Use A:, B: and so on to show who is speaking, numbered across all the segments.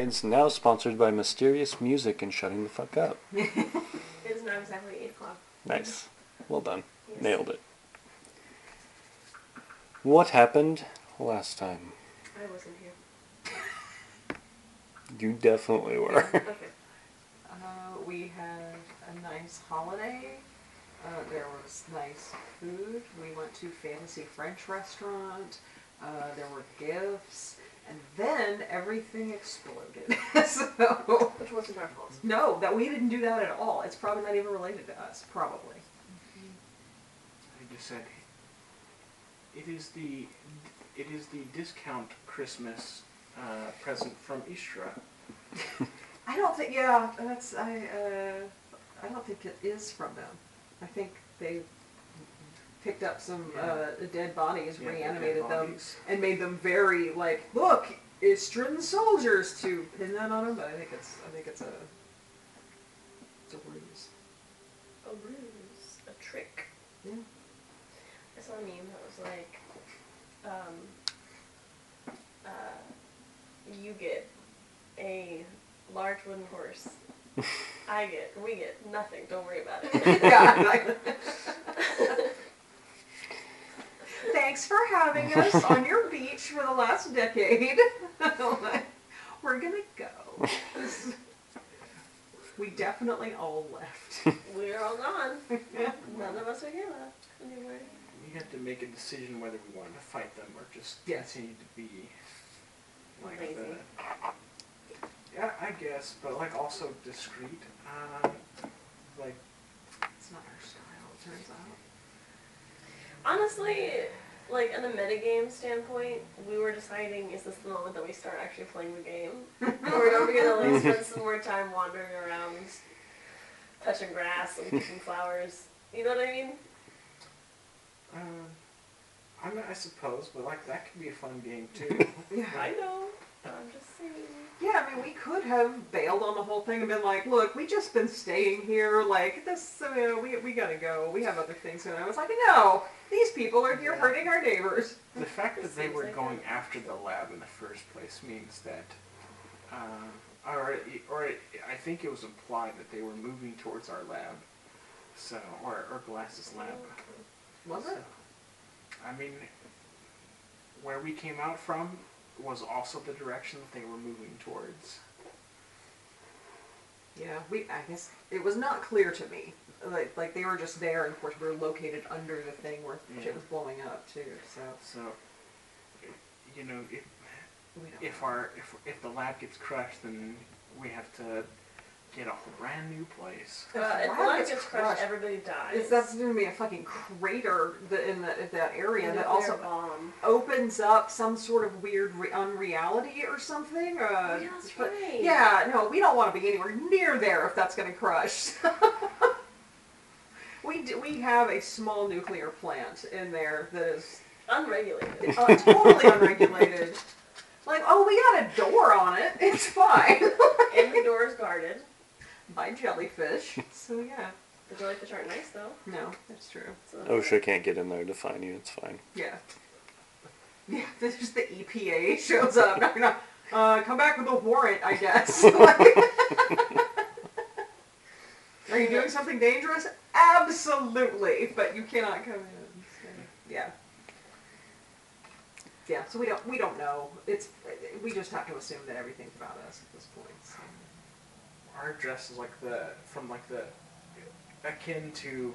A: It's now sponsored by Mysterious Music and Shutting the Fuck Up.
B: It's not exactly 8 o'clock.
A: Nice. Well done.
B: Yes.
A: Nailed it. What happened last time?
B: I wasn't here.
A: You definitely were.
B: Okay.
C: Uh, we had a nice holiday. Uh, there was nice food. We went to fancy French restaurant. Uh, there were gifts, and then everything exploded. so
B: Which wasn't our fault.
C: no, that we didn't do that at all. It's probably not even related to us. Probably.
D: I just said it is the it is the discount Christmas uh, present from Ishra.
C: I don't think. Yeah, that's I. Uh, I don't think it is from them. I think they picked up some
D: Yeah.
C: uh, dead bodies,
D: Yeah,
C: reanimated
D: dead
C: them,
D: bodies.
C: and made them very like, look, Istran soldiers to pin that on them. But I think it's. I think it's a. It's a ruse.
B: A ruse. A trick.
C: Yeah.
B: I saw a meme that was like, um, uh, you get a large wooden horse. I get, we get nothing. Don't worry about it.
C: yeah. like- Thanks for having us on your beach for the last decade. We're gonna go. we definitely all left.
B: We're all gone. None of us are here left anywhere.
D: We had to make a decision whether we wanted to fight them or just
C: Yes.
D: continue to be like
B: Lazy.
D: the. Yeah, I guess, but like also discreet. Uh, like
C: it's not our style, it turns out.
B: Honestly, like on a metagame standpoint, we were deciding is this the moment that we start actually playing the game? or are we gonna like spend some more time wandering around touching grass and picking flowers? You know what I mean?
D: uh, I mean, I suppose, but like that could be a fun game too.
B: I know. I'm just saying.
C: Yeah, I mean, we could have bailed on the whole thing and been like, look, we just been staying here, like, this, uh, we, we gotta go, we have other things. And I was like, no, these people are here hurting our neighbors.
D: The fact that they
B: Seems
D: were
B: like
D: going
B: that.
D: after the lab in the first place means that, um, or it- or it, I think it was implied that they were moving towards our lab, so or or Glass's lab.
C: Was it?
D: I mean, where we came out from was also the direction that they were moving towards.
C: Yeah, we. I guess it was not clear to me. Like, like they were just there, and of course we were located under the thing where
D: Yeah.
C: shit was blowing up too. So
D: So, you know, if
C: we don't.
D: if our if if the lab gets crushed, then we have to get a brand new place.
B: Uh, if the light gets crushed, everybody dies.
C: It's, that's going to be a fucking crater that in the, in that area that
B: Nuclear
C: also
B: bomb.
C: opens up some sort of weird re- unreality or something. Uh,
B: Oh, Yeah, that's
C: but-
B: right.
C: Yeah, no, we don't want to be anywhere near there if that's going to crush. we do, we have a small nuclear plant in there that is
B: Unregulated.
C: uh, totally unregulated. Like, oh, we got a door on it. It's fine.
B: and the door is guarded.
C: By jellyfish. So yeah,
B: The jellyfish aren't nice though.
C: no, that's true.
B: So
A: OSHA can't get in there to find you. It's fine.
C: Yeah. Yeah, this is the EPA shows up. No, no. Uh, come back with a warrant, I guess. Like- Are you doing something dangerous? Absolutely, but you cannot come in. so, yeah. Yeah, so we don't we don't know. It's we just have to assume that everything's about us at this point. So.
D: our dress is like the from like the akin to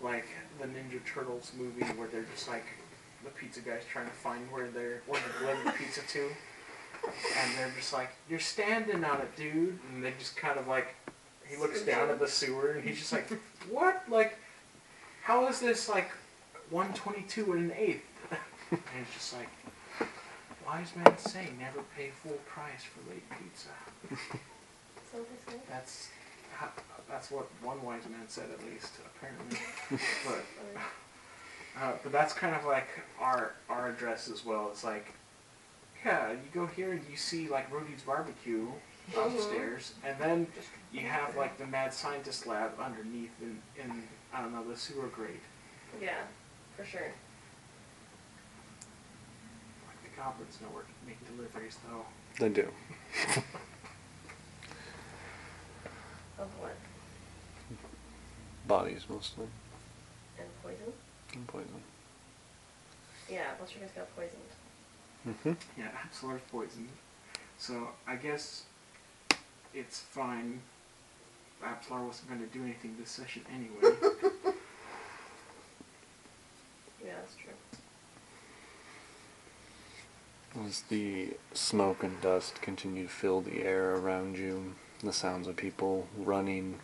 D: like the Ninja Turtles movie where they're just like the pizza guys trying to find where they're where to deliver the pizza to, and they're just like you're standing on it, dude, and they just kind of like he looks down at the sewer and he's just like what like how is this like one twenty two and an eighth and it's just like wise men say never pay full price for late pizza.
B: So they say.
D: That's how, that's what one wise man said, at least apparently. but uh, but that's kind of like our our address as well. It's like, yeah, you go here and you see like Rudy's barbecue upstairs, and then you have like the mad scientist lab underneath in in I don't know the sewer grate.
B: Yeah, for sure.
D: Like the Goblins know where to make deliveries, though.
A: They do.
B: Of what?
A: Bodies mostly.
B: And poison?
A: And poison.
B: Yeah, Buster guys got poisoned.
A: Mm-hmm.
D: Yeah, Absolar's poisoned. So I guess it's fine. Absolar wasn't going to do anything this session anyway.
B: Yeah, that's true.
A: As the smoke and dust continue to fill the air around you, the sounds of people running,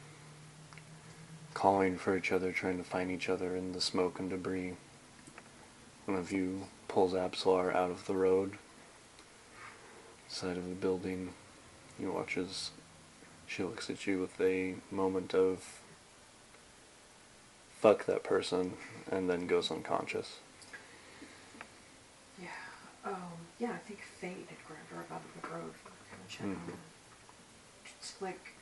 A: calling for each other, trying to find each other in the smoke and debris. One of you pulls Absalar out of the road, side of the building. He watches. She looks at you with a moment of fuck that person, and then goes unconscious.
C: Yeah. Um, yeah, I think Fate had grabbed her up out of the road. Kind of check on
A: Mhm.
C: her. Just like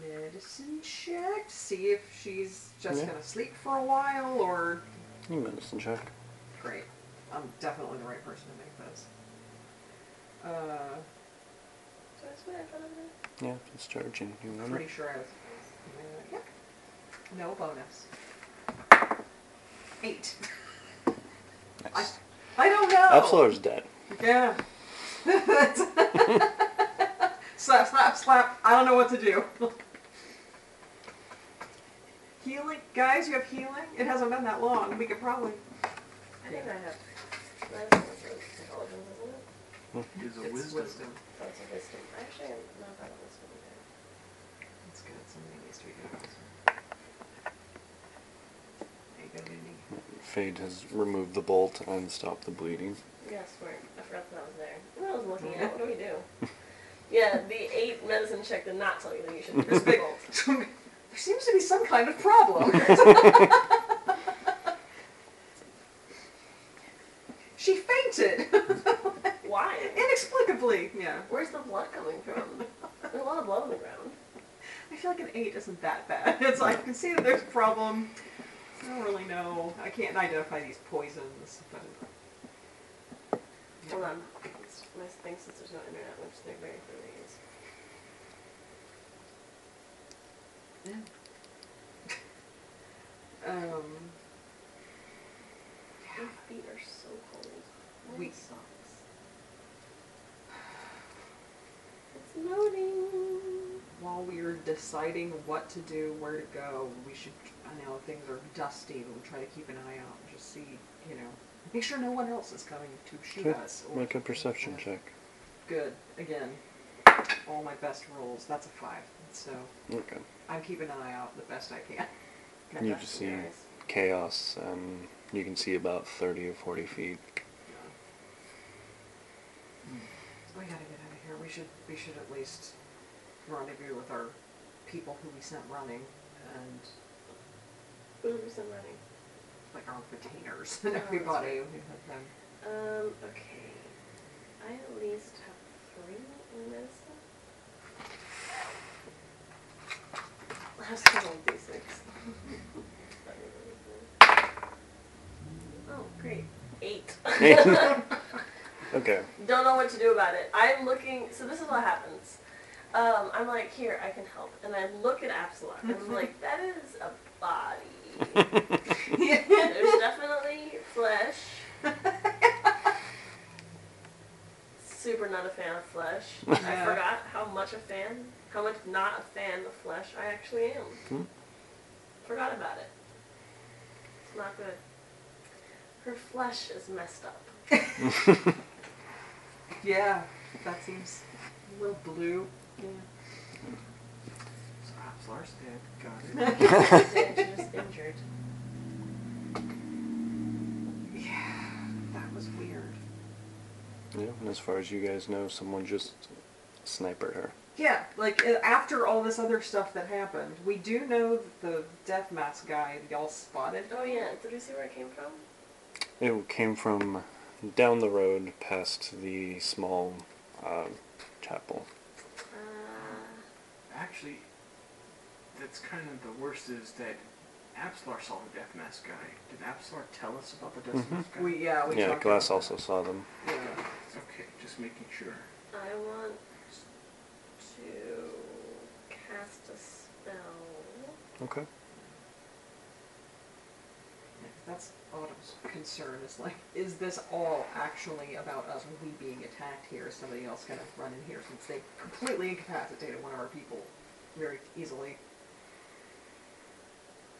C: medicine check, see if she's just
A: Yeah.
C: gonna sleep for a while or.
A: You medicine check.
C: Great. I'm definitely the right person to make this. Uh,
B: So that's what I thought of it.
A: Yeah, it's charging. You want it?
C: pretty sure I was. yeah. No bonus. Eight.
A: Nice.
C: I don't know.
A: Absolar's dead.
C: Yeah. slap, slap, slap. I don't know what to do. healing? Guys, you have healing? It hasn't been that long. We could probably.
B: I think I have. That's intelligence, isn't it?
D: Is a
C: It's
D: wisdom.
B: That's a wisdom. Actually, I'm not bad at wisdom either.
C: It's good. Somebody needs to be good. at this one. There you go, Mindy.
A: Fade has removed the bolt and stopped the bleeding.
B: Yeah, smart. I forgot that was there. What I was looking at. What do we do? Yeah, the eight medicine check did not tell you that you should
C: There's
B: use
C: a
B: the
C: big-
B: bolt.
C: there seems to be some kind of problem. she fainted
B: Why?
C: inexplicably. Yeah,
B: Where's the blood coming from? There's a lot of blood on the ground.
C: I feel like an eight isn't that bad. It's like I can see that there's a problem. I don't really know. I can't identify these poisons, but
B: Hold on. It's my thing since there's no internet, which there very clearly is.
C: um,
B: My feet are so cold. My
C: We-
B: socks. It's loading.
C: while we're deciding what to do, where to go, we should. I know things are dusty, but we try to keep an eye out and just see, you know, make sure no one else is coming to shoot
A: Okay.
C: us. or-
A: Make a perception check.
C: Good. Again, all my best rolls. That's a five. So
A: Okay.
C: I'm keeping an eye out the best I can.
B: Got
A: You
B: that
A: just
B: in your
A: see-
B: eyes.
A: Chaos. Um, you can see about 30 or 40 feet.
C: We gotta get out of here. We should we should at least rendezvous with our people who we sent running and
B: Oops, I'm running.
C: like our retainers and everybody. We had them.
B: Um, okay. I at least have three in medicine. I was kind of basics. oh, great. Eight.
A: Okay.
B: Don't know what to do about it. I'm looking, so this is what happens. Um, I'm like, here, I can help. And I look at Absalom, and I'm like, that is a body. There's definitely flesh. Super not a fan of flesh. I
C: Yeah.
B: forgot how much a fan, how much not a fan of flesh I actually am.
A: Hmm.
B: Forgot about it. It's not good. Her flesh is messed up.
C: Yeah, that seems a little blue.
D: So Absolar's dead. Got it.
B: She's just injured.
C: Yeah, that was weird.
A: Yeah, and as far as you guys know, someone just snipered her.
C: Yeah, like uh, after all this other stuff that happened, we do know that the death mask guy y'all spotted.
B: Oh yeah, did you see where it came from?
A: It came from down the road past the small uh, chapel.
B: Uh,
D: Actually, that's kind of the worst is that Absalar saw the Death Mask guy. Did Absalar tell us about the Death
A: Mhm.
D: Mask guy?
C: Mm-hmm. We yeah we
A: Yeah,
C: talked
A: Glass
C: about
A: also saw them.
C: that. Yeah.
D: Okay, just making sure.
B: I want to cast a spell.
A: Okay.
C: That's Autumn's concern is like, is this all actually about us, we being attacked here? Is somebody else going to run in here since they completely incapacitated one of our people very easily?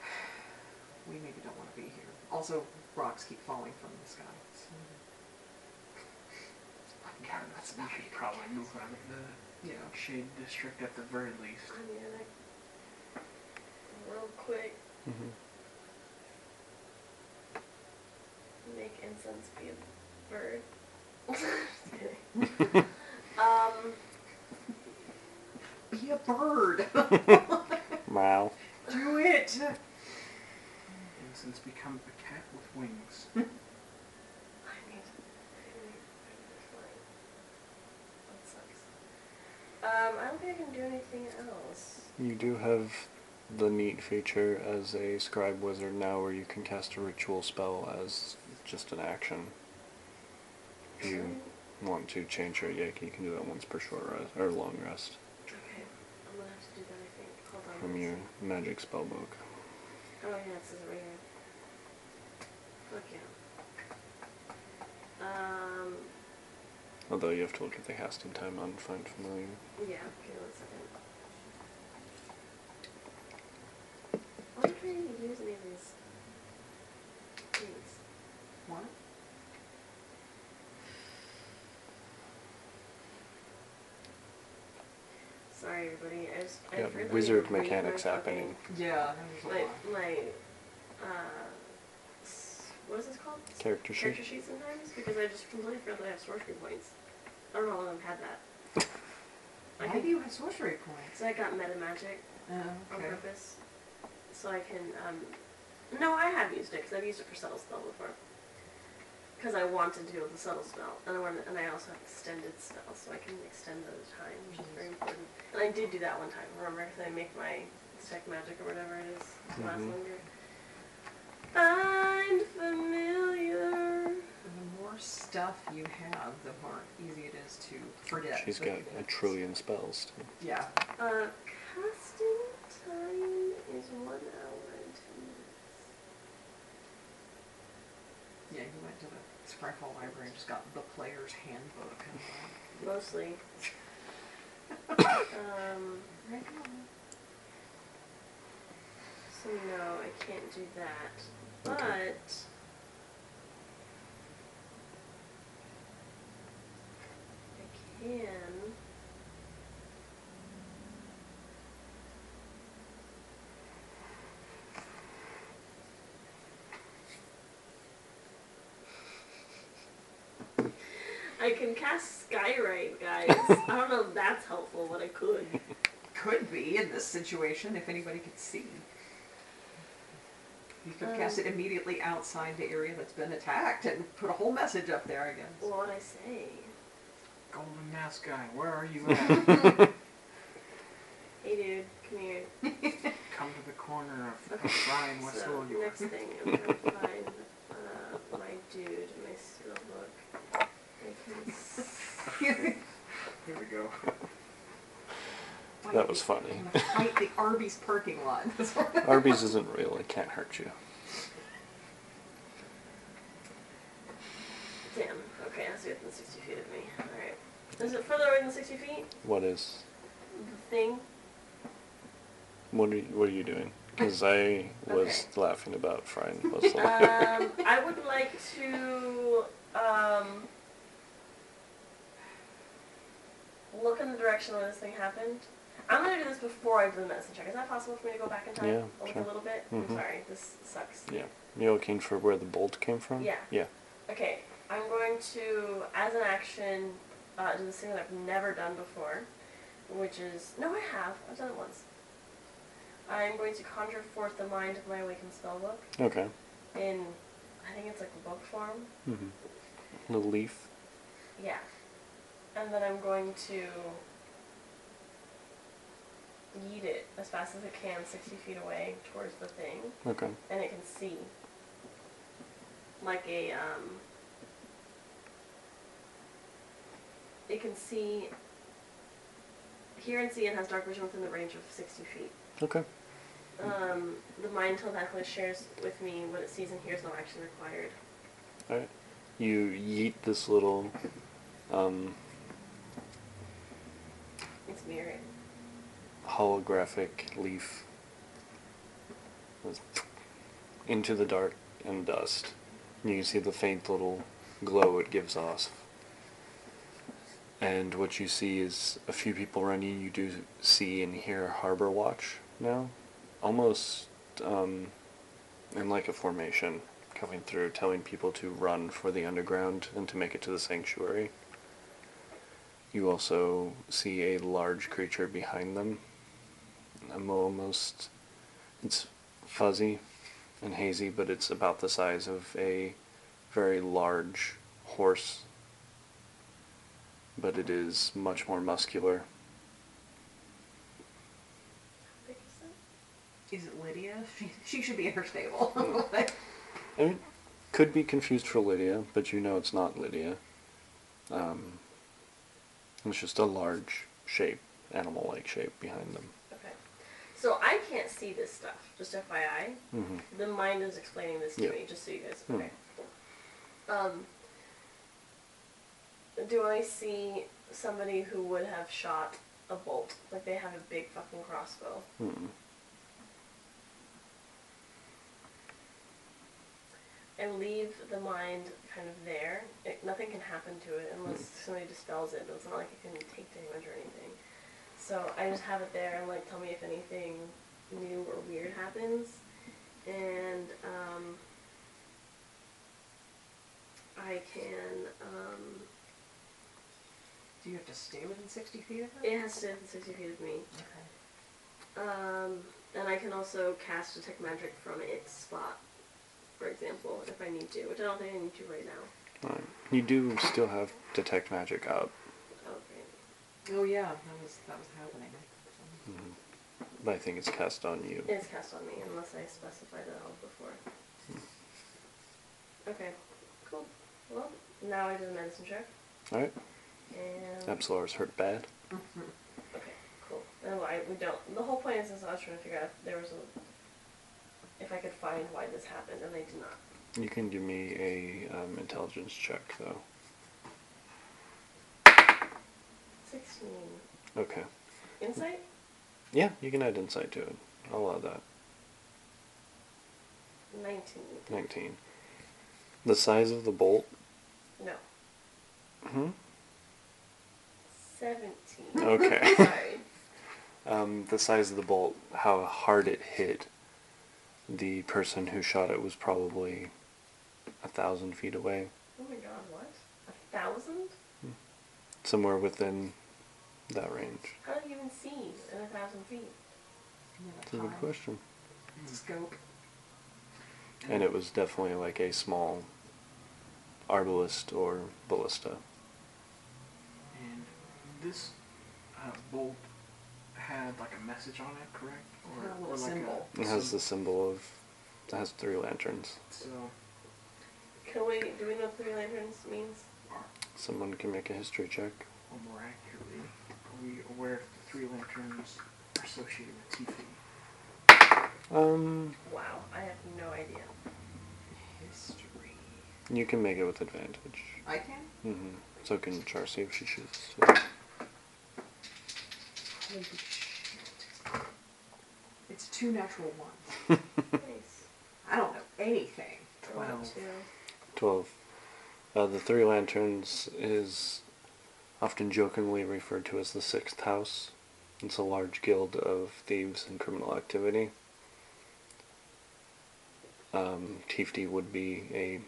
C: We maybe don't want to be here. Also, rocks keep falling from the sky. so- I'm
D: Yeah,
C: counting that's
D: we
C: about
D: should
C: it.
D: probably move out of the
C: Yeah.
D: Shade District at the very least.
B: I mean, like, real quick,
A: hmm
B: make incense be a bird. Just kidding.
A: Mm-hmm.
B: um,
C: Be a bird!
A: Wow.
C: Do it!
D: And since become a cat with wings.
B: I need. I need. I need to fly. That sucks. Um, I don't think I can do anything else.
A: You do have the neat feature as a scribe wizard now where you can cast a ritual spell as just an action. If you want to change your yak, you can do that once per short rest or long rest
B: Okay, I'm gonna have to do that. I think. Hold on.
A: from
B: one
A: your
B: second.
A: magic spell book.
B: Oh yeah, it says it right here. Fuck yeah. Um,
A: Although you have to look at the casting time on Find Familiar.
B: yeah, okay, one second. Why can't you use any of these things?
C: What?
B: Sorry everybody, I just, I
A: Yeah,
B: forgot to
A: wizard
B: read my
A: mechanics
B: fucking-
A: happening.
C: Yeah, that was a
B: My,
C: lot.
B: my, uh, s- what is this called?
A: Character sheet.
B: Character sheet sometimes, because I just completely forgot that I have sorcery points. I don't know when I've had that. I
C: Why
B: can
C: do you have sorcery points?
B: So I got meta magic
C: Oh,
B: on
C: okay.
B: purpose, so I can. Um, no, I have used it because I've used it for subtle spell before. Because I wanted to do the subtle spell, and I wanted, and I also have extended spell, so I can extend those time, which is very important. And I did do that one time. Remember, because I make my detect magic or whatever it is last
A: Mhm.
B: longer. Find familiar.
C: The more stuff you have, the more easy it is to forget.
A: She's
C: the
A: got
C: people.
A: a trillion spells. too.
C: Yeah.
B: Uh, casting time is one hour and two minutes.
C: Yeah, you went to the Sprifall library and just got the player's handbook. And I'm
B: Mostly. um,
C: like, right on.
B: so no, I can't do that. But
A: Okay.
B: I can. I can cast Skyrite, guys. I don't know if that's helpful, but I could.
C: Could be in this situation if anybody could see. You could cast it immediately outside the area that's been attacked and put a whole message up there, I guess.
B: What would I say?
D: Golden Mask guy, where are you at?
B: Hey dude, come here.
D: Come to the corner of, of Ryan West
B: so
D: Hill, you
B: next
D: are.
B: thing, I'm gonna find uh, my dude, my spell book. I can s-
D: Here we go.
A: That was funny.
C: I'm gonna Fight the Arby's parking lot. That's what-
A: Arby's isn't real, it can't hurt you.
B: Damn. Okay, that's within 60 feet of me. All right. Is it further away than 60 feet?
A: What is
B: The thing.
A: what are you, what are you doing? Because I was laughing about frying bustle.
B: Um, I would like to um, look in the direction where this thing happened. I'm gonna do this before I do the medicine check. Is that possible for me to go back in time?
A: Yeah,
B: Look
A: sure.
B: a little bit.
A: Mhm.
B: I'm sorry. This sucks.
A: Yeah. You're looking for where the bolt came from?
B: Yeah.
A: Yeah.
B: Okay, I'm going to, as an action, uh, do this thing that I've never done before, which is no, I have. I've done it once. I'm going to conjure forth the mind of my awakened spellbook
A: Okay.
B: in, I think it's like a book form.
A: hmm The leaf.
B: Yeah, and then I'm going to eat it. I as fast as it can, 60 feet away towards the thing,
A: Okay.
B: and it can see. Like a, um, it can see, hear and see, and has dark vision within the range of 60 feet.
A: Okay.
B: Um, the mind telepathically shares with me what it sees and hears, no action required.
A: All right. You yeet this little um,
B: It's mirroring.
A: holographic leaf into the dark and dust. You can see the faint little glow it gives off. And what you see is a few people running. You do see and hear Harbor Watch now, almost um, in like a formation coming through, telling people to run for the underground and to make it to the sanctuary. You also see a large creature behind them. I'm almost. It's fuzzy and hazy, but it's about the size of a very large horse. But it is much more muscular.
B: Big is that?
C: Is it Lydia? She, she should be at her stable. Like,
A: I mean, could be confused for Lydia, but you know it's not Lydia. Um, it's just a large shape, animal like shape behind them.
B: Okay. So I can't see this stuff, just FYI.
A: hmm
B: The mind is explaining this to
A: Yeah.
B: me, just so you guys.
A: Hmm.
B: Okay. Um, do I see somebody who would have shot a bolt? Like they have a big fucking crossbow.
A: mm
B: And leave the mind kind of there. It, nothing can happen to it unless somebody dispels it, but it's not like it can take damage or anything. So I just have it there and like tell me if anything new or weird happens. And um, I can. Um,
C: do you have to stay within 60 feet of her?
B: it has to be within 60 feet of me.
C: Okay.
B: Um, and I can also cast Detect Magic from its spot, for example, if I need to, which I don't think I need to right now.
A: Right. You do still have detect magic up,
B: Okay.
C: Oh yeah, that was that was happening.
A: but I think it's cast on you.
B: It's cast on me, unless I specified it all before. Okay, cool. Well, now I do the medicine check.
A: All right.
B: And.
A: Absolar's hurt bad.
B: Okay, cool. And why we don't. The whole point is, is I was trying to figure out if there was a. If I could find why this happened, and I did not.
A: You can give me a um, intelligence check though.
B: 16.
A: Okay.
B: Insight?
A: Yeah, you can add insight to it. I'll allow that.
B: 19.
A: Nineteen. The size of the bolt.
B: No.
A: Hmm.
B: 17.
A: Okay.
B: Sorry.
A: um, the size of the bolt, how hard it hit. The person who shot it was probably a thousand feet away,
B: Oh my god, what? A thousand?
A: somewhere within that range.
B: How do you even see at a thousand feet?
A: That's a good question.
C: Scope.
A: And it was definitely like a small arbalist or ballista.
D: And this uh, bolt had like a message on it, correct?
C: Had a little symbol.
A: It has the symbol of. It has three lanterns.
D: So,
B: Can we, do we know what three lanterns means?
D: are,
A: Someone can make a history check.
D: or more accurately, are we aware if the three lanterns are associated with Tifa?
A: Um,
B: Wow, I have no idea.
C: History.
A: you can make it with advantage.
C: I can.
A: Mm-hmm. So can Charcy if she shoots.
C: Holy shit. It's two natural ones.
B: Nice.
C: I don't know anything.
B: Rolled a
D: Twelve.
B: Two.
A: Twelve. Uh, the three lanterns is often jokingly referred to as the sixth house. It's a large guild of thieves and criminal activity. Um, Tiefty would be a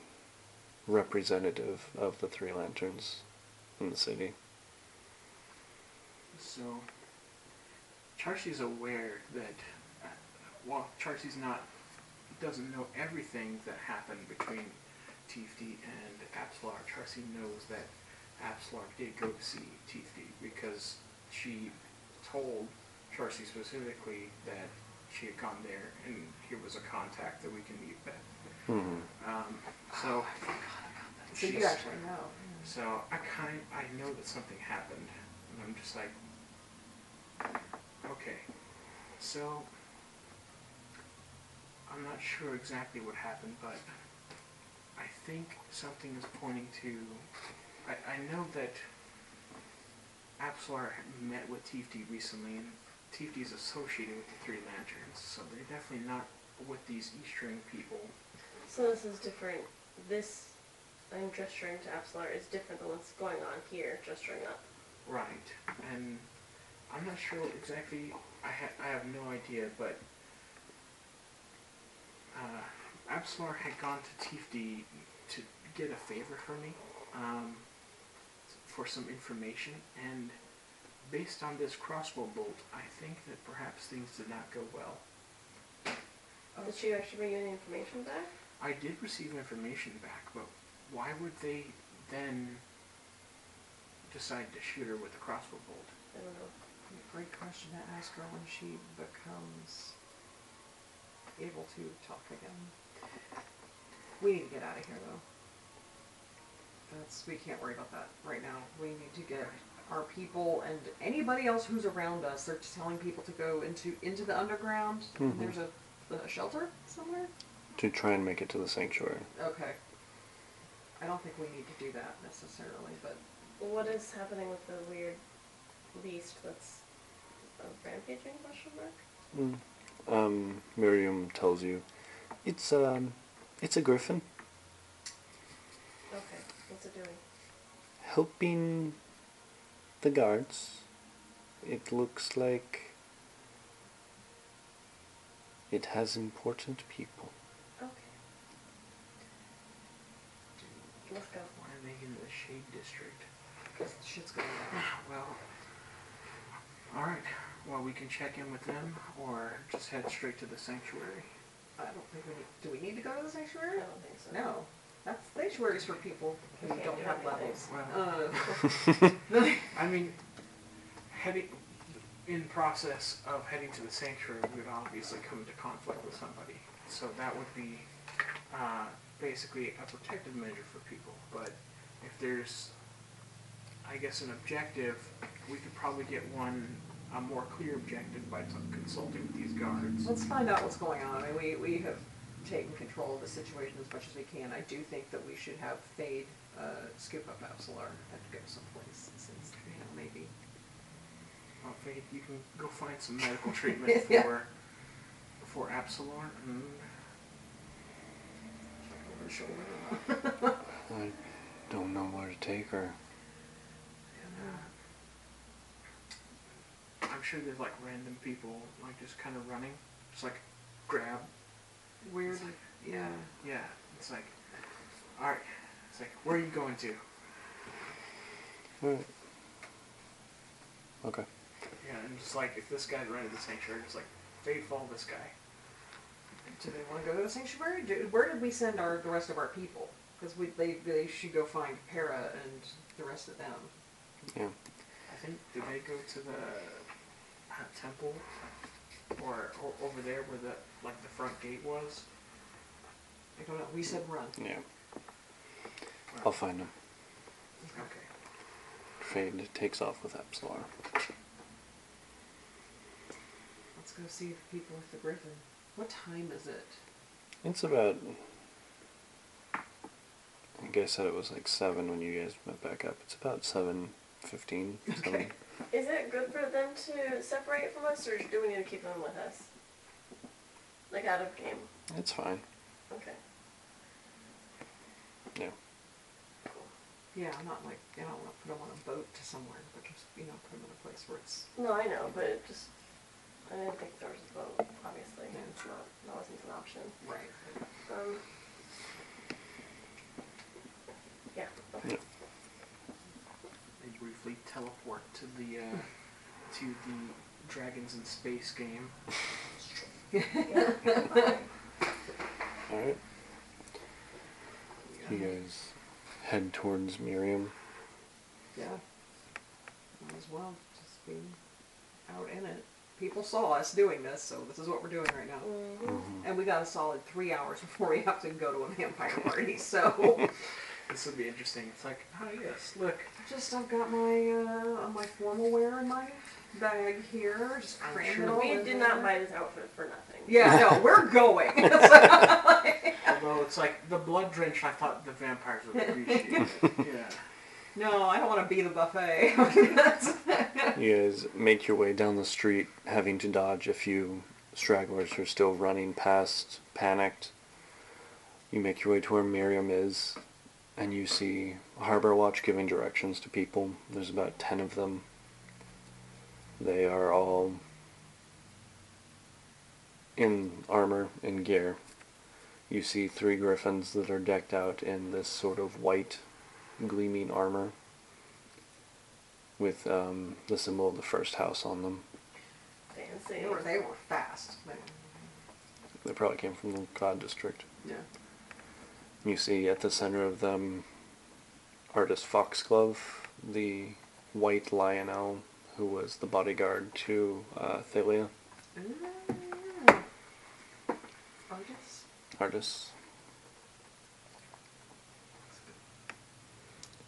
A: representative of the three lanterns in the city.
D: So, Charcy's aware that, uh, well, Charcy's not, doesn't know everything that happened between Tiefty and Abslar. Charcy knows that Abslar did go to see Tiefty because she told Charcy specifically that she had gone there and here was a contact that we can meet with.
A: hmm
D: Um,
C: Oh,
D: so
C: So you
D: she's-
C: actually know.
D: so I kind I know that something happened, and I'm just like, okay, so I'm not sure exactly what happened, but I think something is pointing to. I, I know that Absalar met with Tifty recently, and Tifty's associated with the Three Lanterns, so they're definitely not with these Eastern people.
B: So this is different. This, I'm gesturing to Absalar, is different than what's going on here, gesturing up.
D: Right, and I'm not sure exactly. I ha- I have no idea, but uh, Absalar had gone to Tifti to get a favor from me, um, for some information, and based on this crossbow bolt, I think that perhaps things did not go well.
B: Did she actually bring you any information back?
D: I did receive information back, but why would they then decide to shoot her with a crossbow bolt?
B: I don't know.
C: Great question to ask her when she becomes able to talk again. We need to get out of here though. That's we can't worry about that right now. We need to get our people and anybody else who's around us. They're just telling people to go into into the underground.
A: Mhm.
C: There's a, a shelter somewhere.
A: To try and make it to the sanctuary.
C: Okay. I don't think we need to do that necessarily, but
B: What is happening with the weird beast that's a rampaging question mark?
A: Mm. Um, Miriam tells you, it's um, it's a griffin
B: Okay, what's it doing?
A: helping the guards. It looks like it has important people.
B: Okay, let's go.
D: Why are they in the Shade District?
C: this shit's going down.
D: Well, all right. Well, we can check in with them, or just head straight to the sanctuary.
C: I don't think we need. Do we need to go to the
B: I
C: sanctuary?
B: don't think so.
C: No, that's sanctuaries for people who
B: Okay,
C: don't
B: do
C: have
B: anything.
C: levels.
D: Wow.
C: Uh,
D: I mean, heading in process of heading to the sanctuary, we would obviously come into conflict with somebody. So that would be uh, basically a protective measure for people. But if there's, I guess, an objective, we could probably get one a more clear objective by consulting with these guards.
C: let's find out what's going on. I mean, we we have taken control of the situation as much as we can. I do think that we should have Fade uh, scoop up Absalar and go someplace since you know maybe.
D: Well, Oh, Faith, you can go find some medical treatment for for Absalor. And
C: check over her shoulder or not.
A: I don't know where to take her.
D: I'm sure there's like random people like just kind of running, just like grab.
C: Weird. Yeah.
D: Yeah, it's like, all right. It's like, where are you going to?
A: Alright. Okay.
D: Yeah, and just like if this guy's running the sanctuary, it's like, Faith, follow this guy.
C: Do they want to go to the sanctuary? Do, where did we send our the rest of our people? Because we they they should go find Para and the rest of them.
A: Yeah.
D: I think did they go to the uh, temple or, or over there where the like the front gate was?
C: I don't know. We said run.
A: Yeah. I'll find him.
D: Okay.
A: Fade takes off with Absalar.
C: Let's go see the people with the griffin. What time is it?
A: It's about. I guess I said it was like seven when you guys met back up. It's about seven fifteen.
C: Okay.
B: Is it good for them to separate from us, or do we need to keep them with us? Like out of game.
A: It's fine.
B: Okay.
A: Yeah.
C: Yeah, I'm not like I don't want to put them on a boat to somewhere, but just you know, put them in a place where it's
B: No, I know, but it just. I didn't think there was a vote, obviously.
C: Yeah.
B: It's not, that wasn't an option.
C: right.
B: Um, yeah, okay.
A: Yeah.
D: They briefly teleport to the uh, to the Dragons in Space game.
A: All right. You guys head towards Miriam.
C: Yeah. Might as well just be out in it. people saw us doing this, so this is what we're doing right now. And we got a solid three hours before we have to go to a vampire party. So
D: This would be interesting. It's like, oh yes, look.
C: just I've got my uh, my formal wear in my bag here. Just
D: I'm
C: cram
D: sure
C: it all
B: We
C: in
B: did
C: there.
B: not buy this outfit for nothing.
C: Yeah, no, we're going.
D: Although it's like the blood drench, I thought the vampires would appreciate. yeah.
C: no, I don't want to be the buffet. That's-
A: is make your way down the street, having to dodge a few stragglers who are still running past, panicked. You make your way to where Miriam is, and you see Harbor Watch giving directions to people. There's about ten of them. They are all in armor and gear. You see three griffins that are decked out in this sort of white, gleaming armor with um, the symbol of the first house on them.
B: Fancy.
C: they, were, they were fast. They-
A: They probably came from the God District.
C: yeah.
A: You see at the center of them, artist Foxglove, the white Lionel, who was the bodyguard to uh, Thalia.
C: Mm. Artists?
A: artist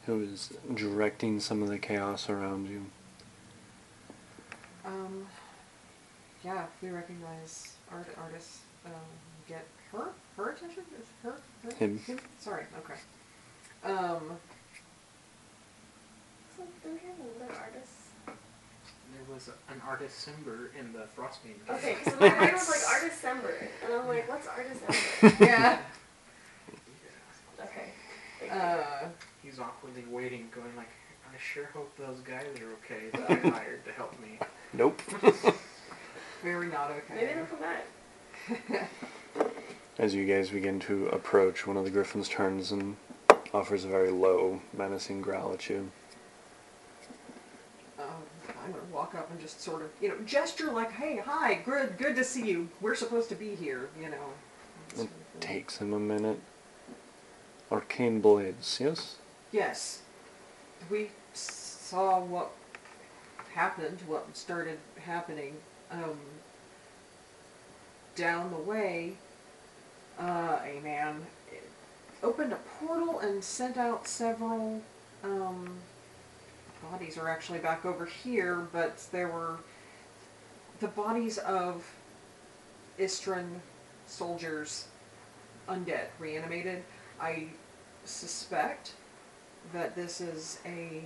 A: who is directing some of the chaos around you.
C: Um, yeah, if we recognize art artists, um, get her her attention. Is her, her
A: Him.
C: Sorry. Okay. Um,
B: Don't you have another artist?
D: There was an artist Simber in the Frostbane.
B: Okay, because my brain was like Artist Ember, and I'm like, what's Artist Ember?
C: yeah.
B: Okay. Thank you.
C: uh,
D: He's awkwardly waiting, going like, I sure hope those guys are okay that I hired to help me.
A: Nope.
C: very not
B: Maybe
C: okay.
B: they'll come back.
A: As you guys begin to approach, one of the griffins turns and offers a very low, menacing growl at you.
C: Um, I'm gonna walk up and just sort of, you know, gesture like, "Hey, hi, good, good to see you. We're supposed to be here," you know. that
A: It
C: sort of thing.
A: takes him a minute. Arcane blades, yes?
C: Yes. We saw what happened, what started happening um, down the way. Uh, a man opened a portal and sent out several um, bodies. Are actually back over here, but there were the bodies of Istran soldiers, undead, reanimated. I suspect that this is a,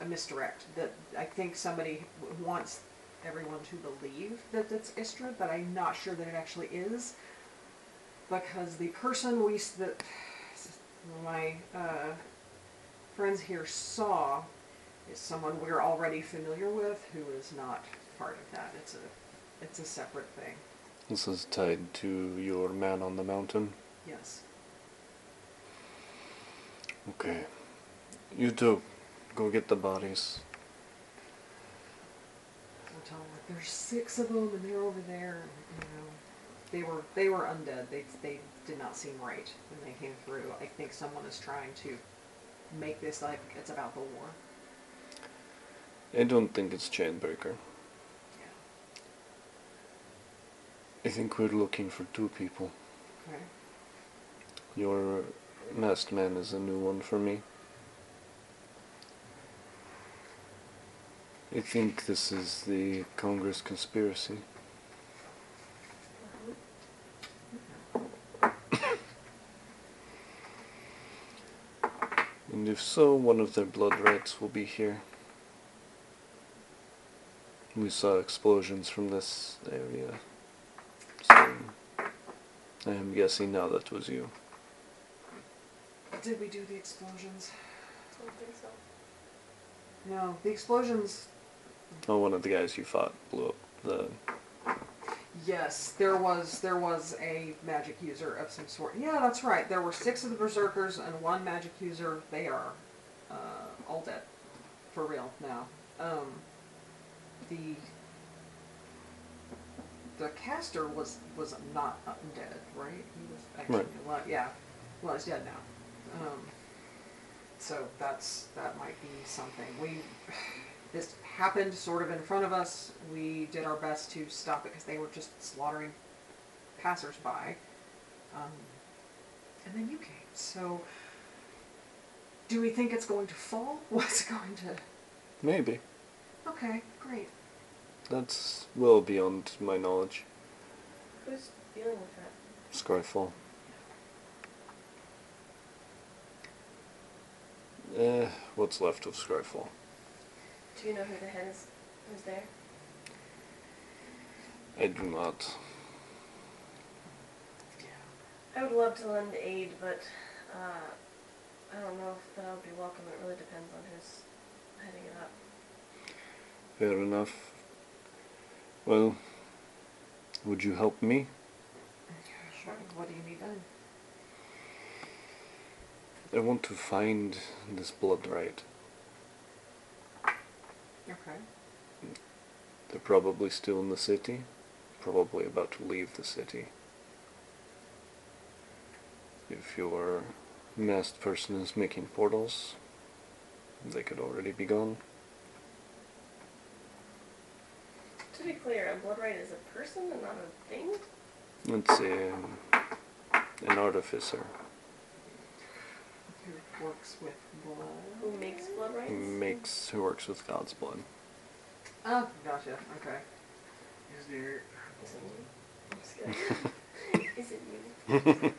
C: a misdirect. That I think somebody w- wants everyone to believe that it's Istra, but I'm not sure that it actually is, because the person we s- that my uh, friends here saw is someone we're already familiar with, who is not part of that. It's a it's a separate thing.
A: This is tied to your man on the mountain.
C: Yes.
A: Okay. You two, go get the bodies.
C: We'll tell them like there's six of them and they're over there. And, you know, they were they were undead. They they did not seem right when they came through. I think someone is trying to make this like it's about the war.
A: I don't think it's Chainbreaker.
C: Yeah.
A: I think we're looking for two people.
C: Okay.
A: Your masked man is a new one for me. I think this is the Congress conspiracy. and if so, one of their blood rights will be here. We saw explosions from this area. So I am guessing now that was you.
C: Did we do the explosions?
B: don't think so.
C: No, the explosions.
A: Oh, one of the guys you fought blew up the.
C: Yes, there was there was a magic user of some sort. Yeah, that's right. There were six of the berserkers and one magic user. They are uh, all dead, for real now. Um, the the caster was was not undead, right? He was actually
A: Right.
C: alive. Yeah, well, he's dead now. Um, so that's that might be something. We This happened sort of in front of us. We did our best to stop it because they were just slaughtering passersby. Um, and then you came. So, do we think it's going to fall? What's it going to?
A: Maybe.
C: Okay, great.
A: That's well beyond my knowledge.
B: Who's dealing with that?
A: Skyfall. Eh, what's left of Skyfall?
B: Do you know who the head is? Who's there?
A: I do not.
B: I would love to lend aid, but uh, I don't know if that would be welcome. It really depends on who's heading it up.
A: Fair enough. Well, would you help me?
C: Sure. What do you need done?
A: I want to find this blood right.
C: Okay.
A: They're probably still in the city. Probably about to leave the city. If your masked person is making portals, they could already be gone.
B: To be clear, a blood right is a person and not a thing.
A: Let's say um, an artificer
C: Who works with
B: Who
C: blood?
B: makes blood rights?
A: who makes who works with God's blood.
C: Oh, gotcha. Okay.
D: Is there
B: Is it you? I'm just kidding. is it you?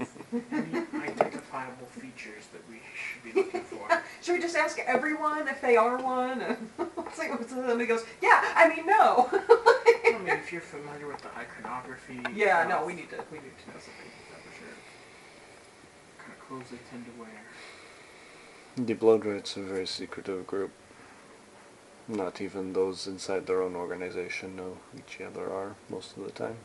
D: any identifiable features that we should be looking for?
C: Should we just ask everyone if they are one? And it's like, so somebody goes, yeah, I mean, no.
D: I mean, if you're familiar with the iconography,
C: yeah,
D: uh,
C: no, we need to, we need to know something about that for sure.
D: kind of clothes they tend to wear.
A: The blood rights are a very secretive group. Not even those inside their own organization know who each other are most of the time.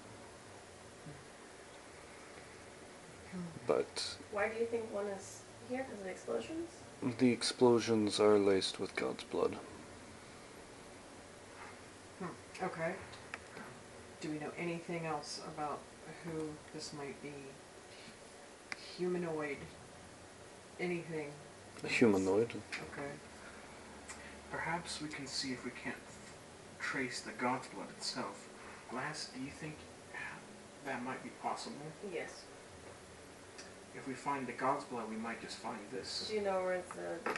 C: Hmm,
A: But
B: Why do you think one is here? Because of explosions?
A: The explosions are laced with God's blood.
C: Hmm, Okay. Do we know anything else about who this might be? Humanoid? Anything?
A: Humanoid.
C: Okay.
D: Perhaps we can see if we can't f- trace the god's blood itself. Glass, do you think that might be possible?
B: Yes.
D: If we find the god's blood, we might just find this.
B: Do you know where it's the,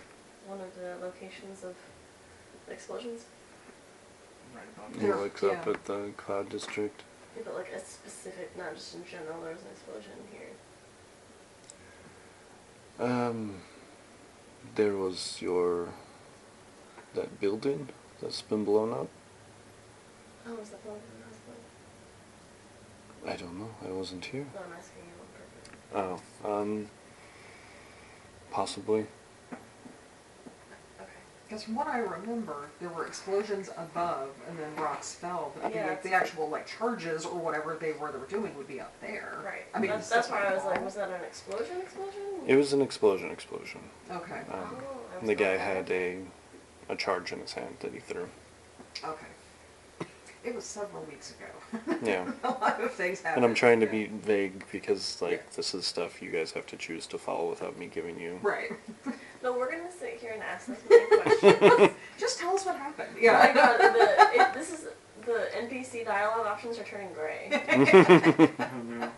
B: one of the locations of the explosions?
D: Right above
A: He
C: There-
D: it.
A: looks up
C: yeah.
A: at the uh, cloud district.
B: Yeah, but like a specific, not just in general, there was an explosion here.
A: Um, there was your that building that's been blown up.
B: Oh, was that the one from the hospital?
A: I don't know. I wasn't here.
B: No, I'm asking you on purpose.
A: Oh, um, possibly.
B: Okay.
C: Because from what I remember, there were explosions above and then rocks fell, but the,
B: Yeah.
C: like, the actual like charges or whatever they were they were doing would be up there.
B: Right.
C: I mean,
B: that's,
C: stuff
B: that's why I was like,
C: that.
B: was that an explosion? Explosion?
A: It was an explosion. Explosion.
C: Okay.
A: Um,
B: Oh, I was
A: the guy
B: like-
A: had a a charge in his hand that he threw.
C: Okay. It was several weeks ago.
A: Yeah.
C: a lot of things happened.
A: And I'm trying to
C: Oh, Yeah.
A: be vague because, like,
C: Yeah.
A: this is stuff you guys have to choose to follow without me giving you.
C: Right.
B: No, we're gonna sit here and ask this many questions.
C: Just tell us what happened.
B: Oh my
C: Yeah.
B: God, the, it, this is the NPC dialogue options are turning gray.
D: I don't know.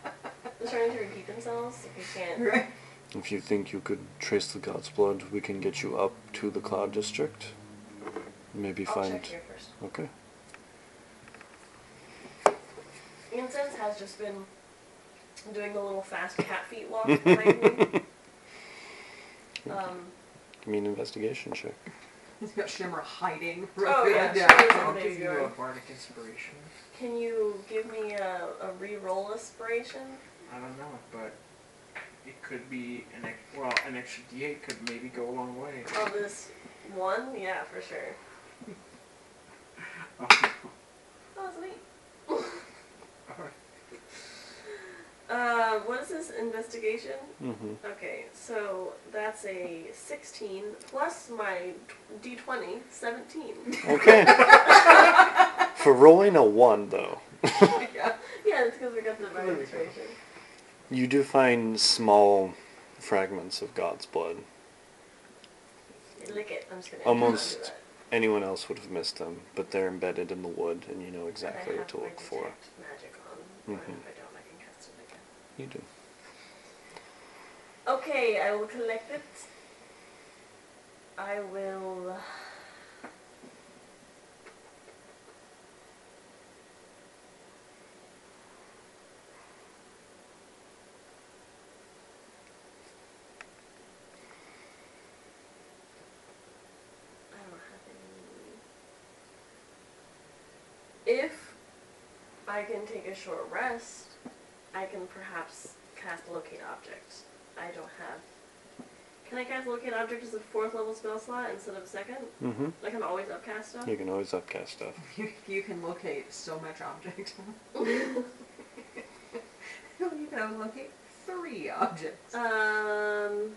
B: They're starting to repeat themselves if we can't.
C: Right.
A: If you think you could trace the God's blood, we can get you up to the Cloud District. Maybe
B: I'll
A: find.
B: check here first.
A: Okay.
B: Incense has just been doing the little fast cat feet walk behind me. Um,
A: Give me an investigation check.
C: He's got Shimmer hiding.
B: Oh, yeah, Shimmer's
C: yeah.
D: I'll
B: Amazing.
D: give you a bardic inspiration.
B: can you give me a, a re-roll inspiration?
D: I don't know, but it could be an ex- well, an extra D8 could maybe go a long way.
B: of Oh, this one? Yeah, for sure. Oh, that's neat. Uh, what is this investigation?
A: Mm-hmm.
B: Okay, so that's a 16 plus my d20, 17.
A: Okay. For rolling a 1, though,
C: yeah.
B: yeah, that's because we got the divine inspiration.
A: you do find small fragments of God's blood.
B: Lick it. I'm just gonna
A: Almost.
B: not do
A: anyone else would have missed them, but they're embedded in the wood, and you know
B: And I
A: exactly what
B: have
A: to
B: my
A: look for.
B: detect Magic on. but
A: Mhm.
B: If I don't, I can cast it again.
A: You do.
B: Okay, I will collect it. I will. I don't have any. If I can take a short rest, I can perhaps cast locate objects. I don't have. Can I cast locate object as a fourth level spell slot instead of a second?
A: hmm
B: Like I'm always upcast stuff.
A: You can always upcast stuff.
C: You, you can locate so much object. you can only locate three objects.
B: Uh, um.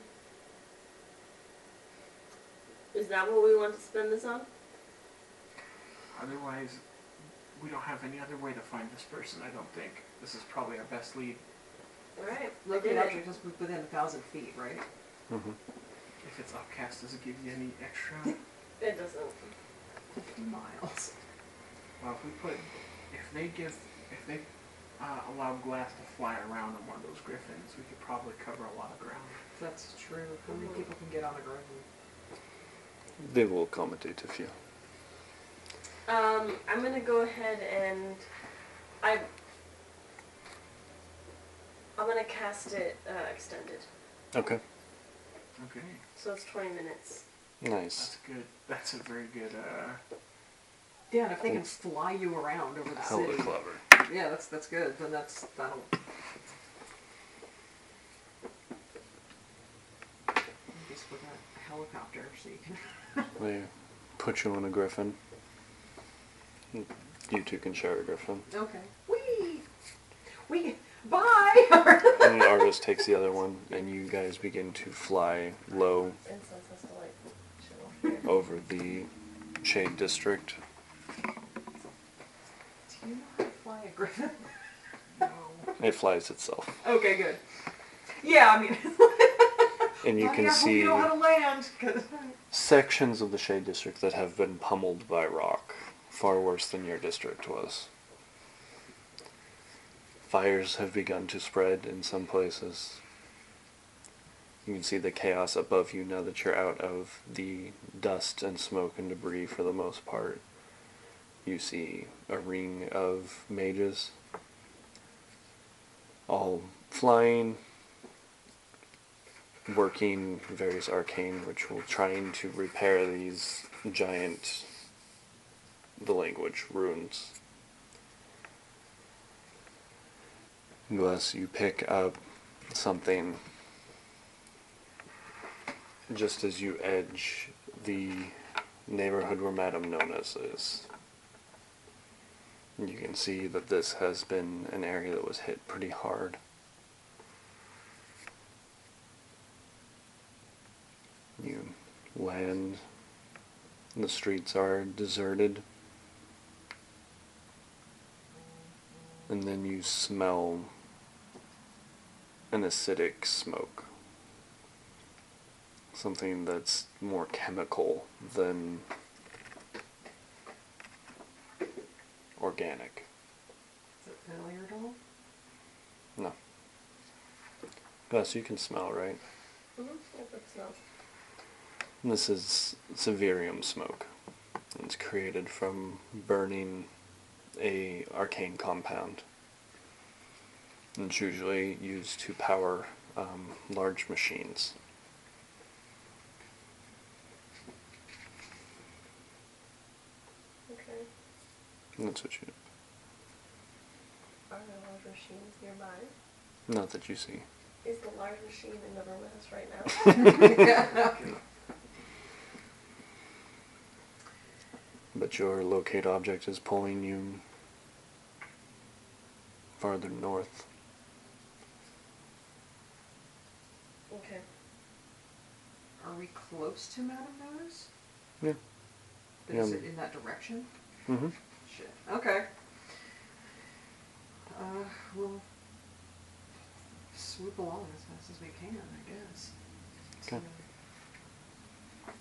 B: Is that what we want to spend this on?
D: Otherwise, we don't have any other way to find this person, I don't think. This is probably our best lead.
B: All right. I
C: locate
B: did it.
C: object is within a thousand feet, right?
A: hmm
D: If it's upcast, does it give you any extra?
B: It doesn't.
C: Miles.
D: Well, if we put, if they give, if they uh, allow glass to fly around on one of those griffins, we could probably cover a lot of ground.
C: That's true. How many people can get on a griffin?
A: They will accommodate if you.
B: Um, I'm gonna go ahead and I. I'm gonna cast it uh, extended,
A: Okay.
D: Okay,
B: so it's 20 minutes.
A: Nice.
D: that's good. That's a very good. Uh,
C: Yeah, and if they can fly you around over the
A: Hella
C: city.
A: clever.
C: Yeah, that's that's good. Then that's that'll. Just with a helicopter, so you can.
A: They put you on a griffin. You two can share a griffin.
C: Okay. Wee. Wee. Bye.
A: And Arvis takes the other one, and you guys begin to fly low
B: Incense has to like chill here.
A: over the shade district.
C: Do you know how to fly a griffin?
D: no.
A: It flies itself,
C: Okay, good. Yeah, I mean,
A: and you
C: Buddy,
A: can
C: I hope
A: see
C: you know how to land, 'cause-
A: sections of the shade district that have been pummeled by rock, far worse than your district was. Fires have begun to spread in some places. You can see the chaos above you now that you're out of the dust and smoke and debris for the most part. You see a ring of mages, all flying, working various arcane ritual, trying to repair these giant, the language, runes. Unless you pick up something just as you edge the neighborhood where Madame Nona's is. You can see that this has been an area that was hit pretty hard. You land. The streets are deserted. And then you smell an acidic smoke. Something that's more chemical than organic.
C: Is it failure at all?
A: No. Gus, you can smell, right?
B: Mm-hmm. Yep, it smells.
A: This is severium smoke. It's created from burning a arcane compound. And It's usually used to power um, large machines.
B: Okay.
A: And That's what you.
B: Are there large machines nearby?
A: Not that you see.
B: Is the large machine in the room with us right now?
A: But your locate object is pulling you farther north.
B: okay.
C: Are we close to Madame Notice?
A: Yeah.
C: But is
A: Yeah.
C: it in that direction?
A: Mm-hmm.
C: Shit. Okay. Uh, we'll swoop along as fast as we can, I guess.
A: Okay.
C: So-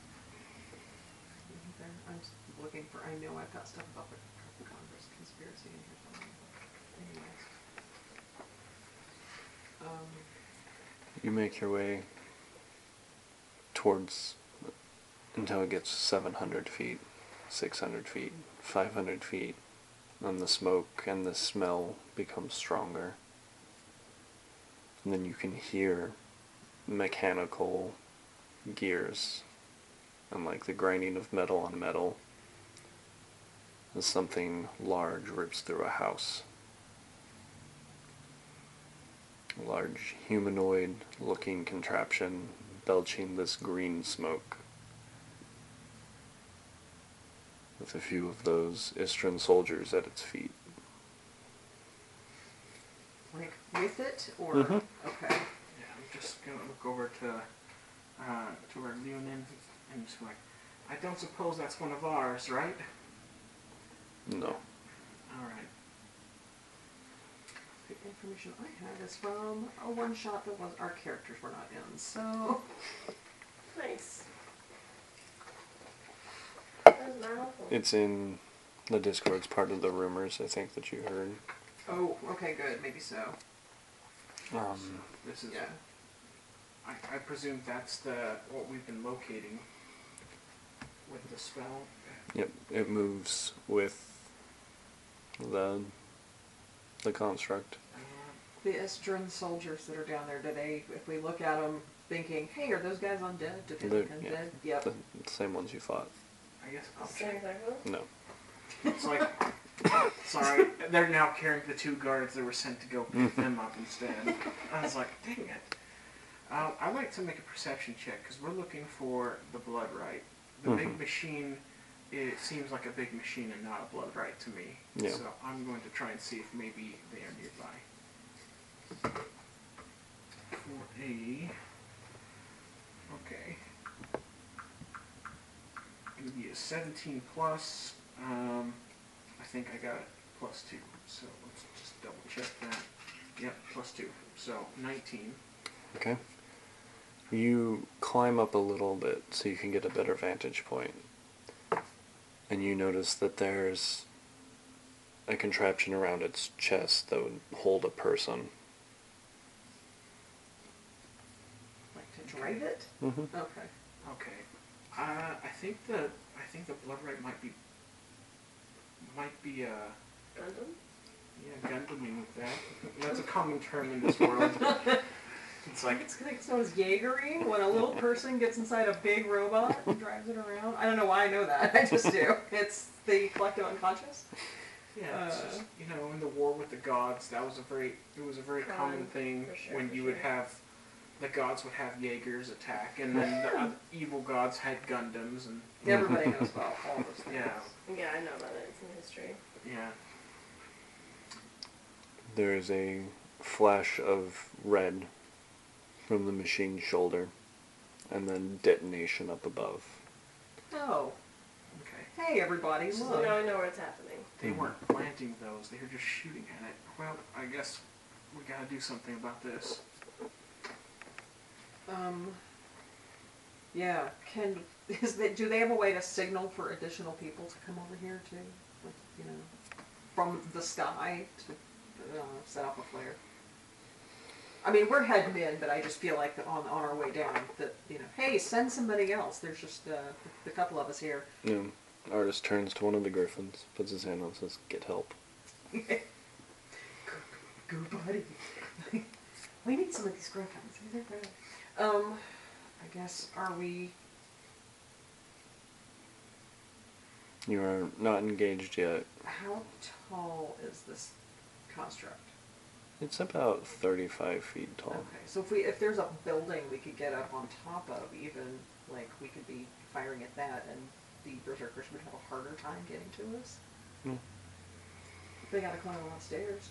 C: I'm s- looking for, I know I've got stuff about the c- Congress conspiracy in here somewhere. Anyways. Um,
A: You make your way towards until it gets 700 feet, 600 feet, 500 feet, and the smoke and the smell becomes stronger. And then you can hear mechanical gears and like the grinding of metal on metal as something large rips through a house. A large humanoid looking contraption belching this green smoke. With a few of those Istran soldiers at its feet.
C: like with it or,
A: Mhm.
C: okay.
D: Yeah, I'm just gonna look over to uh, to where Leonin and just like, I don't suppose that's one of ours, right?
A: No.
D: All right.
C: The information I had is from a one shot that was, our characters were not in, so.
B: Nice. That was not helpful.
A: It's in the Discord's part of the rumors, I think, that you heard.
C: Oh, okay, good, maybe so.
A: Um,
D: This is.
C: Yeah.
D: I, I presume that's the what we've been locating with the spell.
A: yep, it moves with the the construct.
D: Uh,
C: The Estrin soldiers that are down there, do they, if we look at them thinking, hey, are those guys undead? Do they
A: They're-
C: look
A: yeah.
C: undead? Yep.
A: The same ones you fought.
D: I guess I'll
B: Same
D: check.
B: exact one?
A: No.
D: It's like, sorry, they're now carrying the two guards that were sent to go pick them up instead. I was like, dang it. Um, I'd like to make a perception check because we're looking for the blood right. The
A: Mhm.
D: big machine, it seems like a big machine and not a blood right to me.
A: Yeah.
D: So I'm going to try and see if maybe they are nearby. For a. Okay. It would be a 17 plus. Um, I think I got it plus two. So let's just double check that. Yep, plus two. So 19.
A: Okay. You climb up a little bit so you can get a better vantage point. And you notice that there's a contraption around its chest that would hold a person.
C: Like to drive it?
A: Mm-hmm.
C: Okay.
D: Okay. Uh, I think the I think the blood right might be might be uh
B: Gundam?
D: yeah Gundaming with that. That's a common term in this world. it's like
C: It's like so is Jaegering when a little person gets inside a big robot and drives it around. I don't know why I know that. I just do. It's the collective unconscious.
D: Yeah, it's just,
C: Uh,
D: you know, in the war with the gods, that was a very it was a very common
B: Common,
D: thing
B: for sure,
D: when
B: for
D: you would
B: sure.
D: have the gods would have Jaegers attack, and then the other evil gods had Gundams, and
C: Everybody knows about all those things.
D: Yeah.
B: Yeah, I know about it. It's in history.
D: yeah,
A: There is a flash of red from the machine's shoulder, and then detonation up above.
C: Oh,
D: okay,
C: hey everybody,
B: So now
C: look.
B: I know where it's happening.
D: they
A: Mhm.
D: weren't planting those; they were just shooting at it. Well, I guess we gotta do something about this.
C: Um, yeah. Can is that? Do they have a way to signal for additional people to come over here too? Like, you know, from the sky to uh, set up a flare. I mean, we're heading in, but I just feel like that on on our way down that you know, hey, send somebody else. There's just uh, the couple of us here.
A: Yeah. Artist turns to one of the griffins, puts his hand on, says, "Get help."
C: Go, buddy. we need some of these griffins. These are good. Um, I guess are we?
A: You are not engaged yet.
C: How tall is this construct?
A: It's about 35 feet tall.
C: Okay, so if we if there's a building we could get up on top of, even like we could be firing at that, and the berserkers would have a harder time getting to us.
A: Yeah.
C: They gotta climb a lot of stairs.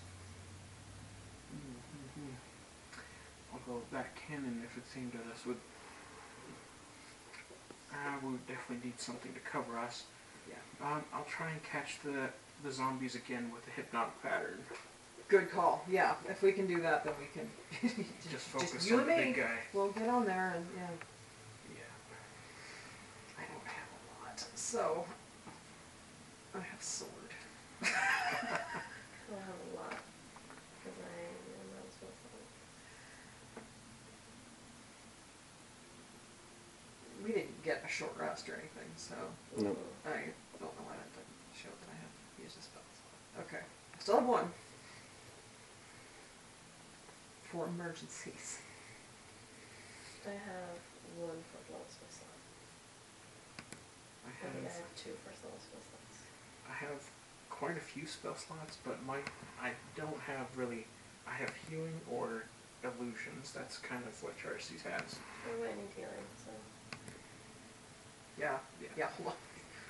D: Mm-hmm. Although that cannon, if it aimed at us, would uh, we would definitely need something to cover us.
C: Yeah.
D: Um, I'll try and catch the the zombies again with the hypnotic pattern.
C: Good call. Yeah, if we can do that, then we can
D: Just focus
C: just you
D: on
C: and
D: the
C: me.
D: big guy.
C: We'll get on there and yeah.
D: Yeah.
C: I don't have a lot, so
D: I have sword.
B: I don't have a lot. Because I am not supposed to.
C: We didn't get a short rest or anything, so
A: No.
C: I don't know why that doesn't show that I have used a spell. slot. Okay. I still have one. For emergencies.
B: I have one for level spell slot.
D: I
B: I mean, I
D: have
B: have two for level spell slots.
D: I have quite a few spell slots, but my I don't have really. I have healing or illusions. That's kind of what Charcy's has.
B: I might need healing, so.
D: Yeah, yeah.
C: Yeah, hold on. Oh,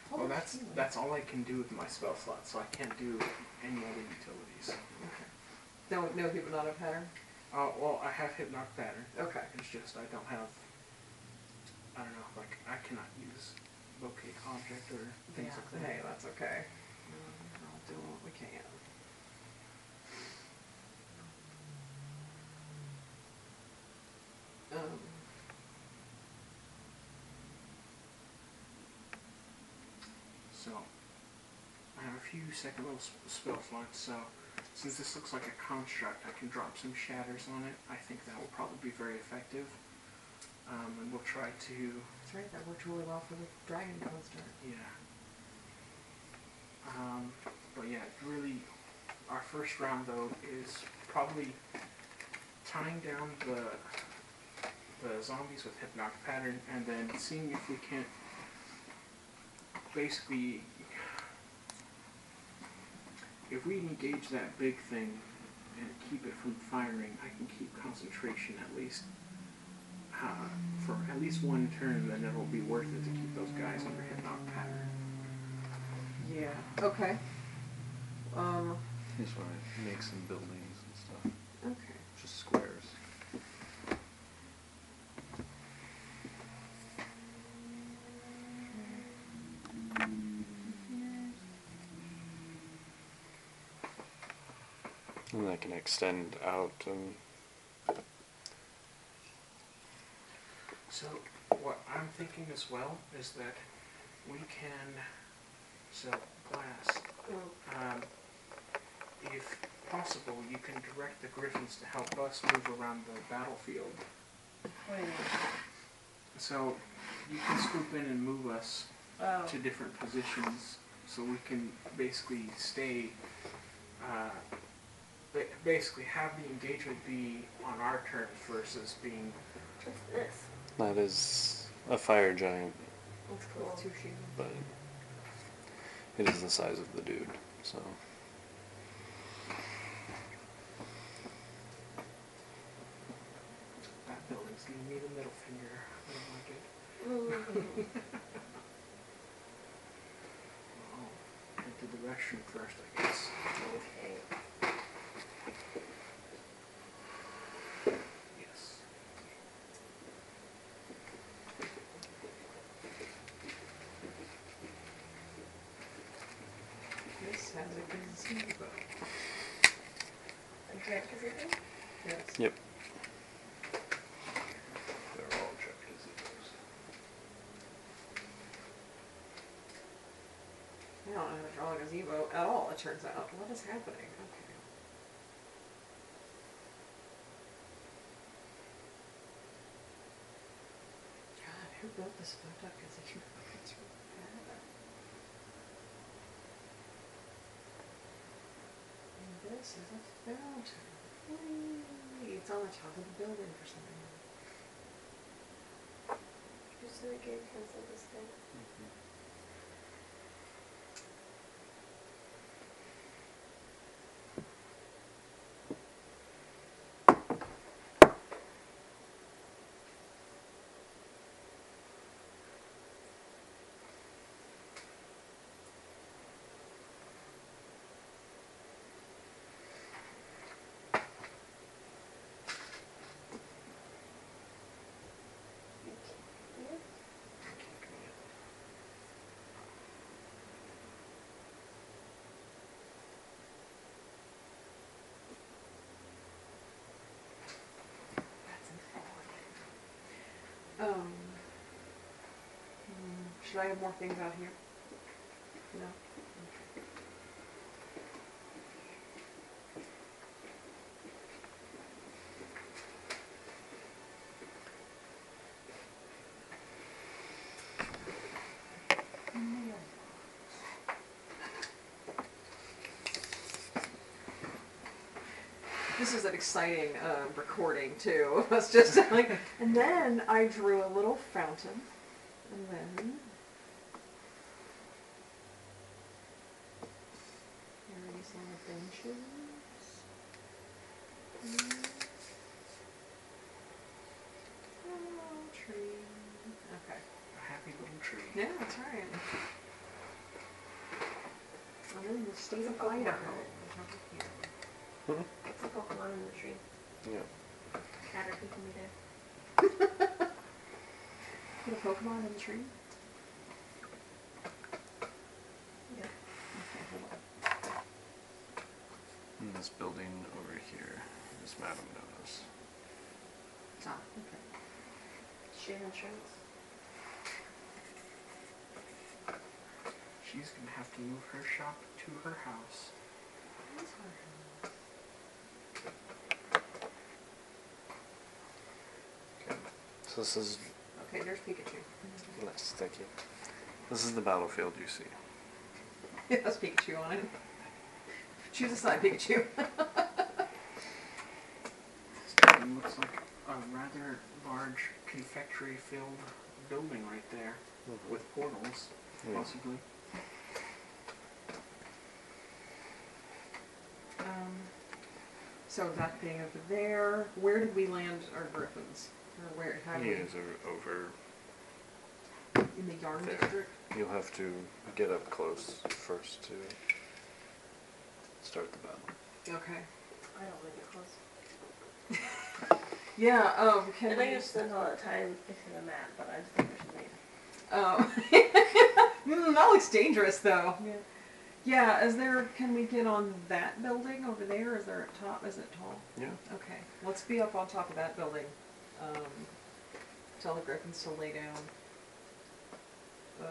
C: Hold
D: Well,
C: on.
D: that's
C: Anyway.
D: that's all I can do with my spell slots, so I can't do any other utilities.
C: Okay. No, no, he would not have had her.
D: Uh, well, I have hypnotic pattern.
C: Okay.
D: It's just I don't have. I don't know. Like I cannot use locate object or things like that.
C: Hey, that's okay. Uh, I'll do what we can. Um,
D: So I have a few second level sp- spell slots. So since this looks like a construct, I can drop some shatters on it. I think that will probably be very effective. Um, and we'll try to
C: that's right. That worked really well for the dragon construct.
D: Yeah. Um, but yeah, really, our first round though is probably tying down the the zombies with hypnotic pattern, and then seeing if we can't basically if we engage that big thing and keep it from firing, I can keep concentration at least uh, for at least one turn, then it'll be worth it to keep those guys under hypnotic pattern.
C: Yeah. Okay. Um.
A: Just want to make some buildings and stuff.
C: Okay.
A: Just squares. And that can extend out and
D: So what I'm thinking as well is that we can so glass.
B: Mm.
D: Um, if possible, you can direct the griffins to help us move around the battlefield. So you can swoop in and move us
B: Oh.
D: to different positions so we can basically stay, uh, ba- basically have the engagement be on our turn versus being,
B: What's this?
A: that is a fire giant,
B: It's cool.
C: With two shields.
A: but it is the size of the dude, so.
D: that uh, building's gonna need a middle finger. I don't like it.
B: Mm.
D: Oh, head to the restroom first, I guess.
B: okay.
D: Yes.
C: This has a gazebo.
B: And direct is it?
C: Yes.
A: Yep.
D: They're all checked as it goes.
C: I don't know how to draw a gazebo at all. It turns out. What is happening? Okay. God, who built this fucked up gazebo? It's really bad. And this is a fountain. Whee! It's on the top of the building for some reason.
B: You said I gave cancel this thing. Yeah.
C: That's an odd. Um, hmm, should I have more things out here? No? Okay. This is an exciting um, recording too. It was just like, and then I drew a little fountain, and then. Aries on the benches. Mm. Oh, tree. Okay.
D: A happy little tree.
C: Yeah, that's right. I'm in the state of
B: Idaho.
C: Idaho.
B: It's a Pokemon in the tree.
A: Yeah.
B: Caterpie can be there.
C: Put a Pokemon in the tree?
B: Yeah.
C: Okay, hold on.
A: And this building over here is Madame Nona's.
C: Ah, okay.
B: She has insurance.
D: She's gonna have to move her shop to her house.
A: So this is
C: Okay, there's Pikachu.
A: nice, thank you. This is the battlefield you see.
C: It has Pikachu on it. Choose a side Pikachu.
D: This building looks like a rather large confectionery-filled building right there, with portals,
A: Yeah.
D: possibly.
C: Um, so that being over there, where did we land our griffins? Or where, how
A: You
C: did
A: guys are over.
C: we, in the yarn
A: There.
C: district?
A: You'll have to get up close first to start the battle.
C: Okay.
B: I don't like it close.
C: Yeah, um,
B: I
C: can
B: know you
C: we,
B: spend all that time fixing the map, but I just think we should leave.
C: um, mm, that looks dangerous though.
B: Yeah.
C: Yeah, is there, can we get on that building over there? Is there a top, is it tall?
A: Yeah.
C: Okay, let's be up on top of that building. Um, tell the griffins to lay down. Uh,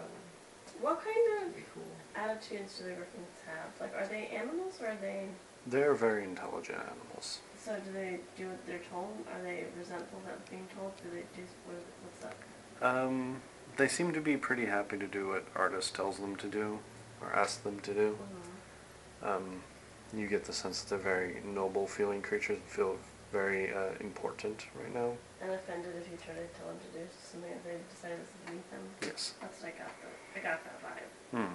B: What kind of
C: that'd be cool.
B: attitudes do the griffins have? Like, are they animals or are they?
A: They're very intelligent animals.
B: So do they do what they're told? Are they resentful about being told? Do they do what, what's up?
A: Um, they seem to be pretty happy to do what artist tells them to do or asks them to do.
B: Mm-hmm.
A: Um, you get the sense that they're very noble feeling creatures and feel very uh, important right now.
B: And offended if you try to tell them to do something that they've decided is beneath them.
A: Yes.
B: That's what I got. The, I got that vibe.
A: Hmm.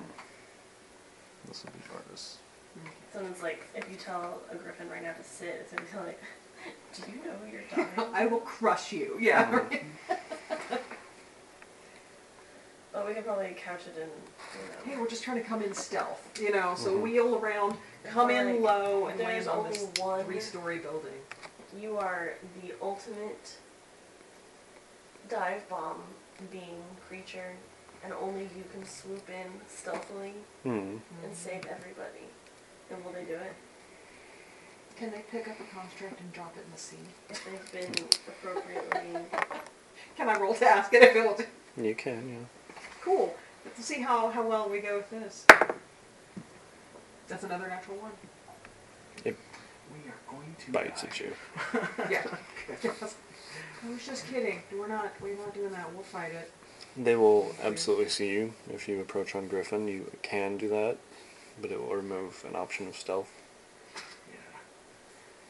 A: This will be artists.
B: Someone's like, if you tell a griffin right now to sit, it's gonna be like, do you know what you're talking?
C: I will crush you. Yeah. right.
B: But we could probably couch it in,
C: Hey,
B: you know.
C: we're just trying to come in stealth, you know. So
A: Mhm.
C: wheel around, come
B: Like,
C: in low, and
B: There's
C: land on
B: only
C: this
B: one.
C: three-story building.
B: You are the ultimate dive bomb being creature, and only you can swoop in stealthily
A: Hmm.
C: Mm-hmm.
B: and save everybody. And will they do it?
C: Can they pick up a contract and drop it in the sea?
B: If they've been appropriately.
C: Can I roll to ask it if it will? do-
A: You can, yeah.
C: Cool. Let's see how how well we go with this. That's another natural one.
A: It
D: We are going to
A: bites
D: die.
A: at you.
C: Yeah. I was just kidding. We're not. We're not doing that. We'll fight it.
A: They will absolutely see you if you approach on Griffin. You can do that, but it will remove an option of stealth.
D: Yeah.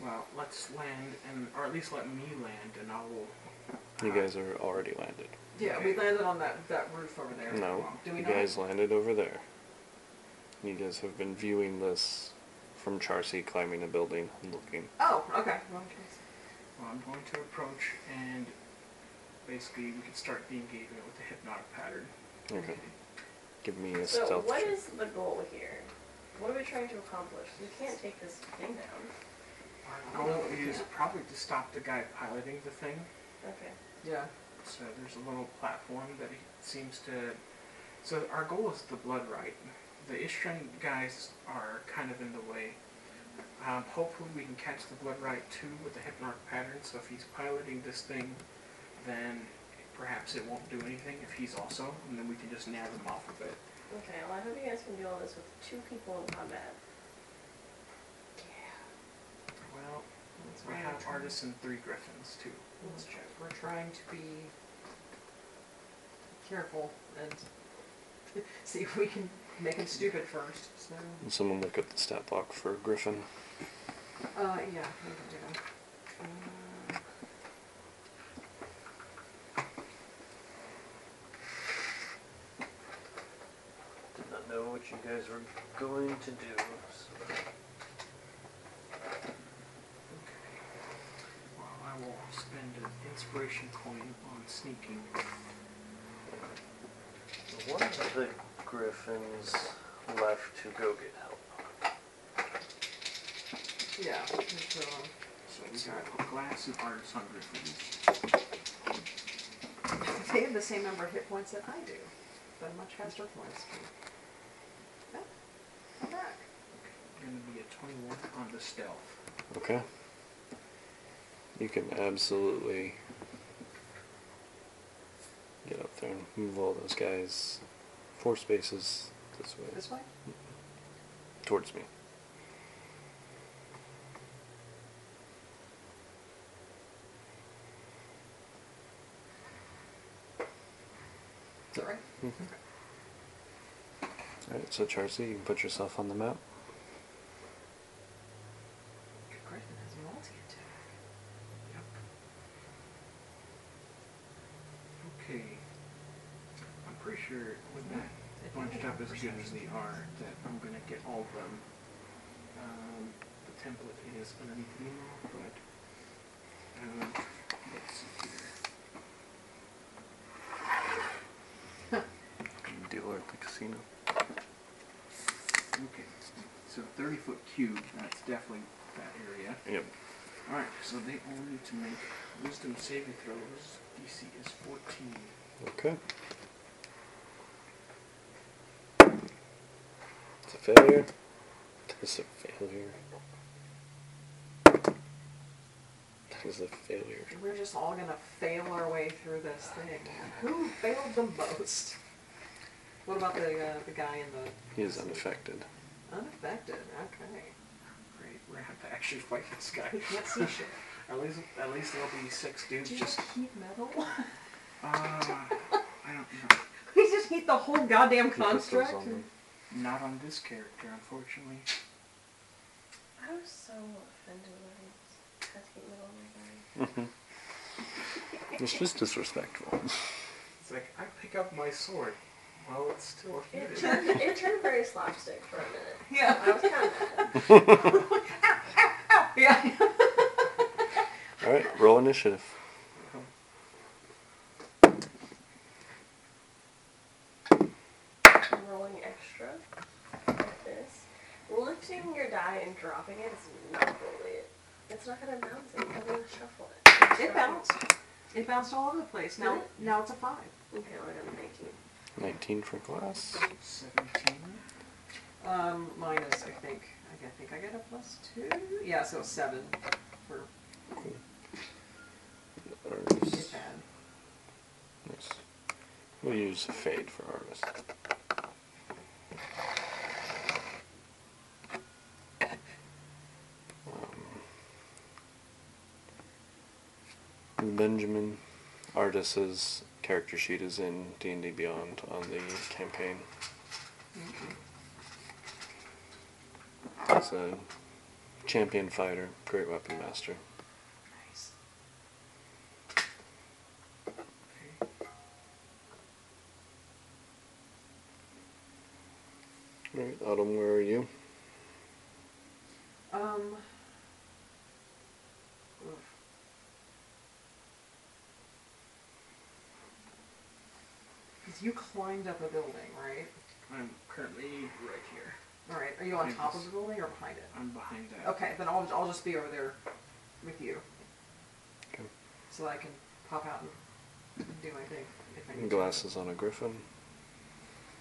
D: Well, let's land, and or at least let me land, and I will.
A: You guys are already landed.
C: Yeah, we landed on that that roof over there.
A: No,
C: Do we
A: you
C: not?
A: guys landed over there. You guys have been viewing this from Charcy climbing a building and looking.
C: Oh, okay. Well, okay.
D: Well, I'm going to approach, and basically we can start the engagement with the hypnotic pattern.
A: Okay. Give me a
B: So,
A: stealth
B: what
A: check.
B: is the goal here? What are we trying to accomplish? We can't take this thing down.
D: Our goal is probably to stop the guy piloting the thing.
B: Okay.
C: Yeah.
D: So there's a little platform that he seems to. So our goal is the blood right. The Ishran guys are kind of in the way. Um, hopefully we can catch the blood right too with the hypnotic pattern. So if he's piloting this thing, then perhaps it won't do anything if he's also, and then we can just nab him off of it.
B: Okay, well, I hope you guys can do all this with two people in combat.
D: Well,
C: That's
D: we
C: right.
D: have artists and three griffins too.
B: Mm-hmm.
C: That's true. We're trying to be careful and see if we can make him stupid first. So
A: Someone look up the stat block for Griffin.
D: Uh,
C: Uh, yeah, we can do that. Uh,
E: Did not know what you guys were going to do. So.
D: Well, I will spend an inspiration coin on sneaking.
E: One of the griffins left to go get help.
C: Yeah, it's, uh,
D: So we got glass and artisan griffins.
C: They have the same number of hit points that I do, but much faster points. Yeah, I'm back.
D: Gonna be a 21 on the stealth.
A: Okay. You can absolutely get up there and move all those guys four spaces this way,
C: This way?
A: towards me.
C: Is that right?
A: Alright, so Charcy, you can put yourself on the map.
C: Griffin has multi attack.
D: Yep. Okay. I'm pretty sure with that bunched up as good as they are, that I'm gonna get all of them. Um, the template is underneath me now, but um, let's see here.
A: Dealer at the casino.
D: Okay, so 30 foot cube. That's definitely that area.
A: Yep.
D: All right, so they all need to make wisdom saving throws. DC is 14.
A: Okay. It's a failure. That's a failure. That is a failure.
C: We're just all gonna fail our way through this thing. Who failed the most? What about the uh, the guy in the
A: He is unaffected.
C: unaffected? Okay,
D: Great, we're gonna have to actually fight this guy.
C: he can't see shit.
D: At least, at least there'll be six dudes
C: Do you
D: just.
C: just heat metal?
D: Uh, I don't know.
C: we just heat the whole
A: He
C: goddamn
A: puts those
C: construct.
A: on them.
D: Not on this character, unfortunately.
B: I was so offended when I had to get middle of my guy.
A: It's just disrespectful.
D: It's like I pick up my sword. Well, it's still
B: It
D: heated.
B: turned, it turned very slapstick for a minute.
C: Yeah,
B: I was kind of mad.
C: yeah.
A: All right, roll initiative.
B: I'm rolling extra like this. Lifting your die and dropping it is not really it. It's not gonna bounce it. I'm gonna shuffle it.
C: It bounced. It bounced all over the place. Now,
B: Did it?
C: now it's a five.
B: Okay, we're gonna make you.
A: 19 for glass.
D: Seventeen.
C: Um, mine is, I think, I think I get a plus two. Yeah, so seven for
A: Cool.
C: it
A: Artist.
C: bad.
A: Nice. We'll use a fade for artist. Um, Benjamin Artis's character sheet is in D&D Beyond on the campaign. He's a champion fighter, great weapon master.
C: Nice.
D: Okay.
A: All right, Autumn, where are you?
C: Um. oof. Cause you climbed up a building, right?
D: I'm currently right here.
C: All right. Are you on
D: Yes.
C: top of the building or behind it?
D: I'm behind that.
C: Okay, then I'll I'll just be over there with you,
A: Okay.
C: so that I can pop out and do my thing if I need to.
A: Glasses on a griffin.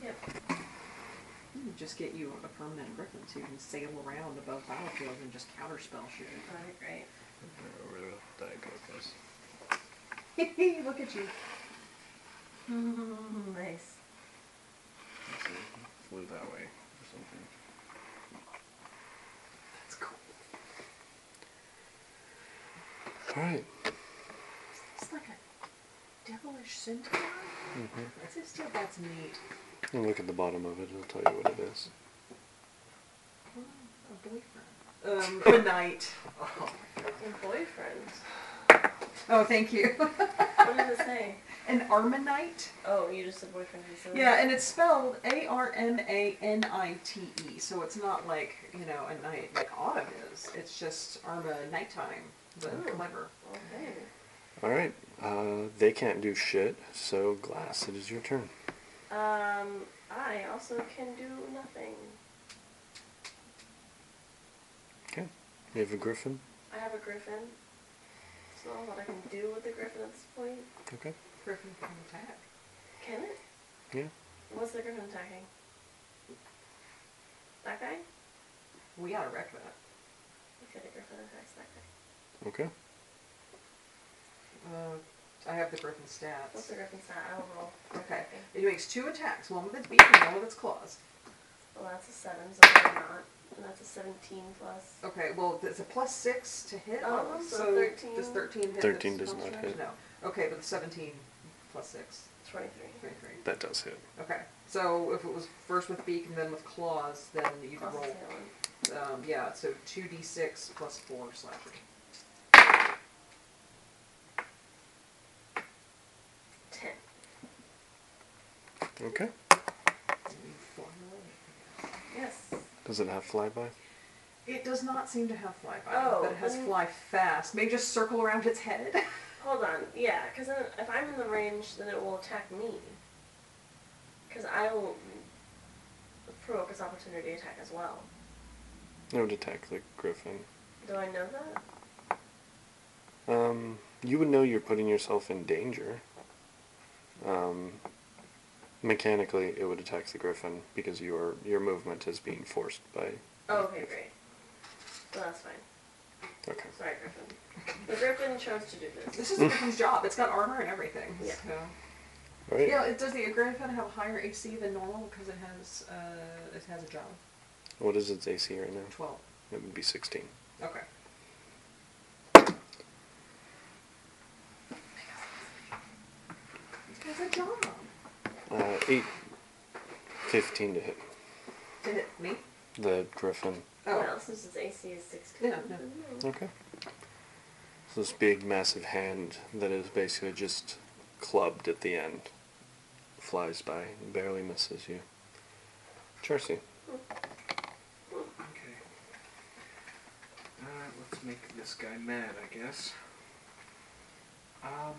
B: Yep.
C: Hmm, Just get you a permanent griffin so you can sail around above battlefields and just counterspell shit.
B: Alright, great.
C: Look at you.
B: nice.
A: Flew that way or something.
C: That's cool.
A: All right.
C: It's like a devilish centaur.
A: Mm-hmm.
C: It's just yeah, that's neat.
A: And look at the bottom of it. It'll tell you what it is.
C: Well, A boyfriend. Uh, um, good night.
B: Your boyfriend.
C: Oh, thank you.
B: What does it say?
C: An Armanite?
B: Oh, you just said boyfriend. you said-
C: Yeah, and it's spelled A R M A N I T E, so it's not like, you know, a night like autumn is. It's just Arma nighttime, but
B: Oh.
C: clever.
B: Okay.
A: All right. Uh, they can't do shit, so Glass, it is your turn.
B: Um, I also can do nothing.
A: You have a griffin.
B: I have a griffin. It's not a lot I can do with the griffin at this point.
A: Okay.
C: Griffin can attack.
B: Can it?
A: Yeah.
B: What's the griffin attacking? That guy?
C: We gotta wreck that.
B: Okay, the griffin attacks that guy.
A: Okay.
C: Uh, I have the Griffin
B: What's
C: stats.
B: the griffin's stat? I will roll.
C: Okay. It makes two attacks, one with its beak and one with its claws.
B: Well, that's a 7, so I'm not. And that's a 17 plus.
C: Okay, well, it's a plus six to hit
B: Oh,
C: on them,
B: so
C: so
B: 13.
C: does 13 hit?
A: 13
C: its
A: does not
C: concentration?
A: hit.
C: No. Okay, but 17 plus six,
B: 23.
C: 23.
A: That does hit.
C: Okay, so if it was first with beak and then with claws, then you
B: Plus
C: would roll.
B: the other one.
C: Um, yeah, so two d six plus four slashing.
B: 10.
A: Okay.
B: Yes.
A: Does it have flyby?
C: It does not seem to have fly by,
B: Oh,
C: but it has
B: then-
C: fly fast. Maybe just circle around its head.
B: Hold on. Yeah, because if I'm in the range, then it will attack me. Because I will provoke its opportunity attack as well.
A: No, would attack the griffin.
B: Do I know that?
A: Um, you would know you're putting yourself in danger. Um, mechanically, it would attack the griffin because your your movement is being forced by.
B: Oh, okay, great. Well, that's fine.
A: Okay.
B: Sorry, Griffin. The Griffin chose to do this.
C: this is Griffin's job. It's got armor and everything.
B: Yeah.
C: so-
A: All right.
C: Yeah. It, does the Griffin have higher AC than normal because it has uh, it has a job?
A: What is its AC right now?
C: Twelve.
A: It would be 16.
C: Okay. It has a job.
A: Uh, 8. 15 to hit
C: Did it me?
A: the griffin.
C: Oh.
B: Well, since its AC is 16.
C: Yeah, no.
A: Okay. So this big, massive hand that is basically just clubbed at the end flies by and barely misses you. Charcy.
D: Okay. Alright, let's make this guy mad, I guess. Um,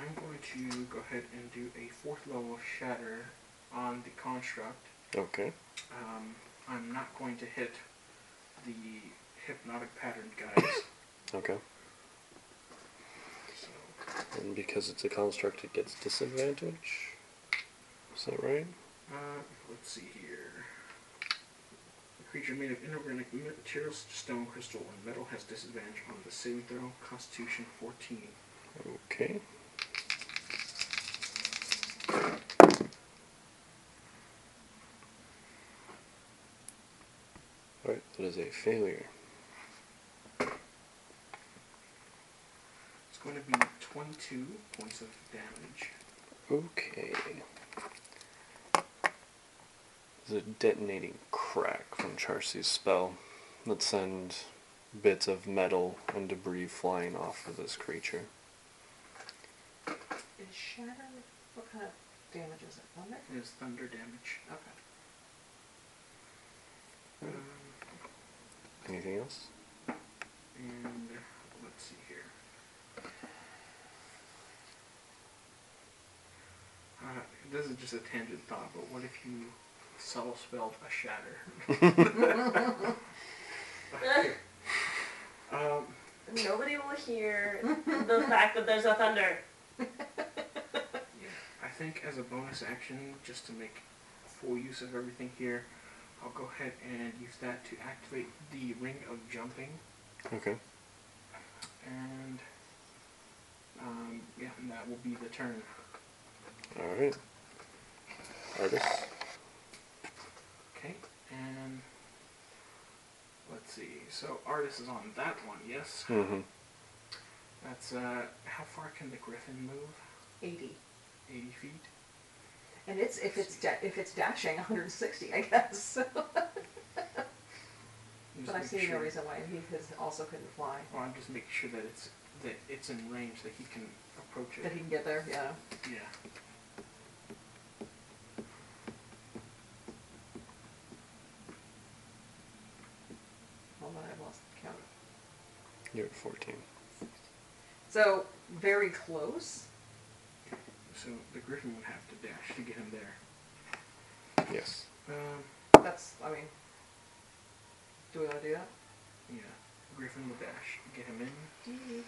D: I'm going to go ahead and do a fourth level shatter on the construct.
A: Okay.
D: Um, I'm not going to hit the hypnotic pattern guys.
A: Okay.
D: so,
A: And because it's a construct, it gets disadvantage. Is that right?
D: uh, let's see here. A creature made of inorganic materials, stone, crystal, and metal has disadvantage on the saving throw. Constitution 14.
A: Okay. Alright, that is a failure.
D: It's going to be 22 points of damage.
A: Okay. There's a detonating crack from Charcy's spell that sends bits of metal and debris flying off of this creature.
C: Is shatter? What kind of damage is it? Thunder?
D: It is thunder damage.
C: Okay.
D: Um,
A: Anything else?
D: and let's see here. Uh, this is just a tangent thought, but what if you self spelled a shatter? Um,
B: Nobody will hear the fact that there's a thunder.
D: yeah, I think as a bonus action, just to make full use of everything here, I'll go ahead and use that to activate the ring of jumping.
A: Okay.
D: And um, yeah, and that will be the turn.
A: Alright. Artist.
D: Okay, and let's see. So artist is on that one, yes.
A: Mm-hmm.
D: That's uh, how far can the griffin move?
C: Eighty.
D: Eighty feet.
C: And it's if it's da- if it's dashing 160, I guess.
D: Just
C: But I
D: make
C: see no
D: sure-
C: reason why he has also couldn't fly.
D: Well, I'm just making sure that it's that it's in range that he can approach it.
C: That he can get there, yeah.
D: Yeah.
C: Hold on, I've lost the count.
A: You're at 14.
C: So, very close.
D: So the griffin would have to dash to get him there.
A: Yes.
D: Um,
C: That's, I mean, do we want to do that?
D: yeah. Griffin would dash to get him in.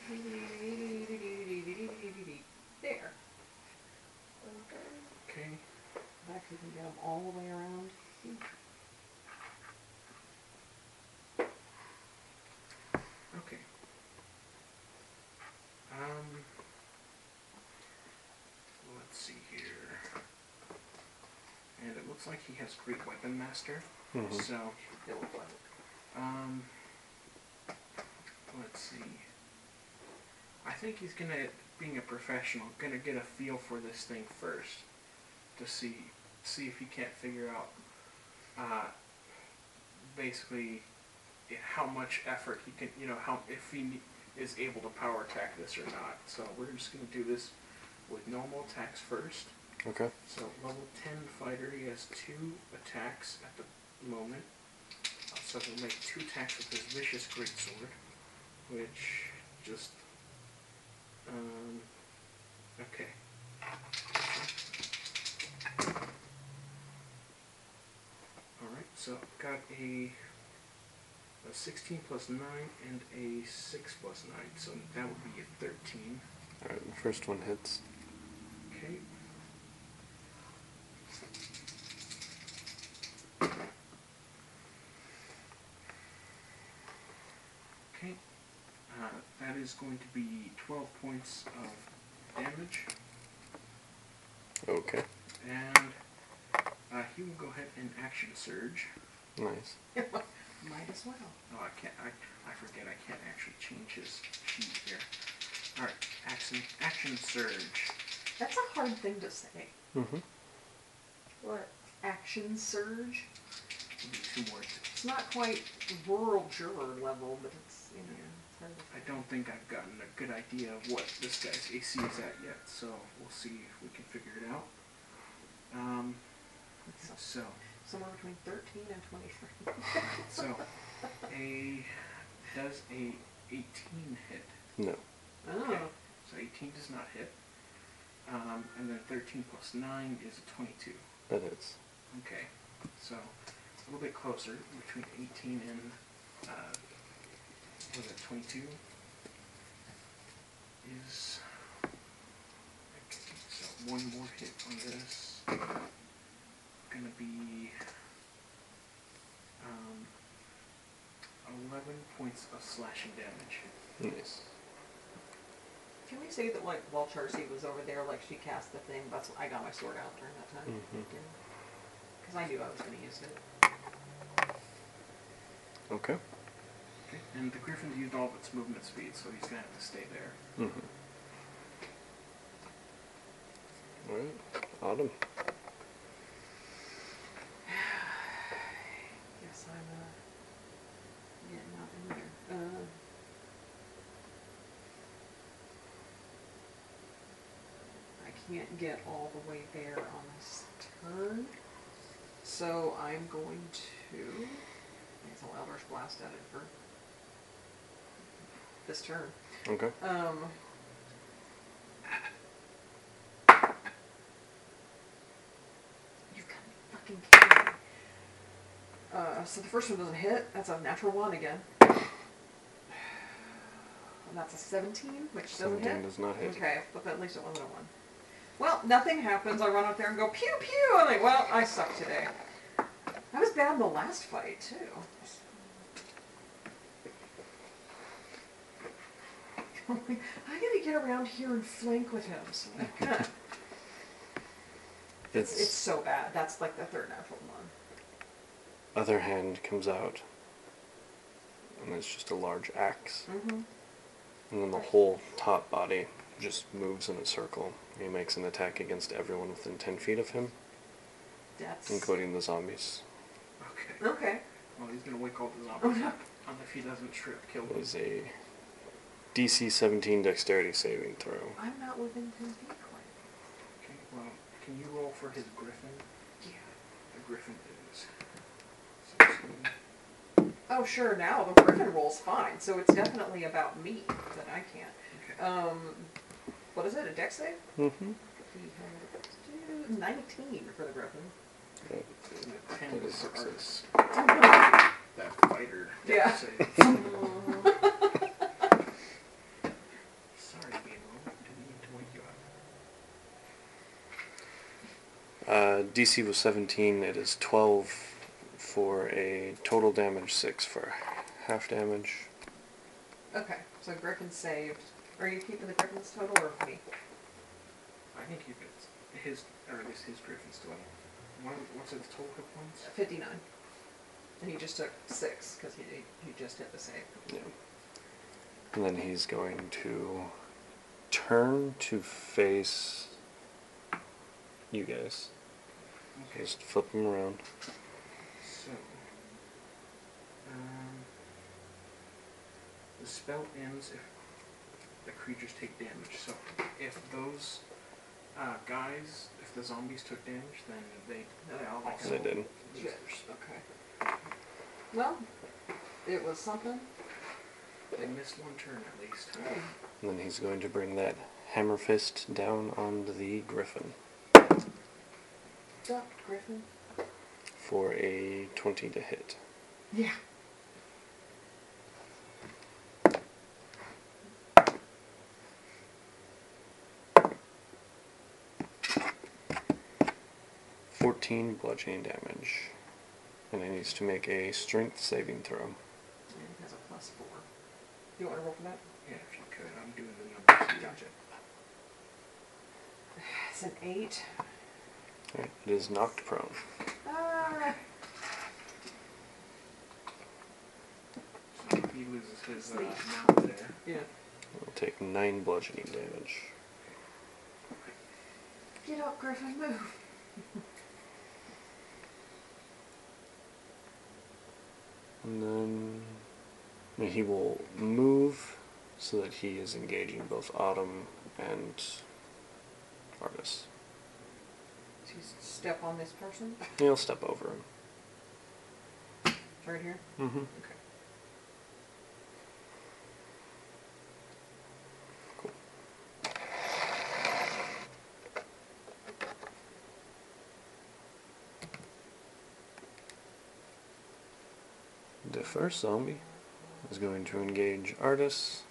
C: There.
D: Okay.
C: Back, you can get them all the way around.
D: Okay. Um. Let's see here. And it looks like he has great weapon master.
A: Mhm.
D: So.
C: It will fly.
D: Um, let's see. I think he's gonna, being a professional, gonna get a feel for this thing first, to see see if he can't figure out, uh, basically, i- how much effort he can, you know, how if he ne- is able to power attack this or not. So we're just gonna do this with normal attacks first.
A: Okay.
D: So level ten fighter, he has two attacks at the moment. Uh, So he'll make two attacks with his vicious greatsword, which just um okay. Alright, so I've got a a sixteen plus nine and a six plus nine, so that would be a thirteen.
A: Alright, the first one hits.
D: Okay. Okay. Uh, that is going to be 12 points of damage,
A: Okay.
D: and uh, he will go ahead and action surge.
A: Nice.
C: Might as well.
D: Oh, I can't. I, I forget. I can't actually change his sheet here. All right. Action action surge.
C: That's a hard thing to say.
A: Mm-hmm.
B: What?
C: Action surge.
D: We'll do two more.
C: It's not quite rural juror level, but it's, you know, it's hard to
D: I don't think I've gotten a good idea of what this guy's AC is at yet, so we'll see if we can figure it out. Um,
C: It's
D: so,
C: somewhere between 13 and 23.
D: so a does a 18 hit?
A: No.
C: Oh.
D: Okay. So 18 does not hit. Um, and then 13 plus 9 is a 22.
A: That hits.
D: Okay, so a little bit closer between 18 and uh, was it 22? Is okay, so one more hit on this. Gonna be um, 11 points of slashing damage.
A: Nice.
C: Can we say that, like, while Charcy was over there, like, she cast the thing, that's I got my sword out during that time?
A: Mhm.
C: Because I knew I was going to use it.
A: Okay.
D: Okay, and the griffin's used all of its movement speed, so he's gonna have to stay there.
A: Mm-hmm. Alright. Autumn.
C: Guess I'm, uh, getting out in there. Uh, I can't get all the way there on this turn, so I'm going to. I guess I'll Eldritch Blast at it for this turn.
A: Okay.
C: Um. You've got me fucking kidding me. Uh, so the first one doesn't hit. That's a natural one again. And that's a 17, which doesn't
A: 17
C: hit.
A: does not hit.
C: Okay, but at least it wasn't a 1. Well, nothing happens. I run up there and go pew pew. I'm like, well, I suck today. I was bad in the last fight, too. I'm like, I gotta get around here and flank with him. So I'm like, "Huh."
A: Its
C: it's so bad. That's like the third natural one.
A: other hand comes out. And it's just a large axe.
C: Mm-hmm.
A: And then the whole top body just moves in a circle. He makes an attack against everyone within 10 feet of him,
C: That's
A: including the zombies.
D: Okay. Oh,
C: okay.
D: Well, he's gonna wake all the zombies up. And if he doesn't strip kill them.
A: was a DC 17 dexterity saving throw.
C: I'm not within 10 feet from
D: Okay, well, can you roll for his griffin?
C: it.
D: The griffin is. 16.
C: Oh, sure, now the griffin roll's fine, so it's definitely about me that I can't.
D: Okay.
C: Um, what is it, a dex save?
A: Mm-hmm.
C: He had 19 for the griffin.
D: And a 10
A: That is
D: is for
A: success.
D: Artis. That fighter.
C: Yeah.
D: Say, Sorry, Beano. Didn't mean to wake you up.
A: Uh, DC was 17. It is 12 for a total damage, 6 for half damage.
C: Okay, so griffin saved. Are you keeping the griffin's total or me?
D: I think you could. His, or at least his griffin's doing it. One, what's his total hit points?
C: 59. And he just took 6 because he, he just hit the save.
A: Yeah. And then he's going to turn to face you guys.
D: Okay.
A: Just flip him around.
D: So, um, the spell ends if the creatures take damage. So, if those uh, guys, if the zombies took damage, then they they all also
A: They did.
D: lose
C: Yes.
D: their stuff.
C: Okay. Well, it was something.
D: They missed one turn at least.
A: And then he's going to bring that hammer fist down onto the griffin
C: Duck, griffin.
A: for a 20 to hit.
C: Yeah.
A: Fourteen bludgeoning damage, and he needs to make a strength saving throw.
C: And he has a plus 4. You want to roll for that?
D: Yeah, if you could, I'm doing the numbers. here.
C: Gotcha. It's an 8.
A: Alright, it is knocked prone.
C: Alright.
D: So he loses his uh, mount there.
C: Yeah.
A: It'll take nine bludgeoning damage.
C: Get up, Griffin, move.
A: And then and he will move so that he is engaging both Autumn and Artis.
C: Just step on this person.
A: He'll step over him.
C: Right here.
A: Mm-hmm.
C: Okay.
A: Cool. The first zombie is going to engage Artis.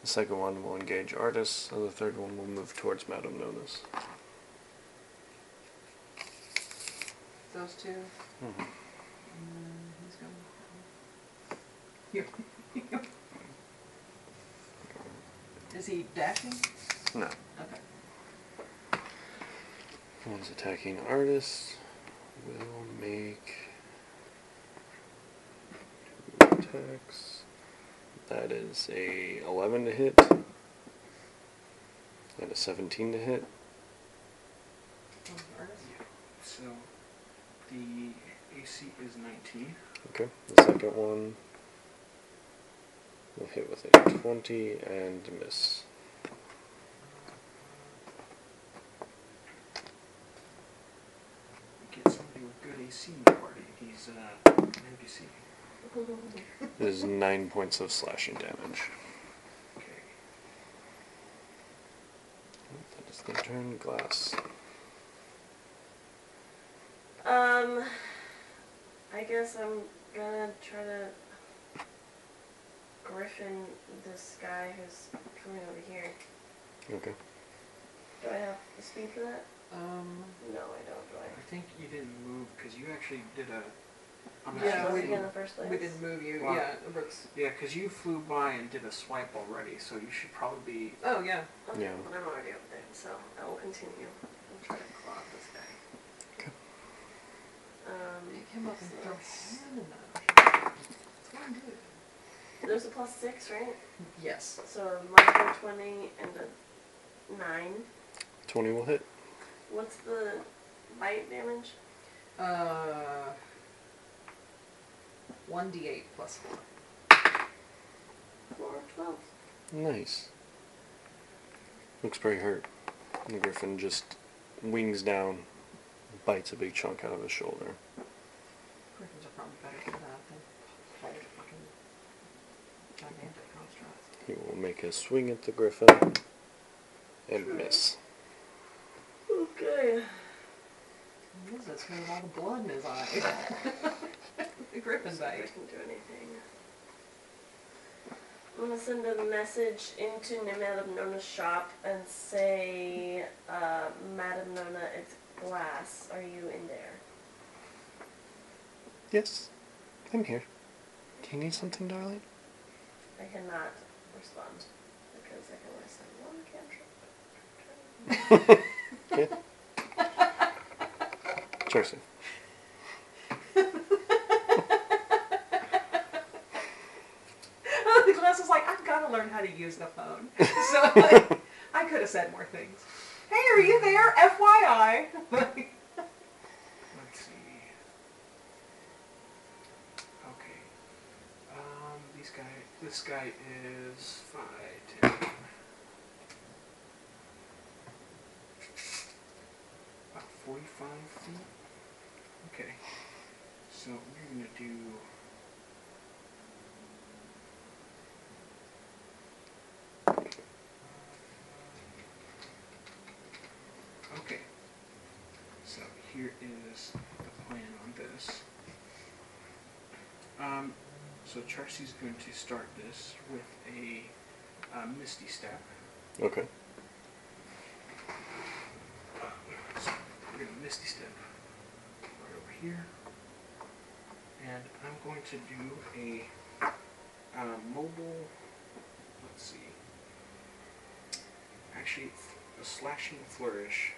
A: The second one will engage Artis, and the third one will move towards Madame Nona's.
C: Those 2
A: Mhm.
C: And he's going. Is he dashing?
A: No.
C: Okay.
A: One's attacking Artis. Will make two attacks. That is a 11 to hit. And a 17 to hit.
C: On the earth?
D: So, the AC is 19.
A: Okay. The second one will hit with a 20 and miss.
D: Get somebody with good AC in the party. He's uh, an NPC.
A: It is 9 points of slashing damage.
D: Okay.
A: That is their turn. Glass.
B: Um, I guess I'm gonna try to griffin this guy who's coming over here.
A: Okay.
B: Do I have the speed for that?
C: Um,
B: No, I don't. Do
D: I
B: I?
D: think you didn't move because you actually did a. I'm
C: Yeah,
D: actually-
B: I
C: we
B: wasn't in the first place.
C: we didn't move you.
D: Wow.
C: Yeah, it looks.
D: Yeah, because you flew by and did a swipe already, so you should probably be.
C: Oh, yeah.
B: Okay,
A: Yeah.
B: Well, I'm already up there, so I will continue. I'll try to claw at this guy.
A: Okay.
B: Um,
C: Pick him up and throw
B: Yes.
C: him in the ocean. That's what I'm doing.
B: there's a plus six, right?
C: Yes.
B: So a micro twenty and a nine.
A: 20 will hit.
B: What's the bite damage?
C: Uh, One d8 plus four.
B: Four, twelve.
A: Nice. Looks pretty hurt. The griffin just wings down, bites a big chunk out of his shoulder.
C: Griffins are probably better for that than whole fucking gigantic constructs.
A: He will make a swing at the griffin and miss.
B: Okay.
C: What is this man with all the blood in his eye? the griffin
B: See if I
C: bite.
B: can do anything. I'm gonna send a message into Madame Nona's shop and say, uh, Madame Nona, it's glass. Are you in there?
A: Yes, I'm here. Do you need something, darling?
B: I cannot respond because I can only send one cantrip.
A: Yeah. Tracy.
C: the glass is like, I've got to learn how to use the phone. So like, I could have said more things. Hey, are you there? FYI. Like,
D: Let's see. Okay. Um, these guy. This guy is five, ten. About forty-five feet. Okay. So we're gonna do. Okay. So here is the plan on this. Um, so Charcy's going to start this with a uh, Misty Step.
A: Okay.
D: So we're going to Misty Step right over here. And I'm going to do a uh, mobile, let's see, actually a slashing flourish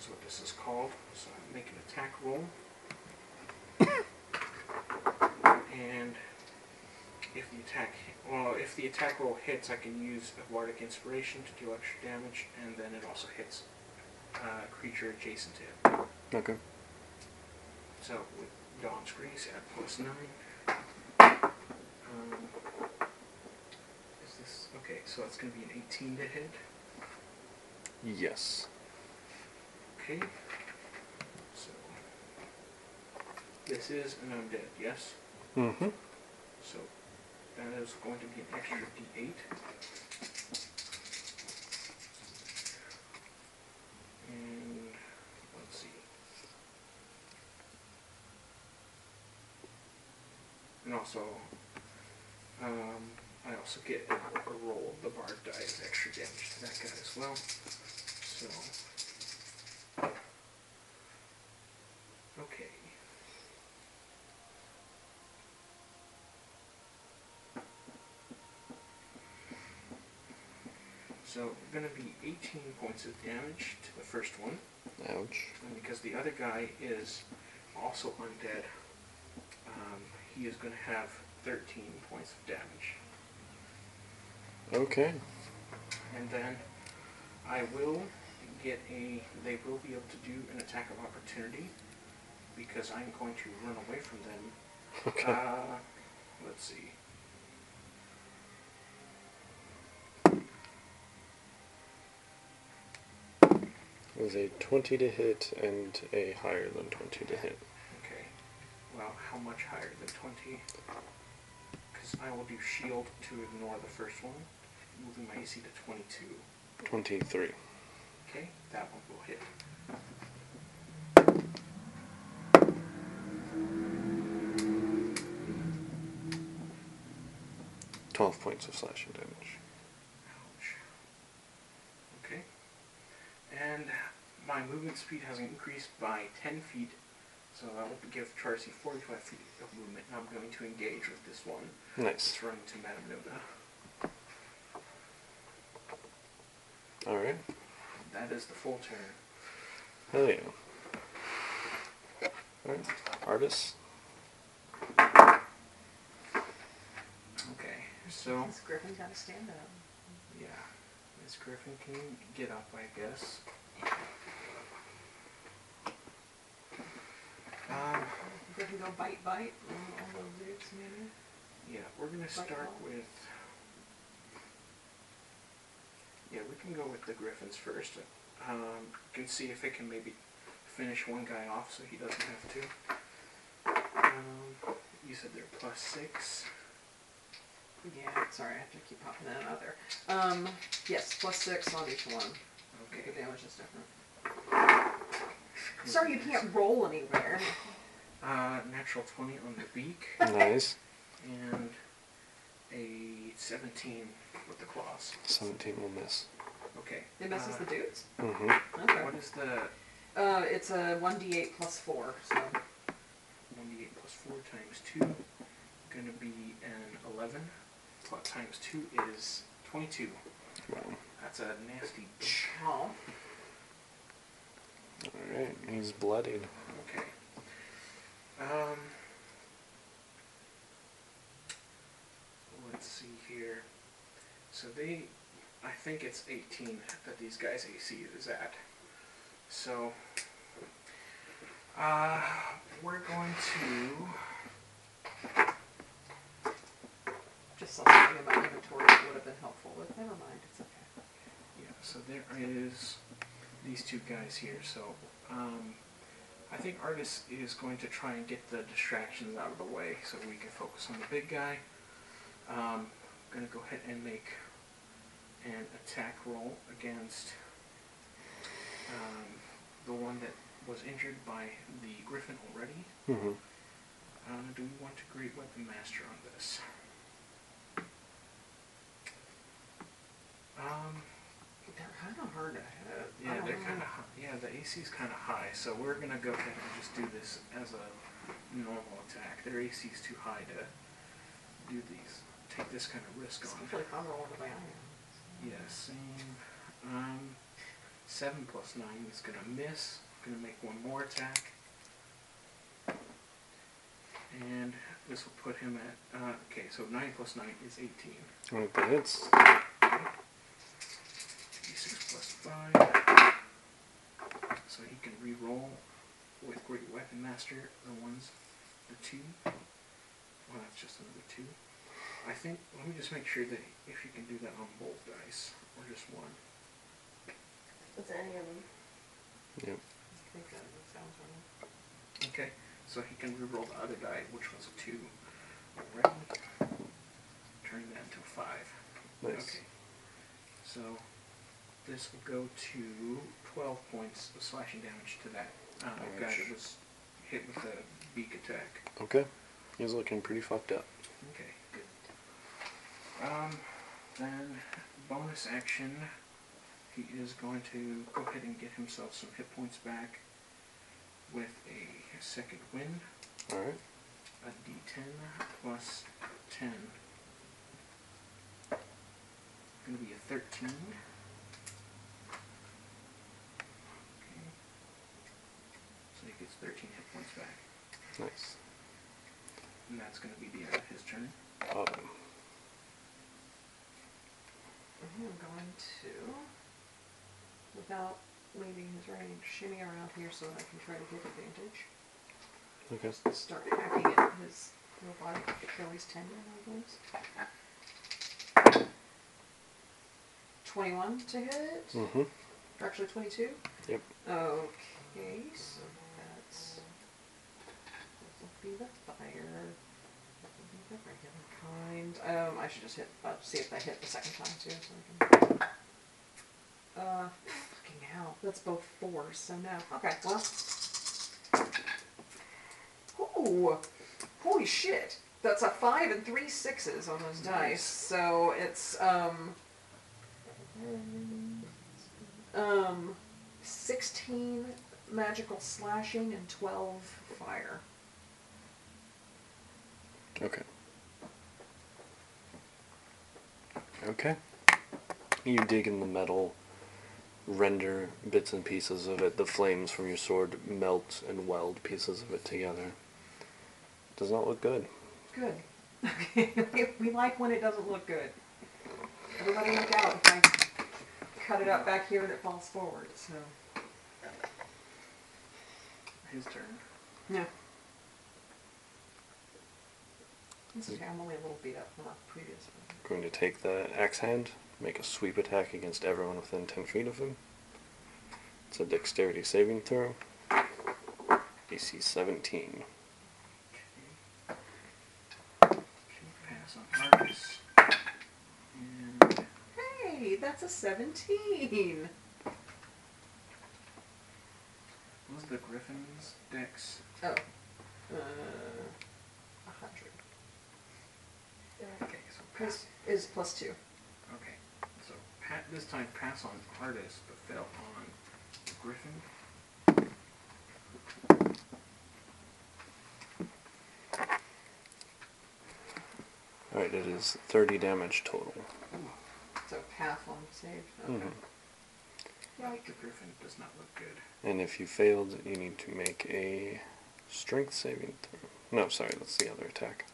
D: is what this is called. So I make an attack roll. and if the attack, well, if the attack roll hits, I can use a bardic inspiration to do extra damage, and then it also hits uh, creature adjacent to it.
A: Okay.
D: So with Dawn's Grace at plus nine. Um, is this okay? So that's going to be an 18 to hit.
A: Yes.
D: Okay. So this is an undead, yes.
A: Mm-hmm.
D: So that is going to be an extra D8. And let's see. And also, um, I also get a roll of the bard die as extra damage to that guy as well. So. Okay. So gonna be 18 points of damage to the first one,
A: Ouch.
D: and because the other guy is also undead, um, he is gonna have 13 points of damage.
A: Okay.
D: And then I will get a. They will be able to do an attack of opportunity because I'm going to run away from them
A: Okay.
D: Uh, let's see.
A: It was a 20 to hit and a higher than 20 to hit.
D: Okay. Well, how much higher than 20? Because I will do shield to ignore the first one, moving my AC to 22.
A: 23.
D: Okay, that one will hit.
A: Twelve points of slashing damage.
D: Ouch. Okay. And my movement speed has increased by 10 feet, so that will give Charcy 45 feet of movement. And I'm going to engage with this one.
A: Nice.
D: Let's run to Madame Nona.
A: All right.
D: That is the full turn.
A: Hell yeah. All right. Artist.
D: Okay, so
C: this griffin got to stand up.
D: yeah, Miss Griffin can get up, I guess. Um, Um,
C: Griffin we can go bite bite on all those dudes maybe.
D: Yeah, we're gonna start
C: now.
D: with. Yeah, we can go with the Griffins first. Um, can see if it can maybe finish one guy off so he doesn't have to. Um, you said they're plus six.
C: Yeah, sorry, I have to keep popping that out there. Um, yes, plus six on each one. The
D: Okay.
C: damage is different. Sorry, you can't roll anywhere.
D: Uh, natural twenty on the beak
A: Nice.
D: and a seventeen with the claws.
A: 17 will miss.
D: Okay.
C: It messes
D: uh,
C: the dudes.
A: Mm-hmm.
C: Okay.
D: What is the
C: Uh, it's a one d eight plus four. So
D: 1d8 plus 4 times 2 going to be an 11 plus times 2 is 22
A: Wow.
D: that's a nasty ch-
C: oh,
A: Alright, he's bloodied.
D: okay um let's see here so they i think it's 18 that these guys ac is at so uh we're going to
C: just something in my inventory that would have been helpful. But never mind, it's okay.
D: Yeah, so there is these two guys here. So um, I think Artis is going to try and get the distractions out of the way so we can focus on the big guy. Um, gonna go ahead and make an attack roll against um, the one that was injured by the Griffin already.
A: Mm-hmm.
D: Uh, do we want to great weapon master on this? Um,
C: They're kind of hard to hit. I
D: yeah,
C: don't
D: they're
C: know.
D: kind of yeah. The AC is kind of high, so we're gonna go ahead and just do this as a normal attack. Their AC is too high to do these. Take this kind of risk
C: It's
D: on.
C: like I'm rolling the way I am.
D: Yeah, same. Um, seven plus nine is gonna miss. Gonna make one more attack, and this will put him at uh, okay. So nine plus nine is eighteen.
A: Right, that hits.
D: D6 plus 5. So he can re-roll with Great Weapon Master the ones, the 2. Well, that's just another 2. I think, let me just make sure that if you can do that on both dice, or just one.
B: It's any of them.
A: Yep.
C: I think that sounds right.
D: Okay. So he can re-roll the other die, which was a 2 already. Turn that into a 5.
A: Nice.
D: Okay. So this will go to 12 points of slashing damage to that uh, guy
A: Ouch.
D: that was hit with a beak attack.
A: Okay. He's looking pretty fucked up.
D: Okay, good. Um, then bonus action, he is going to go ahead and get himself some hit points back with a second win,
A: Alright.
D: a d10 plus 10. Gonna be a 13. Okay. So he gets 13 hit points back.
A: Nice.
D: And that's gonna be the end of his turn.
A: Um,
C: I'm going to, without leaving his range, shimmy around here so that I can try to get advantage.
A: okay.
C: Start hacking at his robotic Achilles tendon, I guess. Twenty-one to hit,
A: Mm-hmm.
C: or actually twenty-two.
A: Yep.
C: Okay, so that's this will be the fire. That will be the regular kind. Um, I should just hit. Uh, see if I hit the second time too. So I can. Uh, fucking hell. That's both fours. So no. Okay. Well. Ooh, holy shit! That's a five and three sixes on those dice. So it's um. Um. 16 magical slashing and 12 fire.
A: Okay. Okay. You dig in the metal, render bits and pieces of it. The flames from your sword melt and weld pieces of it together. Does not look good.
C: Good. Okay, we like when it doesn't look good. Everybody look out if I cut it up back here and it falls forward, so.
D: His turn.
C: Yeah. Let's see, I'm only a little beat up from our previous one.
A: Going to take the axe hand, make a sweep attack against everyone within 10 feet of him. It's a dexterity saving throw. AC 17.
D: Should pass on harvest. And
C: Hey, that's a 17.
D: what was the Griffin's dex?
C: Oh. Uh, 100.
D: Okay, so
C: Plus,
D: pass.
C: is plus 2.
D: Okay, so pat this time pass on artist, but fail on Griffin.
A: Alright, it is 30 damage total.
C: So half on save. Okay.
A: Mhm.
D: The Griffin does not look good.
A: And if you failed, you need to make a strength saving throw. No, sorry, that's the other attack.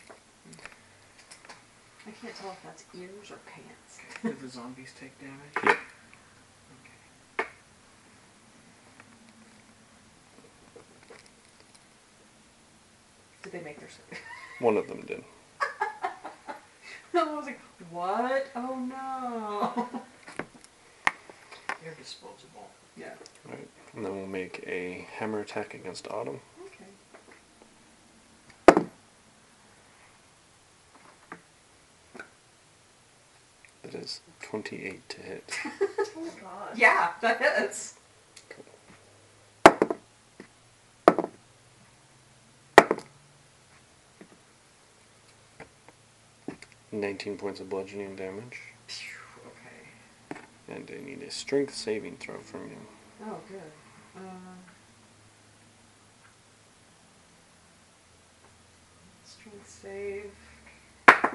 C: I can't tell if that's ears or pants.
D: Okay, did the zombies take damage?
A: Yeah.
D: Okay.
C: Did they make their save?
A: One of them did.
C: I was like, what? Oh no.
D: They're disposable.
C: yeah.
A: Alright, and then we'll make a hammer attack against Autumn.
C: Okay.
A: That is 28 to hit.
B: Oh god.
C: Yeah, that is.
A: Nineteen points of bludgeoning damage,
C: Phew, Okay.
A: and I need a strength saving throw from you.
C: Oh, good. Uh, strength save. Uh,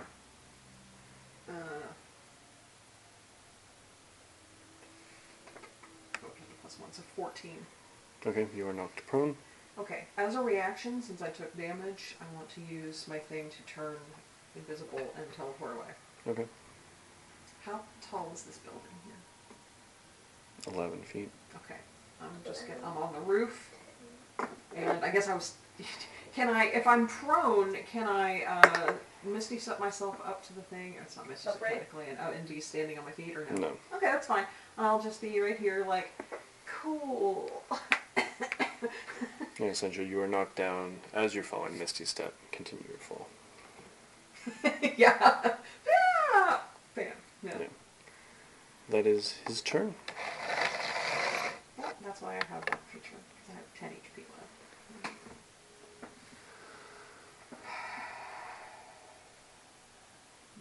C: okay, plus one, so 14.
A: Okay, you are knocked prone.
C: Okay, as a reaction, since I took damage, I want to use my thing to turn invisible and teleport away.
A: Okay,
C: How tall is this building here?
A: eleven feet.
C: Okay, I'm just gonna, I'm on the roof, and I guess I was. Can I, if I'm prone, can I uh, misty set myself up to the thing? It's not misty,
B: Upright?
C: technically, and, oh, and D standing on my feet or no?
A: No.
C: Okay, that's fine. I'll just be right here, like, cool.
A: Yeah, essentially, you are knocked down as you're falling. Misty step, continue your fall.
C: yeah. yeah. Bam. No.
A: Yeah. That is his turn.
C: Well, that's why I have that feature. 'cause I have 10 HP left.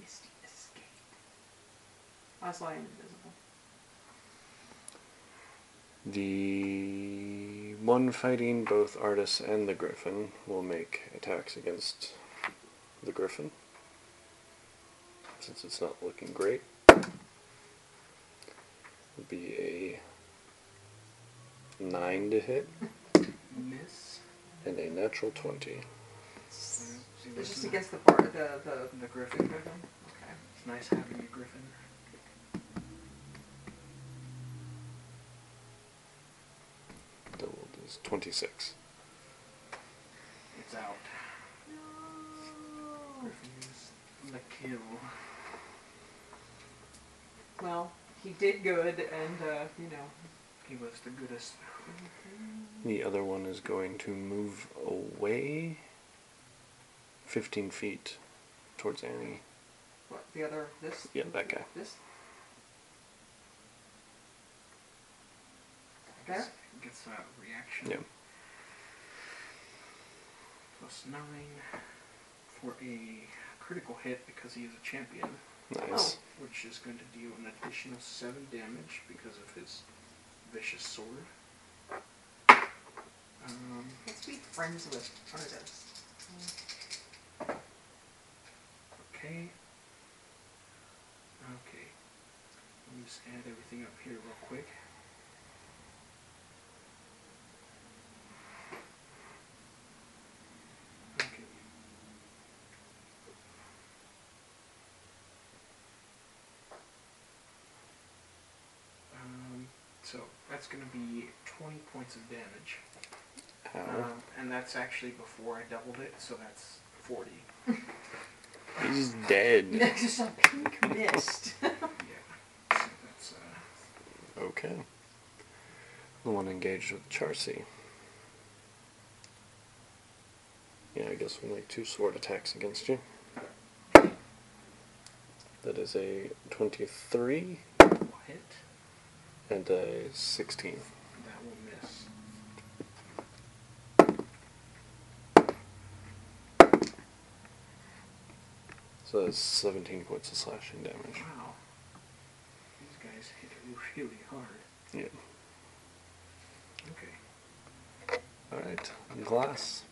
C: Misty escape. That's why I'm invisible.
A: The one fighting both Artis and the Griffin will make attacks against the Griffin, since it's not looking great. Would be a nine to hit
D: Miss.
A: and a natural twenty.
D: See,
C: It's
D: this
C: just
D: is
C: against the bar, the, the,
D: the Griffin.
C: okay.
D: It's nice having a Griffin.
A: Doubled is twenty-six.
D: It's out. Griffin is the kill.
C: Well, he did good, and, uh, you know.
D: He was the goodest.
A: The other one is going to move away fifteen feet towards Annie.
C: What, the other, this?
A: Yeah, that guy.
C: This? There?
D: Gets that reaction.
A: Yeah.
D: Plus nine for a critical hit because he is a champion,
A: Nice.
D: which is going to deal an additional seven damage because of his vicious sword. Um,
C: Let's be friends with artists.
D: Okay. Okay. Let me just add everything up here real quick. Okay. Um, so that's going to be 20 points of damage.
A: How?
D: Oh.
A: Oh.
D: Um, and that's actually before I doubled it, so that's 40.
A: He's dead.
C: Next is a pink mist.
D: Yeah. So that's, uh,
A: Okay. The one engaged with Charcy. Yeah, I guess we make two sword attacks against you. That is a 23
D: hit.
A: and a 16.
D: That will miss.
A: So that's 17 points of slashing damage.
D: Wow. These guys hit really hard.
A: Yeah.
D: Okay.
A: Alright. Glass.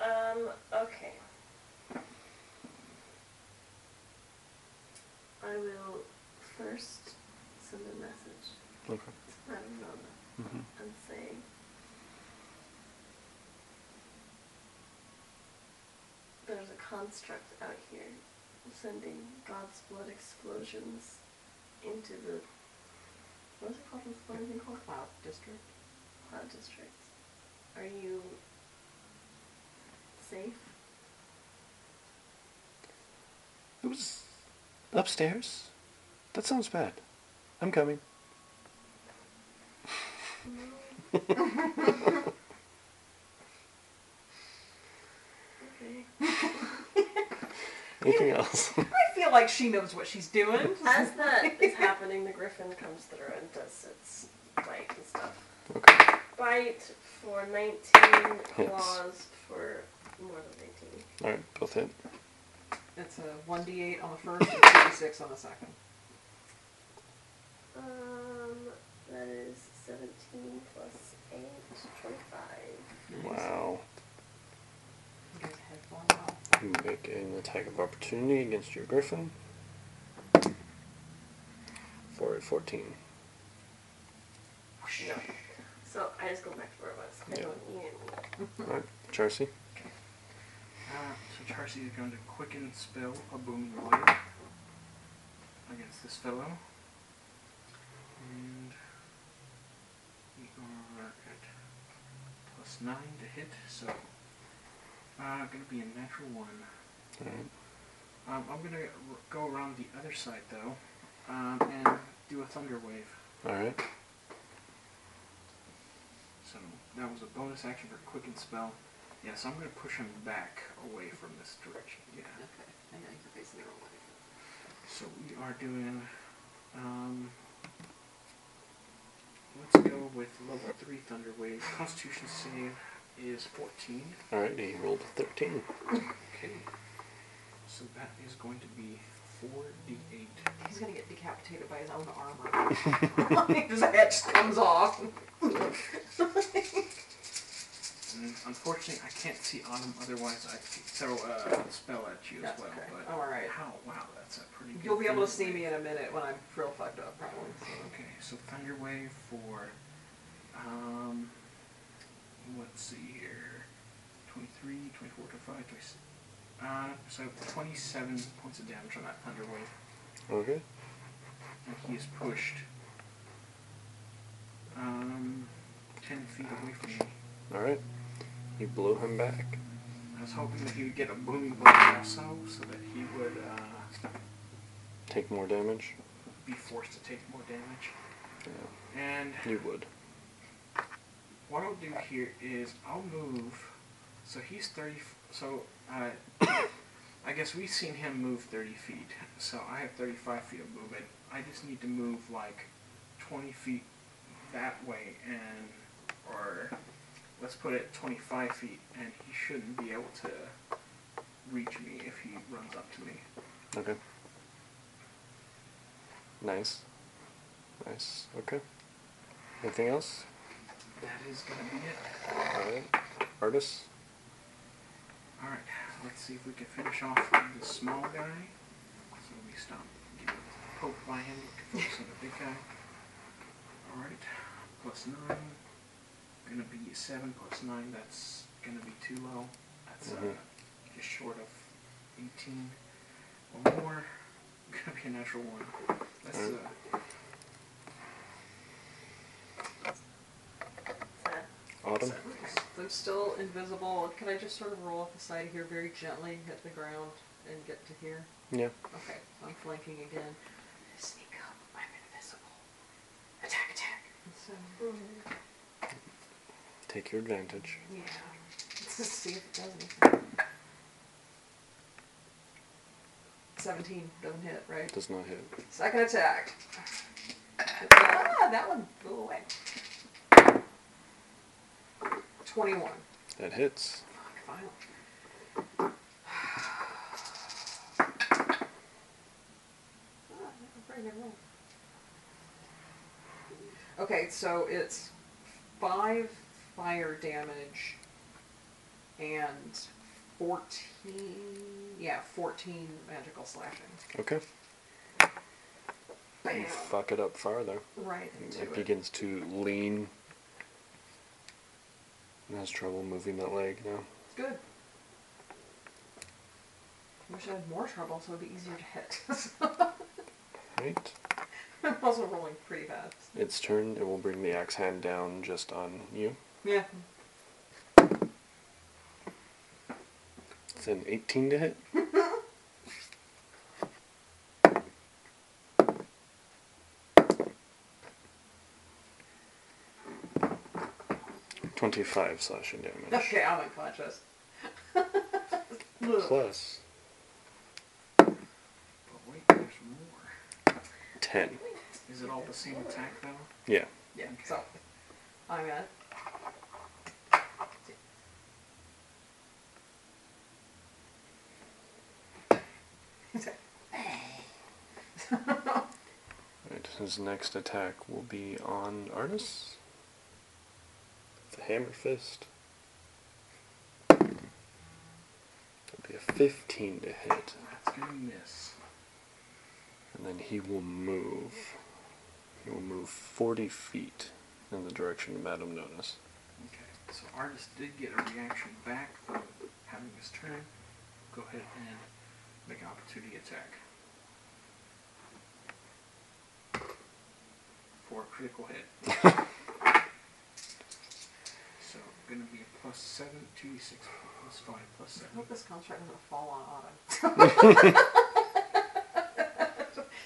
B: Um, okay. I will first send a message
A: Okay.
B: to Ramona
A: Mhm.
B: and say, There's a construct out here sending God's blood explosions into the. What is it called? What's the blood thing called?
C: Cloud district.
B: Cloud district. Are you safe?
A: It was upstairs. That sounds bad. I'm coming.
B: Okay.
A: Anything else?
C: I feel like she knows what she's doing.
B: As that is happening, the griffin comes through and does its bite and stuff.
A: okay.
B: Bite for 19, claws for more than 19.
A: Alright, both hit.
C: It's a 1d8 on the first and 2d6 on the second.
B: Um, that is 17 plus 8, 25.
A: Wow.
C: You guys had fun, huh?
A: You make an attack of opportunity against your griffin. For a 14.
B: So I just go back to where I was. I
A: Yeah.
B: don't eat it.
A: Alright, Charcy.
D: Uh, so Charcy is going to quicken spell a booming blade against this fellow. And we are at plus nine to hit, so uh, gonna be a natural one.
A: Alright.
D: Um, I'm gonna r- go around the other side though, um, and do a thunder wave.
A: Alright.
D: So that was a bonus action for quicken spell. Yeah, so I'm gonna push him back away from this direction. Yeah.
C: Okay. I know you're facing the wrong way.
D: So we are doing. Um, let's go with level three Thunder Wave. Constitution save is fourteen.
A: Alright, he rolled a 13.
D: Okay. So that is going to be four d eight.
C: He's gonna get decapitated by his own armor. His head just comes off.
D: And unfortunately, I can't see Autumn. Otherwise, I could throw a spell at you
C: That's
D: as well.
C: okay.
D: But
C: I'm alright.
D: How? Wow, that's a pretty. Good
C: You'll be able
D: Thunder
C: to see
D: Wave.
C: me in a minute when I'm real fucked up, probably. So.
D: Okay, so Thunder Wave for, um, let's see here, 23, 24, 25, 26, uh, so 27 points of damage on that Thunder Wave,
A: Okay.
D: and he is pushed, um, 10 feet away from me.
A: Alright. You blow him back.
D: I was hoping that he would get a booming blade also, so that he would, uh,
A: Take more damage.
D: be forced to take more damage.
A: Yeah.
D: And
A: You would.
D: What I'll do here is I'll move. So he's 30. f- So uh, I guess we've seen him move 30 feet. So I have 35 feet of movement. I just need to move like 20 feet that way, and or let's put it 25 feet, and he shouldn't be able to reach me if he runs up to me.
A: Okay. Nice. Nice. Okay. Anything else?
D: That is gonna be it.
A: Alright. Artist?
D: All right, let's see if we can finish off with this small guy. So we stop getting poked by him. We can focus on the big guy. All right, plus nine. Gonna be seven plus nine. That's gonna be too low. That's uh,
A: Mhm.
D: just short of eighteen. One more. Gonna be a natural one. That's
A: All
D: uh,
A: right.
B: Sad.
A: Autumn?
C: I'm still invisible. Can I just sort of roll off the side here very gently, hit the ground? and get to here?
A: Yeah.
C: Okay, I'm flanking again. Sneak up, I'm invisible. Attack, attack. So,
A: Take your advantage.
C: yeah. Let's just see if it does anything. 17, doesn't hit, right?
A: Does not hit.
C: Second attack. Ah, that one blew away. 21.
A: That hits.
C: Fuck, final. Ah, I'm afraid I rolled. Okay, so it's five fire damage and 14, yeah, 14 magical slashing.
A: Okay.
C: Bam!
A: You fuck it up farther.
C: Right into
A: It
C: it.
A: begins to lean. And has trouble moving that leg now.
C: Good. Wish I had more trouble so it'd be easier to hit.
A: Right?
C: I'm also rolling pretty fast.
A: Its turn, it will bring the axe hand down just on you.
C: Yeah.
A: It's an 18 to hit. Twenty-five slashing damage.
C: Okay, I'm unconscious.
A: Plus
D: But wait, there's more.
A: ten.
D: Is it all the same attack though?
A: Yeah.
C: Yeah, so I'm at
A: Right, his next attack will be on Artis. The hammer fist. That'll be a fifteen to hit.
D: That's gonna miss.
A: And then he will move. He will move 40 feet in the direction of Madame Notice.
D: Okay. So artist did get a reaction back from having his turn. Go ahead and make an opportunity attack. For a critical hit. so gonna be a plus seven, two D six plus five plus
C: I
D: seven.
C: hope this contract doesn't fall on autumn.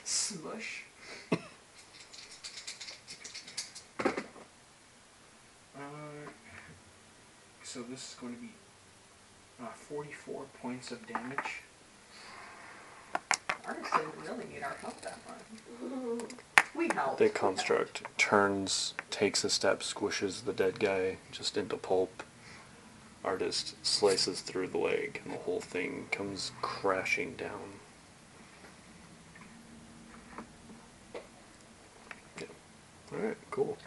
C: Smush.
D: Uh, so this is going to be uh, 44 points of damage.
C: Artists didn't really need our help that much.
A: Mm-hmm.
C: We helped.
A: The construct turns, takes a step, squishes the dead guy just into pulp. Artist slices through the leg, and the whole thing comes crashing down. Yeah. Alright, cool.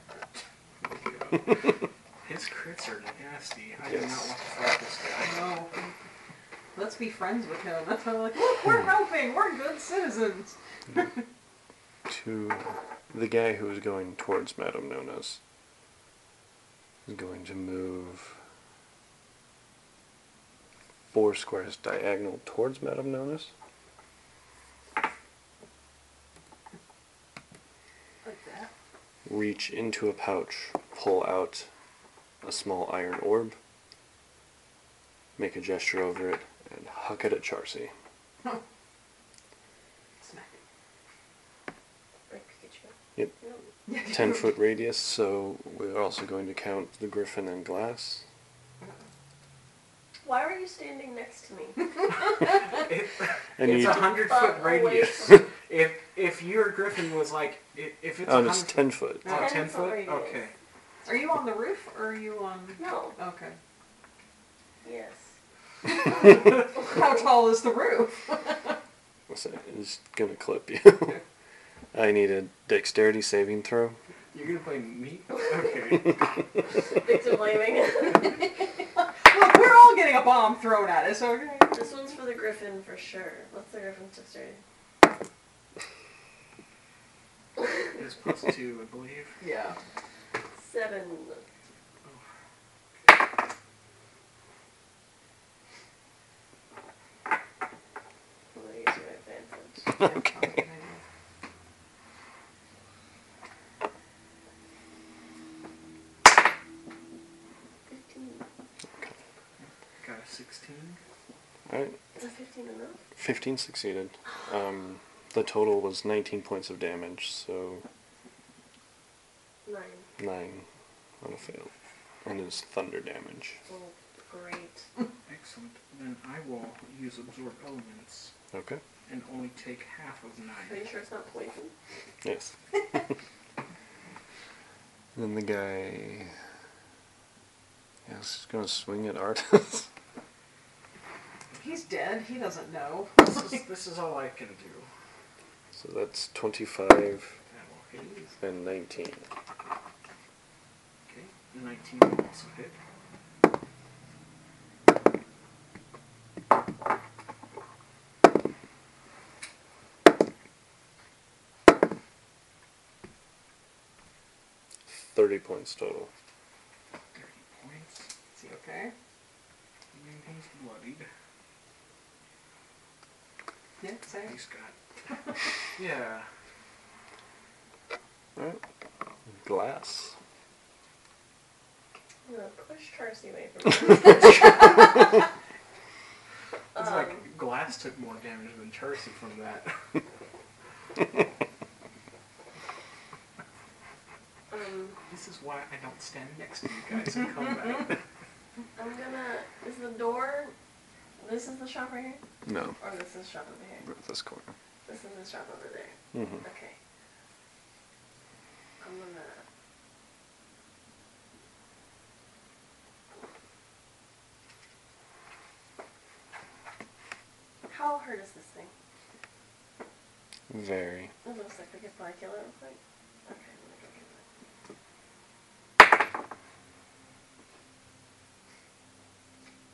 D: His crits are nasty. I do
A: Yes.
D: not want to fight this guy.
C: No. Let's be friends with him. That's why I'm like, look, we're
A: Hmm.
C: helping. We're good citizens.
A: to the guy who is going towards Madame Nona's is going to move four squares diagonal towards Madame Nona's.
C: Like that.
A: reach into a pouch, pull out a small iron orb, make a gesture over it, and huck it at Charcy.
C: Smack it.
B: Like Pikachu.
A: Yep.
B: Nope.
C: Yeah,
A: 10 foot radius, so we're also going to count the griffin and glass.
B: Why are you standing next to me?
D: It,
A: And
D: it's
A: you-
D: a hundred
B: Fuck
D: foot
B: away
D: radius.
B: from-
D: if if your griffin was like i- if it's
A: Oh,
D: a
A: no, it's
D: hundred
A: 10 foot.
D: oh,
B: 10
D: 10
B: foot
D: foot.
B: radius.
D: Okay.
C: Are you on the roof or are you on?
B: No.
C: Okay.
B: Yes.
C: How tall is the roof?
A: So it's going to clip you. I need a dexterity saving throw.
D: You're gonna play me? Okay.
B: Victim blaming.
C: Look, we're all getting a bomb thrown at us. Okay.
B: this one's for the griffin for sure. What's the griffin's dexterity?
D: it's plus two, I believe.
C: Yeah.
B: Seven. Well, I guess you're advantage.
C: Okay.
B: Fifteen.
D: Got a sixteen.
A: All right.
B: Is that 15 enough?
A: 15 succeeded. Um, the total was 19 points of damage, so
B: Nine.
A: 9 on a fail. And it's thunder damage.
B: Oh, great.
D: Excellent. Then I will use absorb elements
A: Okay?
D: and only take half of
B: Are you
D: nine.
B: sure it's not poison?
A: Yes. then the guy. Yeah, he's just gonna swing at Artis.
C: He's dead. He doesn't know.
D: This is, this is all I can do.
A: so that's 25
D: That will hit.
A: and 19.
D: Okay. Nineteen will also hit.
A: Thirty points total.
D: Thirty points.
C: Is he okay?
D: And he's bloodied.
C: Yeah, say.
D: He's got. yeah.
A: Alright. Glass.
B: I'm gonna push Tracy away from me.
D: It's
B: um,
D: like glass took more damage than Charcy from that.
B: um,
D: this is why I don't stand next to you guys in combat.
B: I'm gonna. Is the door. This is the shop right here?
A: No.
B: Or this is shop over here?
A: This corner.
B: This is the shop over there.
A: Mm-hmm.
B: Okay. I'm gonna. How hurt is this thing?
A: Very.
B: It looks like we could probably kill it real quick. Okay, I'm gonna go kill it.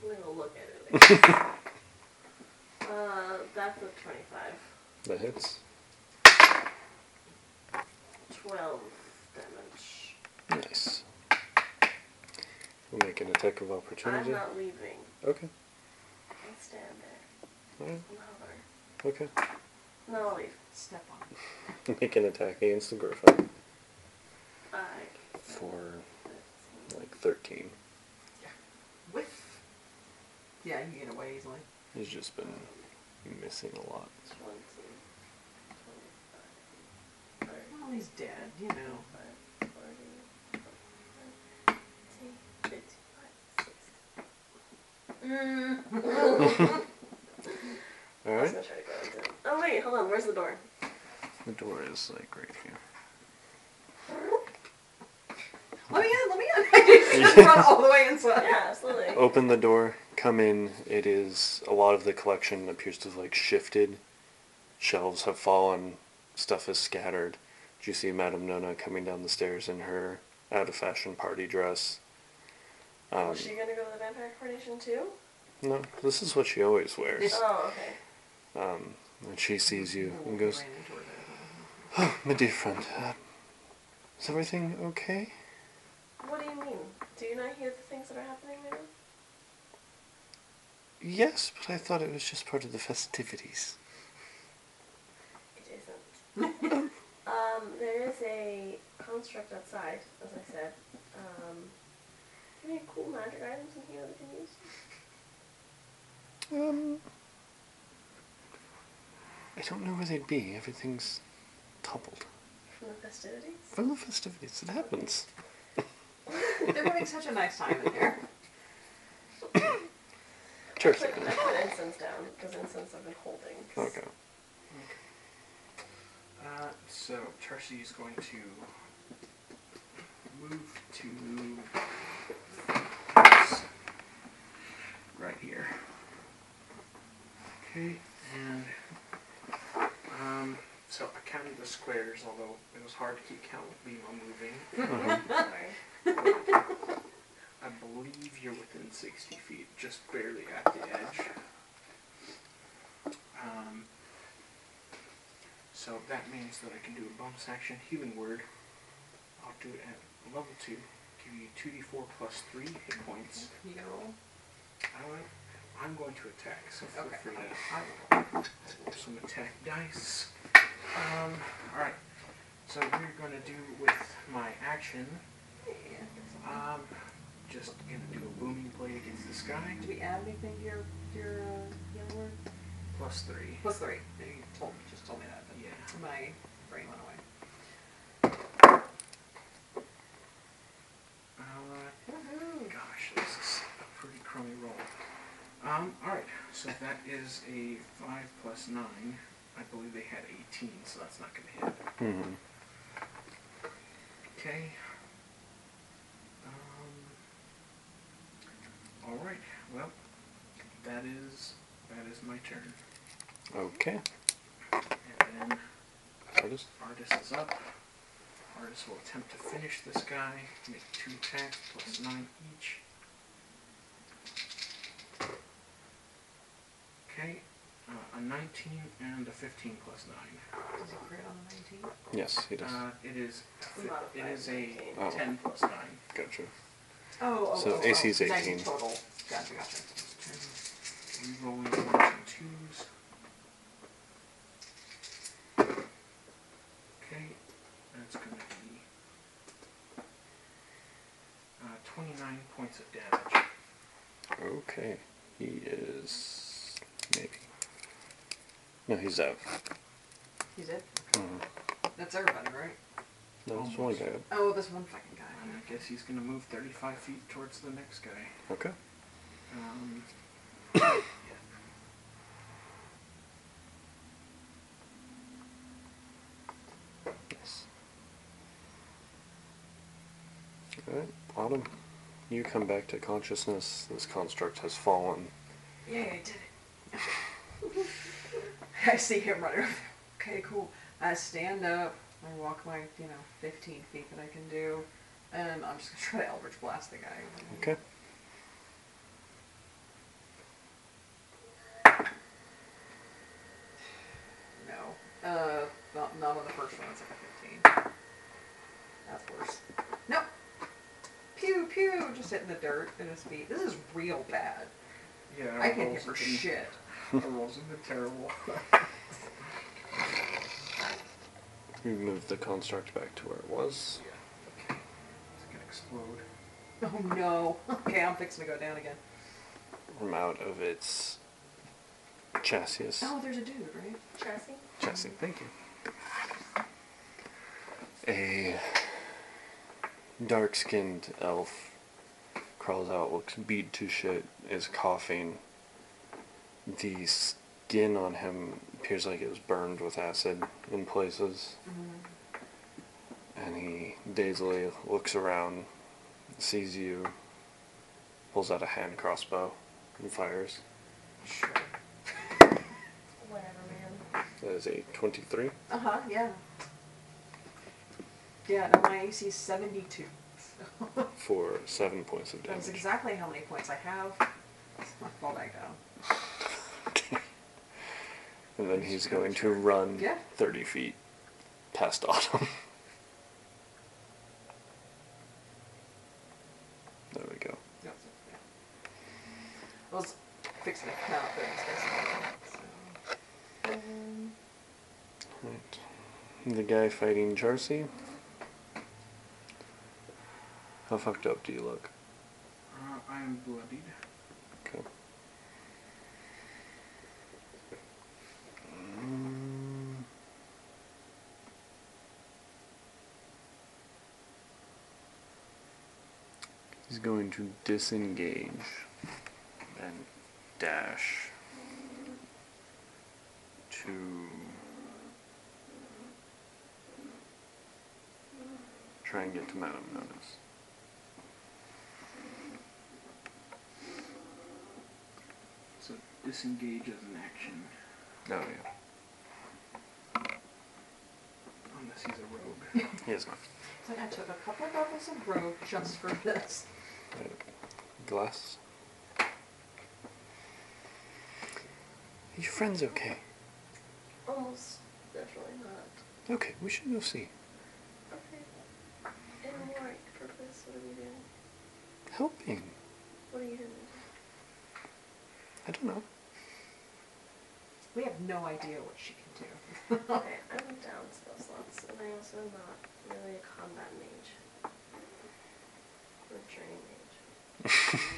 B: I'm gonna look at it. again. uh, that's a 25.
A: That hits.
B: 12 damage.
A: Nice. We'll make an attack of opportunity.
B: I'm not leaving.
A: Okay.
B: I'll stand there.
A: Alright.
B: I'll hover.
A: Okay.
B: No, I'll leave.
C: Step on it.
A: make an attack against the griffin.
B: I.
A: For like thirteen.
C: Whiff. Yeah, you can get away easily.
A: He's just been missing a lot.
B: 20, 25, 30,
C: Well, he's dead, you know.
B: 40, 50, 60. Mm. I was
A: Alright.
B: gonna try to go into- Oh wait, hold on. Where's the door?
A: The door is like right here.
C: Let me in, let me in. I just run all the way inside.
B: Yeah, absolutely.
A: Open the door, come in. It is a lot of the collection appears to have like shifted. Shelves have fallen, stuff is scattered. You see Madame Nona coming down the stairs in her out of fashion party dress. Um,
B: Was she gonna go to the vampire coronation too?
A: no, this is what she always wears.
B: Oh, okay.
A: Um, and she sees you
C: Oh,
A: and goes,
C: ran into her there.
A: "Oh, my dear friend, uh, is everything okay?"
B: What do you mean? Do you not hear the things that are happening right now?
A: Yes, but I thought it was just part of the festivities.
B: It isn't. um, there is a construct outside, as I said. Um, any cool magic items in here that we can use?
A: Um, I don't know where they'd be. Everything's toppled.
B: From the festivities?
A: From the festivities, it happens.
C: They're having such a nice time in there.
A: Cheers.
B: I put, I put incense down, because incense I've been holding. 'cause
A: Okay.
D: Uh, so Charcy is going to move to this right here. Okay, and um, so I counted the squares, although it was hard to keep count with Lima moving.
B: Sorry.
D: I believe you're within 60 feet, just barely at the edge. Um, so that means that I can do a bonus action healing word. I'll do it at level 2, give you 2d4 plus 3 hit points.
C: You gotta roll.
D: I like, I'm going to attack, so feel
C: Okay.
D: free to
C: I will.
D: roll some attack dice. Um, alright, so we're going to do with my action,
C: Yeah.
D: um, just going to do a booming blade against the sky.
C: Do we add anything to your your uh, young word?
D: Plus three.
C: Plus three. You told, just told me that, but
D: Yeah.
C: my brain went away.
D: Uh, gosh, this is a pretty crummy roll. Um, alright, so that is a 5 plus 9. I believe they had 18, so that's not going to hit.
A: Mm-hmm.
D: Okay. Um, alright, well, that is that is my turn.
A: Okay.
D: And then
A: Artist.
D: Artist is up. Artist will attempt to finish this guy. Make two attacks plus nine each. Okay, uh, a 19 and a 15 plus nine.
C: Does it crit on the 19?
A: Yes, he does.
D: Uh, it is a fi- it is a
A: Oh.
D: 10 plus nine.
A: Gotcha.
C: Oh, oh,
A: So
C: oh,
A: AC is
C: oh, 19
A: 18.
C: total. Gotcha, gotcha.
D: Rerolling ones and twos. Okay, that's gonna be uh, 29 points of damage.
A: Okay. He is maybe. No, he's out.
C: You did?
A: Mm-hmm.
C: That's everybody, right?
A: No, it's only guy. up.
C: Oh, this one fucking
D: And
C: guy.
D: I guess he's gonna move 35 feet towards the next guy.
A: Okay.
D: Um, yeah.
A: Yes. All right, Autumn. You come back to consciousness. This construct has fallen.
C: Yay, I did it. I see him right over there. Okay, cool. I stand up. I walk my, you know, 15 feet that I can do. And I'm just going to try to Eldritch Blast the guy.
A: Okay.
C: No. Uh, not, not on the first one. It's like a 15. That's worse. Nope. Pew, pew. Just hitting the dirt at his feet. This is real bad.
D: Yeah,
C: I can't
D: rolls
C: hit for
D: have been-
C: shit.
D: Our rolls have been terrible.
A: You move the construct back to where it was.
D: Okay, it's gonna explode.
C: Oh no. Okay, I'm fixing to go down again.
A: From out of its chassis.
C: Oh, there's a dude, right?
B: Chassis?
A: Chassis. Thank you. A dark-skinned elf crawls out, looks beat to shit, is coughing. The skin on him appears like it was burned with acid in places. And he dazedly looks around, sees you, pulls out a hand crossbow, and fires.
C: Sure.
B: Whatever, man.
A: That is a 23.
C: Uh huh, yeah. Yeah, no, my AC is 72. So
A: for seven points of
C: that's
A: damage.
C: exactly how many points I have. I fall back down.
A: And then he's going to run
C: Yeah.
A: 30 feet past Autumn. there we go.
C: Yep. Yeah. I was fixing to count things. basically, so. Um,
A: Right. The guy fighting Charcy. How fucked up do you look?
D: Uh, I am bloodied.
A: Okay. Mm. He's going to disengage and dash to try and get to Madame Notice.
D: So disengage as an action.
A: Oh yeah,
D: Unless he's a rogue.
A: he is not.
C: but I took a couple levels of road just for this.
A: Glass. Are your friend's okay?
B: Almost definitely not.
A: Okay, we should go see.
B: Okay. And Warwick, purpose, what are we doing?
A: Helping.
B: What are you doing?
A: I don't know.
C: We have no idea what she can do.
B: okay, I'm down spell slots, and I'm also not really a combat mage. Or journey mage.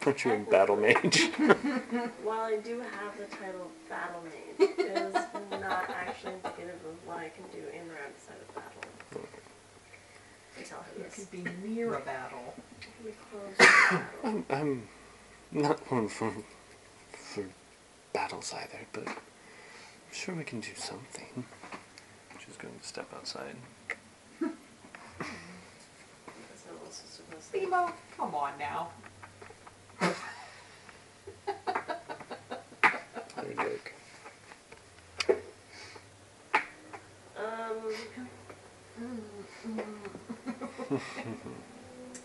A: Put you in battle mage.
B: While I do have the title Battle Mage, it is not actually indicative of what I can do in or outside of battle. I tell her
C: You
B: this.
C: could be near a battle.
B: We close the battle.
A: I'm, I'm not one for for battles either, but I'm sure we can do something. She's going to step outside.
B: That's not what it's supposed to be.
C: Bebo, come on now.
A: They're like,
B: Um,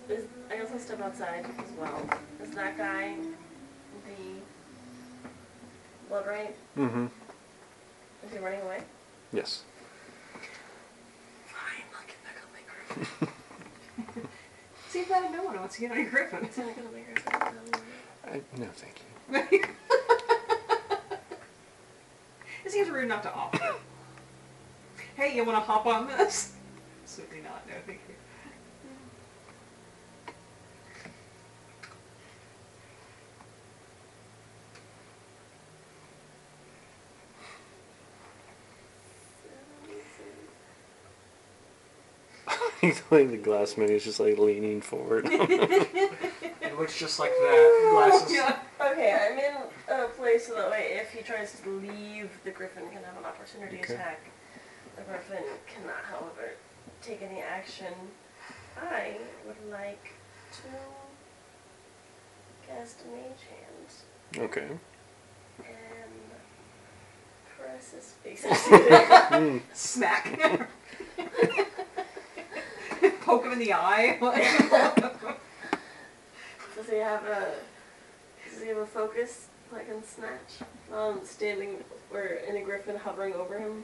B: is, I also step outside as well. Is that guy the blood right?
A: mm-hmm.
B: Is he running away?
A: Yes.
B: Fine, I'll get back on my griffin.
C: See if that no one wants to get on your griffin.
B: Can I get on my griffin?
A: I, no, thank you.
C: It seems rude not to offer. hey, you want to hop on this? Absolutely not. No, thank you.
A: He's like the glass man is just like leaning forward.
D: It looks just like that. Glasses.
C: Yeah.
B: Okay, I'm in a place so that way if he tries to leave, the griffin can have an opportunity
A: Okay.
B: attack. The griffin cannot, however, take any action. I would like to cast Mage Hand
A: okay.
B: and caress his face. I
C: Smack. Poke him in the eye.
B: Does he have a Does he have a focus like in Snatch? Um, standing or in a griffin hovering over him,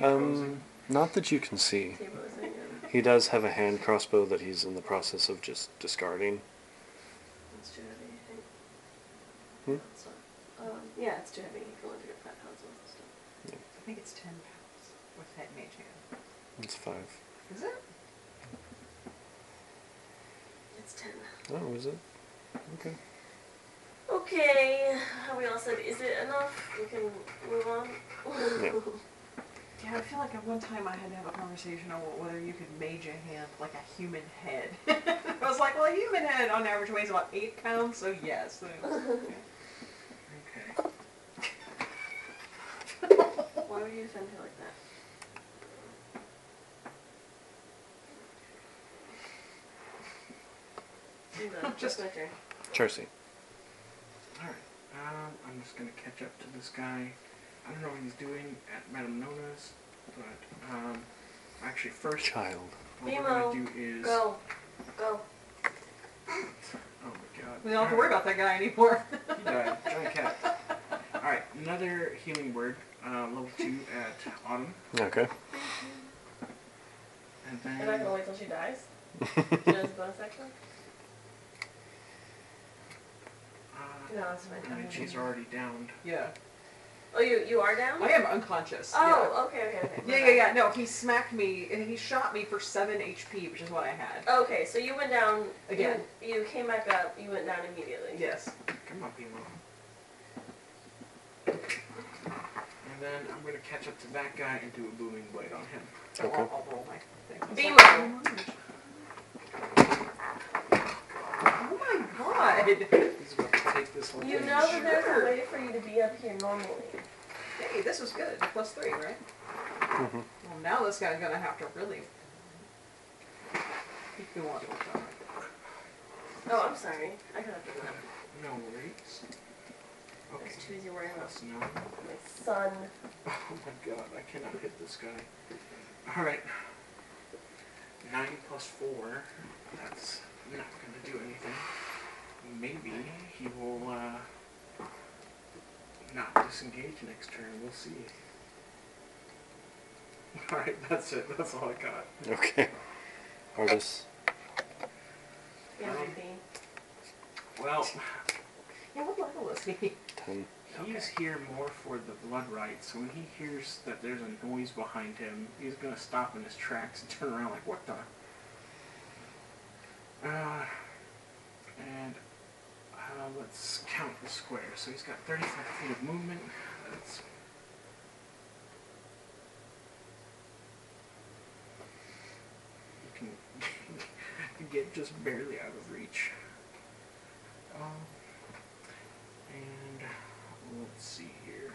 A: Um, not that you can see.
B: table is in him.
A: He does have a hand crossbow that he's in the process of just discarding.
B: It's too heavy, I think.
A: Hmm?
B: No, it's not. Um, yeah, it's too heavy. You can only pick up five pounds worth of stuff.
C: I think it's 10 pounds with that mage hand.
A: It's five.
C: Is it?
B: It's ten.
A: Oh, is it? Okay.
B: Okay, we all said, is it enough? We can move on.
C: Yeah, I feel like at one time I had to have a conversation on whether you could mage a hand like a human head. I was like, well, a human head on average weighs about 8 pounds, so yes. So
D: Okay.
B: Why would you defend her like that? I'm done.
C: Just-
B: Just my turn.
A: Charcy.
D: Alright. Um, I'm just gonna catch up to this guy. I don't know what he's doing at Madame Nona's, but um, actually first
A: Child.
D: what we're
B: Nemo,
D: gonna do is
B: Go. Go.
D: oh my god.
C: we don't have to worry about that guy anymore.
D: He died. Giant cat. Alright, another healing word, uh, level two at Autumn,
A: Okay.
D: and
B: And I
D: then
B: can wait till she dies. She does bonus action?
D: uh,
B: No, that's fine.
D: I mean she's already downed.
C: yeah.
B: Oh, you you are down?
C: I am unconscious.
B: Oh, okay, okay, okay.
C: Yeah. yeah, yeah, yeah. No, he smacked me. and He shot me for 7 HP, which is what I had.
B: Okay, so you went down you-
C: Again.
B: You, came back up. You went down immediately.
C: Yes.
D: Come on, Pimo. And then I'm gonna catch up to that guy and do a booming blade on him.
C: I'll,
A: Okay.
C: I'll roll my thing.
B: Beemo.
C: Oh my god.
D: He's about to take this whole
B: You
D: thing.
B: know that there's
C: Sure.
B: a way for you to be up here normally.
C: Hey, this was good. Plus three, right?
A: Mhm.
C: Well, now this guy's gonna have to really. Keep me wanting.
B: Oh, I'm sorry. I got up that.
D: No worries. Okay.
B: There's two you're worrying about.
D: That's no.
B: My son.
D: Oh my god, I cannot hit this guy. Alright. Nine plus four. That's not gonna do anything. Maybe he will uh not disengage next turn, we'll see. Alright, that's it. That's all I got.
A: Okay. Artis.
B: Yeah,
D: Um,
B: maybe.
D: Well,
C: Yeah, what level is he?
A: Ten.
D: he's here more for the blood rights. When he hears that there's a noise behind him, he's gonna stop in his tracks and turn around like, what the? Uh, and uh, let's count the square. So he's got 35 feet of movement. That's you can get just barely out of reach. Um, and let's see here.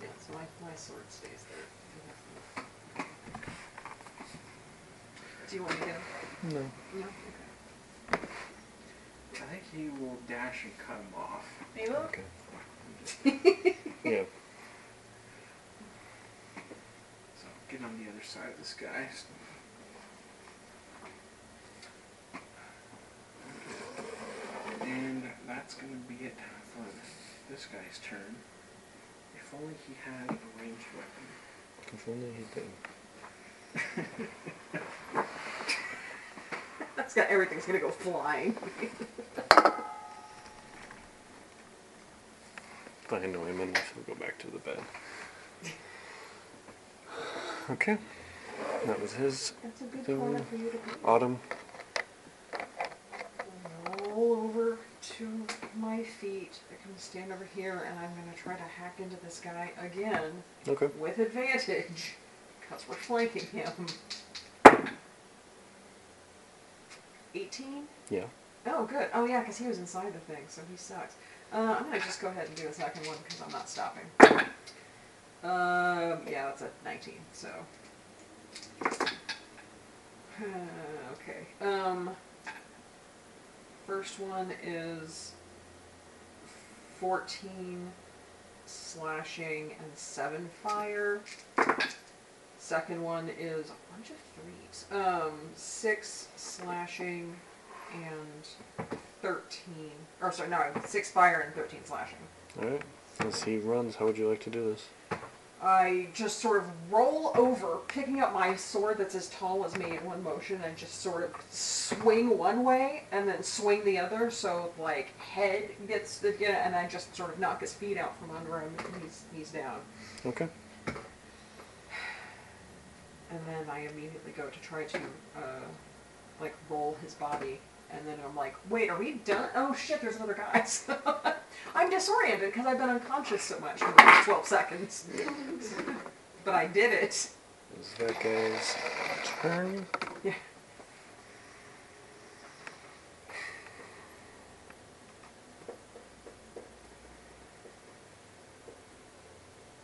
C: Yeah, so my, my sword stays there. Do you want me to?
A: No.
C: No? Okay.
D: I think he will dash and cut him off.
B: Bevo?
A: Okay. yeah.
D: So get on the other side of this guy. And that's going to be it for this guy's turn. If only he had a ranged weapon.
A: If only he did.
C: That's got everything's gonna go flying.
A: If I annoy him enough, he'll go back to the bed. Okay. That was his.
C: That's a good
A: So-
C: corner for you to be.
A: Autumn.
C: roll over to my feet. I can stand over here and I'm gonna try to hack into this guy again
A: Okay.
C: with advantage. Because we're flanking him. 18?
A: Yeah.
C: Oh, good. Oh, yeah, because he was inside the thing, so he sucks. Uh, I'm going to just go ahead and do the second one because I'm not stopping. Um, yeah, that's a 19, so. Uh, okay. Um, first one is 14 slashing and 7 fire. Second one is a bunch of threes. Um, 6 slashing and 13. Or sorry, no, 6 fire and 13 slashing.
A: Alright. As he runs, how would you like to do this?
C: I just sort of roll over, picking up my sword that's as tall as me in one motion, and just sort of swing one way and then swing the other. So like head gets the yeah, and I just sort of knock his feet out from under him, and he's he's down.
A: Okay.
C: And then I immediately go to try to uh, like roll his body, and then I'm like, wait, are we done? Oh shit, there's another guy. So I'm disoriented because I've been unconscious so much for like 12 seconds, but I did it.
A: Is that guy's turn?
C: Yeah.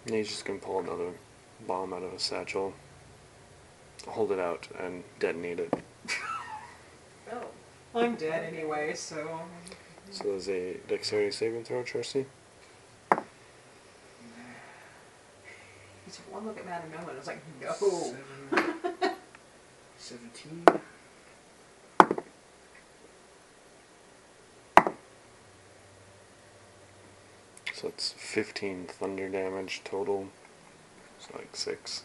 A: And he's just gonna pull another bomb out of his satchel, hold it out, and detonate it.
B: Oh.
C: I'm dead anyway, so
A: So there's a dexterity saving throw, Charcy.
C: he took one look at Madame Nolan and was like, no.
D: Seven, 17.
A: So it's 15 thunder damage total. So like six,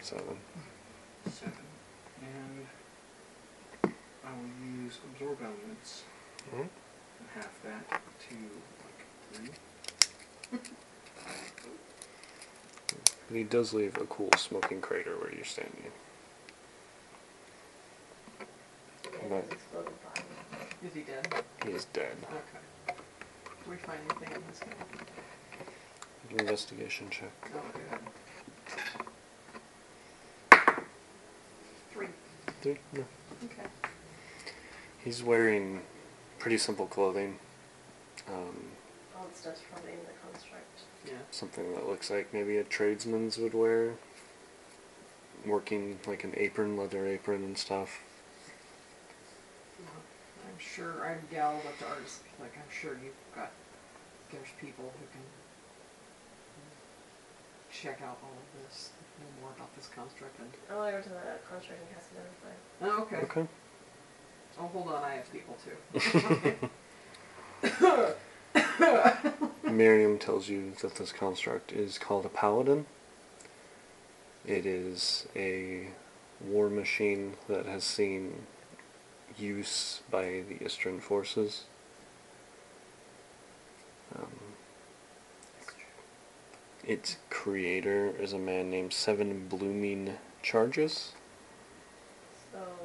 A: seven.
D: Seven. And I will use absorb elements
A: Mhm.
D: and half that to like three.
A: But he does leave a cool smoking crater where you're standing.
B: And
A: Right.
B: his exploded body.
C: Is he dead?
A: He is dead.
C: Okay. Did we find anything on this guy?
A: Investigation check.
C: Oh, good. Three.
A: Three? No.
C: Okay.
A: He's wearing pretty simple clothing. Um,
B: All the stuff's probably in the construct.
C: Yeah.
A: something that looks like maybe a tradesman's would wear. Working like an apron, leather apron and stuff.
C: Well, I'm sure I've dabbled with artists. Like I'm sure you've got there's people who can check out all of this, know more about this construct. And,
B: I want to go to the construct and cast another fire.
C: oh, okay.
A: Okay.
C: Oh, hold on. I have people too.
A: Miriam tells you that this construct is called a paladin. It is a war machine that has seen use by the Eastern forces. Um, its creator is a man named Seven Blooming Charges.
B: So. Well,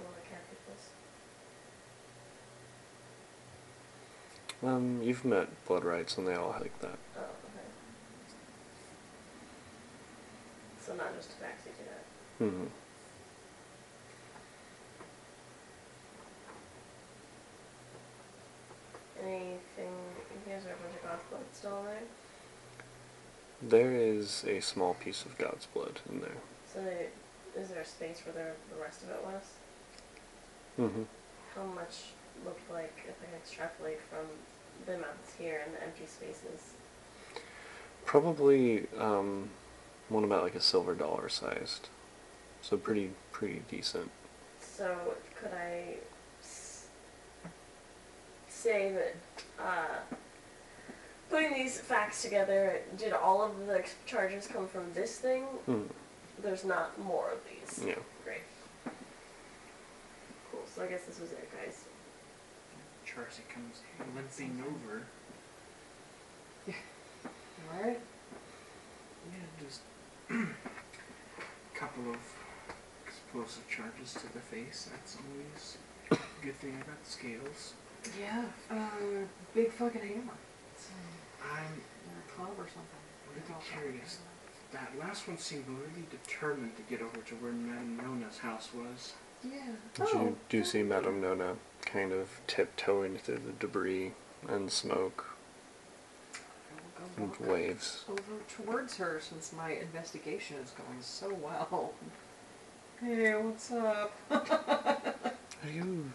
B: Oh, I can't
A: Um, you've met Blood Rights, and they all like that.
B: Oh, okay. So not just a taxi to that.
A: hmm
B: Anything? You guys are a bunch of goth blood still there,
A: There is a small piece of God's blood in there.
B: so they, is there a space where the the rest of it was?
A: hmm
B: How much looked like if I could extrapolate from the amount that's here and the empty spaces?
A: Probably um, one about like a silver dollar sized. So pretty, pretty decent.
B: So could I s- say that uh, putting these facts together, did all of the ex- charges come from this thing?
A: Mm.
B: There's not more of these.
A: Yeah.
B: Great. Cool. So I guess this was it, guys.
D: Charcy comes limping over.
C: Alright.
D: Yeah, just couple of explosive charges to the face. That's always a good thing about the scales.
C: Yeah. Uh, big fucking hammer. It's,
D: I'm
C: uh, a club or something.
D: Really curious. that last one seemed really determined to get over to where Madame Nona's house was.
C: Yeah.
A: But
C: oh.
A: You do see Madame Nona kind of tiptoeing through the debris and smoke
C: I will
A: and
C: go walk
A: waves.
C: over towards her since my investigation is going so well. Hey, what's up?
A: Are you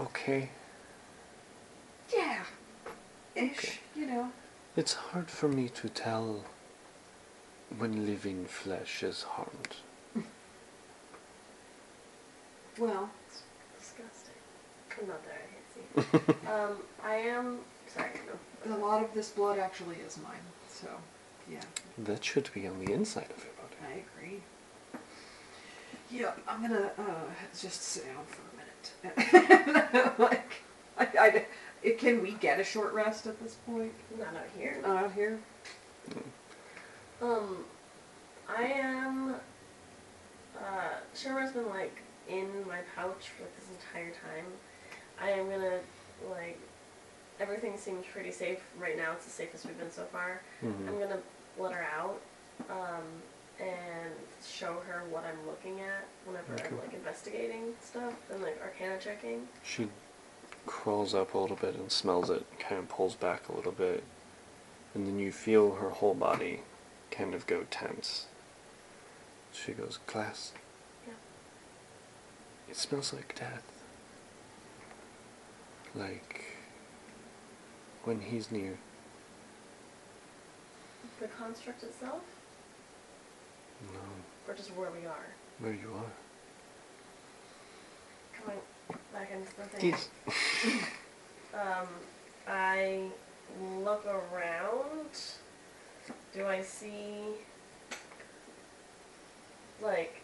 A: okay?
C: Yeah. Ish, you know.
A: It's hard for me to tell when living flesh is harmed.
C: Well,
B: Disgusting. I'm not there. I can't see. um, I am. Sorry.
C: a
B: No.
C: lot of this blood actually is mine, so yeah,
A: That should be on the inside of your body.
C: I agree. Yeah, I'm gonna uh, just sit down for a minute. like, I, I, it- can we get a short rest at this point
B: Not out here.
C: out here?
B: Um, I am. Uh, Sherman's been like in my pouch for like this entire time. I am gonna like. Everything seems pretty safe right now. It's the safest we've been so far. I'm gonna let her out, um, and show her what I'm looking at whenever
A: Okay.
B: I'm like investigating stuff and like Arcana checking.
A: She crawls up a little bit and smells it, kind of pulls back a little bit, and then you feel her whole body kind of go tense. She goes, Glass.
B: Yeah.
A: It smells like death. Like when he's near.
B: The construct itself,
A: No,
B: or just where we are,
A: where you are.
B: coming back into the thing. Um, I look around. Do I see like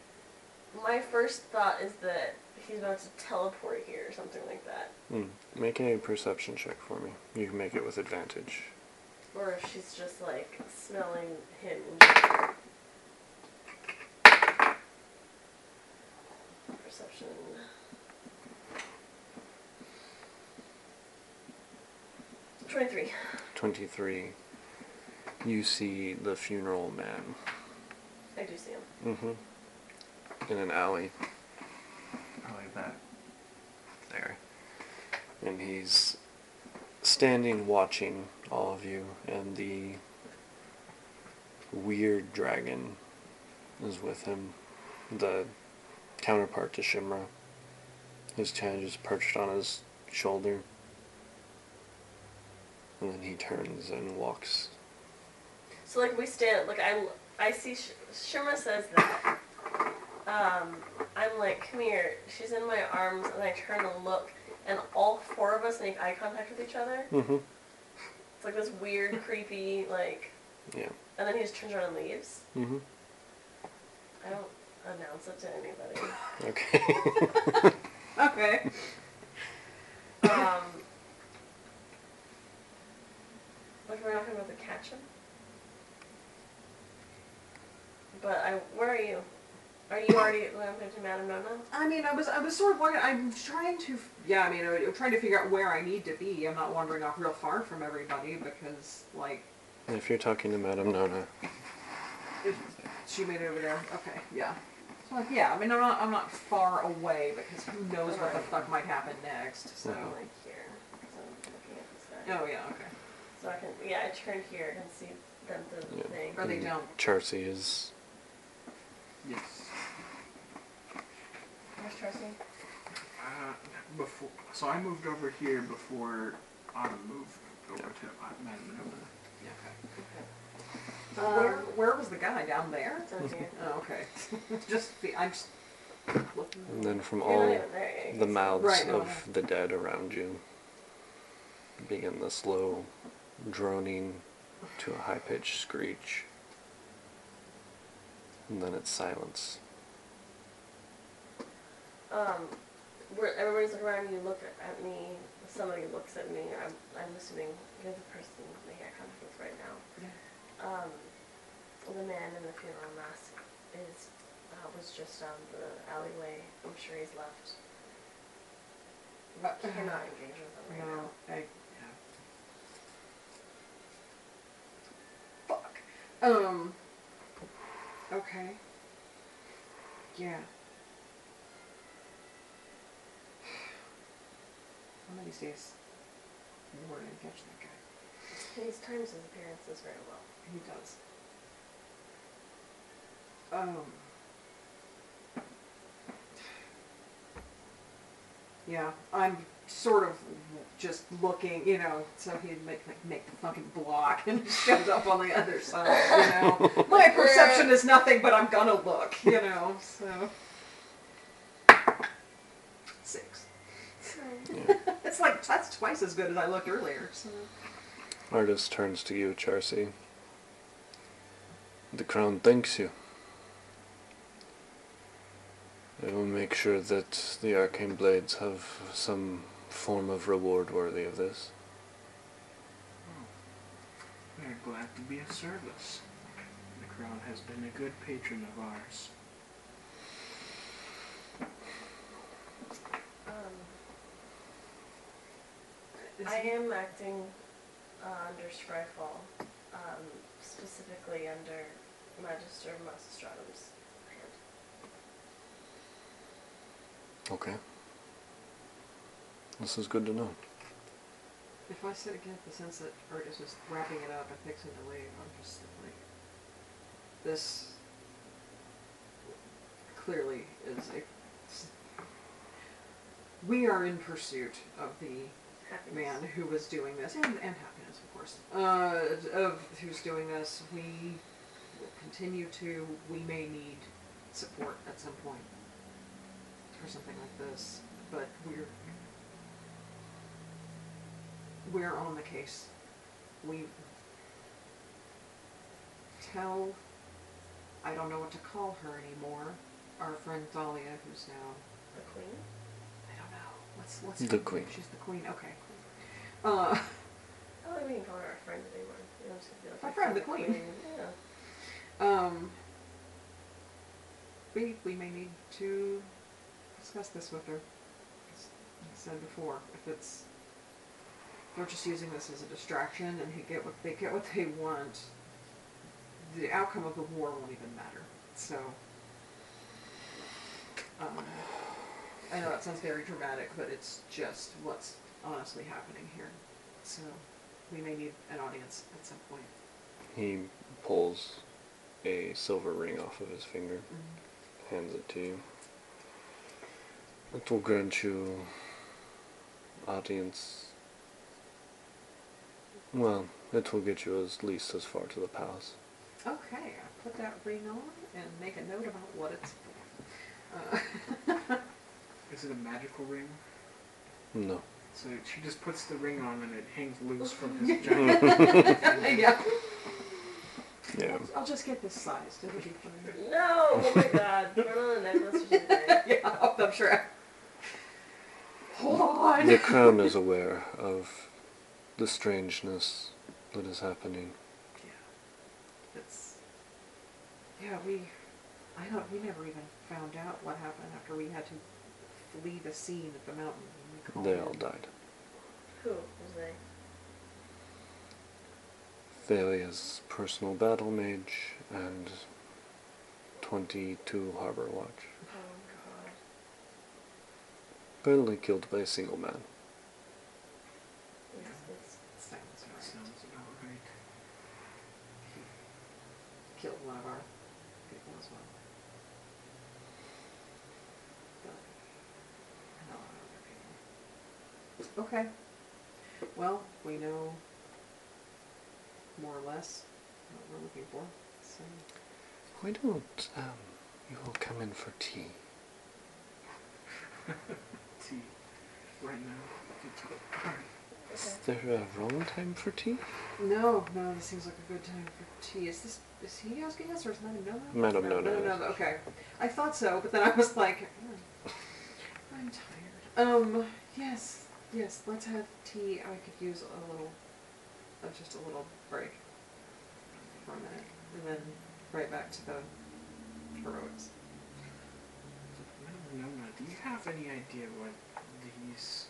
B: my first thought is that he's about to teleport here or something like that.
A: Mm. Make a perception check for me. You can make it with advantage.
B: Or if she's just like smelling him. Perception. Twenty-three.
A: 23. You see the funeral man.
B: I do see him.
A: hmm In an alley.
E: Probably that.
A: There. And he's standing watching all of you, and the weird dragon is with him. The counterpart to Shimra. His kind is perched on his shoulder. And then he turns and walks.
B: So like we stand, like I, I see Sh- Shimmer says that. Um, I'm like, come here. She's in my arms, and I turn to look, and all four of us make eye contact with each other.
A: Mm-hmm.
B: It's like this weird, creepy, like,
A: Yeah.
B: and then he just turns around and leaves.
A: Mm-hmm.
B: I don't announce it to anybody.
A: Okay.
C: Okay.
B: Um, like we're not gonna be able to catch him. But I, where are you? Are you already laughing to Madame Nona?
C: I mean, I was I was sort of wondering. I'm trying to. Yeah, I mean, I'm trying to figure out where I need to be. I'm not wandering off real far from everybody because like
A: If you're talking to Madame Nona,
C: if she made it over there. Okay, yeah. So like, yeah. I mean, I'm not I'm not far away because who knows what the fuck might happen next.
B: So
C: So.
B: I'm like here. So I'm looking at this guy.
C: Oh yeah. Okay.
B: So I can, yeah, I turn here. I can see them through the
A: Yeah.
B: thing.
C: Are they down?
A: Charcy is
D: Yes.
B: Where's Tracy?
D: Uh, before, so I moved over here before Autumn moved over to Aunt Madame Nona.
C: Yeah, Okay. So where
B: Um,
C: where was the guy down there?
B: Down here.
C: Oh, okay. just the I'm just looking.
A: and then from
B: You're
A: all
B: not even there yet, you
A: the
B: can see.
A: mouths
C: Right.
A: of the dead around you begin the slow droning to a high pitched screech. And then it's silence.
B: Um, where everybody's looking around. You look at me. Somebody looks at me. I'm, I'm assuming you're the person making eye contact with right now.
C: Yeah.
B: Um, the man in the funeral mask is uh, was just down the alleyway. I'm sure he's left.
C: But- uh,
B: Cannot engage with him right
C: Uh-huh. No,
B: now.
C: I. Fuck. Um. Okay. Yeah. One of these days, we're gonna catch that guy.
B: He's times his appearances very well.
C: He does. Um. Yeah, I'm sort of just looking, you know, so he'd make like make the fucking block and showed up on the other side, you know. My perception is nothing, but I'm gonna look, you know. So six.
A: Yeah.
C: It's like that's twice as good as I looked earlier. So
A: Artist turns to you, Charcy. The crown thanks you. I will make sure that the arcane blades have some form of reward worthy of this.
D: We are glad to be of service. The Crown has been a good patron of ours.
B: Um,
C: is
B: I
C: he-
B: am acting uh, under Strifall, um, specifically under Magister Mastrodom's hand.
A: Okay. This is good to know.
C: If I sit again, the sense that Art is just wrapping it up and fixing to leave, I'm just like, this clearly is a. We are in pursuit of the
B: Happiness.
C: man who was doing this, and, and happiness, of course, uh, of who's doing this. We will continue to. We may need support at some point or something like this, but we're we're on the case. We tell I don't know what to call her anymore. Our friend Thalia, who's now
B: The queen?
C: I don't know what's what's
A: The
C: her name?
A: queen.
C: She's the queen. Okay. Uh,
B: I don't think we can call her our friend anymore. You know, she's gonna be
C: Our
B: like,
C: friend,
B: "I'm
C: the queen."
B: Yeah.
C: um, we we may need to discuss this with her. As I said before, if it's they're just using this as a distraction and they get what they get what they want, the outcome of the war won't even matter. So um, I know that sounds very dramatic, but it's just what's honestly happening here. So we may need an audience at some point.
A: He pulls a silver ring off of his finger, hands it to you. It will grant you audience. Well, it will get you at least as far to the palace.
C: Okay, I put that ring on and make a note about what it's for. Uh,
D: Is it a magical ring?
A: No.
D: So she just puts the ring on and it hangs loose from his giant.
C: yeah.
A: Yeah.
C: I'll just get this sized. It'll be fine.
B: No! Oh my god. Put on a necklace or something.
C: yeah, I'm sure. Hold on.
A: The crown is aware of the strangeness that is happening.
C: Yeah. It's. Yeah, we. I don't. We never even found out what happened after we had to flee the scene at the mountain. when we called
A: They
C: in.
A: all died.
B: Who was they?
A: Thalia's personal battle mage and 22 Harbor Watch.
B: Oh god.
A: Apparently killed by a single man.
B: Yes, it's
C: Sounds
D: That
C: right.
D: sounds about right.
C: Killed one of our people as well. But, and a lot of other people. Okay. Well, we know more or less what we're looking for. So
A: Why don't um, you all come in for tea?
D: Tea. Right now.
B: okay.
A: Is there a wrong time for tea?
C: no, no, this seems like a good time for tea. Is this is he asking us or is Madame Nova?
A: Madame
C: No,
A: Nona
C: no, no,
A: is.
C: no, Okay, I thought so, but then I was like, "Hmm, I'm tired. Um, yes, yes. Let's have tea. I could use a little, uh, just a little break for a minute, and then right back to the heroics.
D: No, no, no. Do you have any idea what these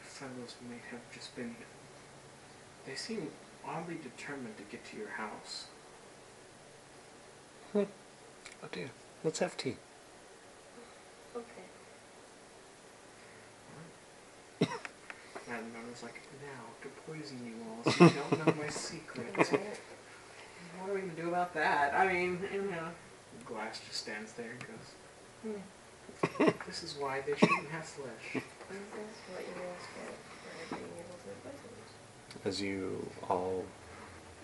D: fellows may have just been? They seem oddly determined to get to your house.
A: Oh dear. Let's have tea.
B: Okay.
D: And I was like, now to poison you all so you don't know my secrets.
C: What are we gonna do about that? I mean, you know.
D: Glass just stands there and goes,
C: hmm,
D: this is why they shouldn't have flesh.
B: This is what you guys get for being able to poison us.
A: As you all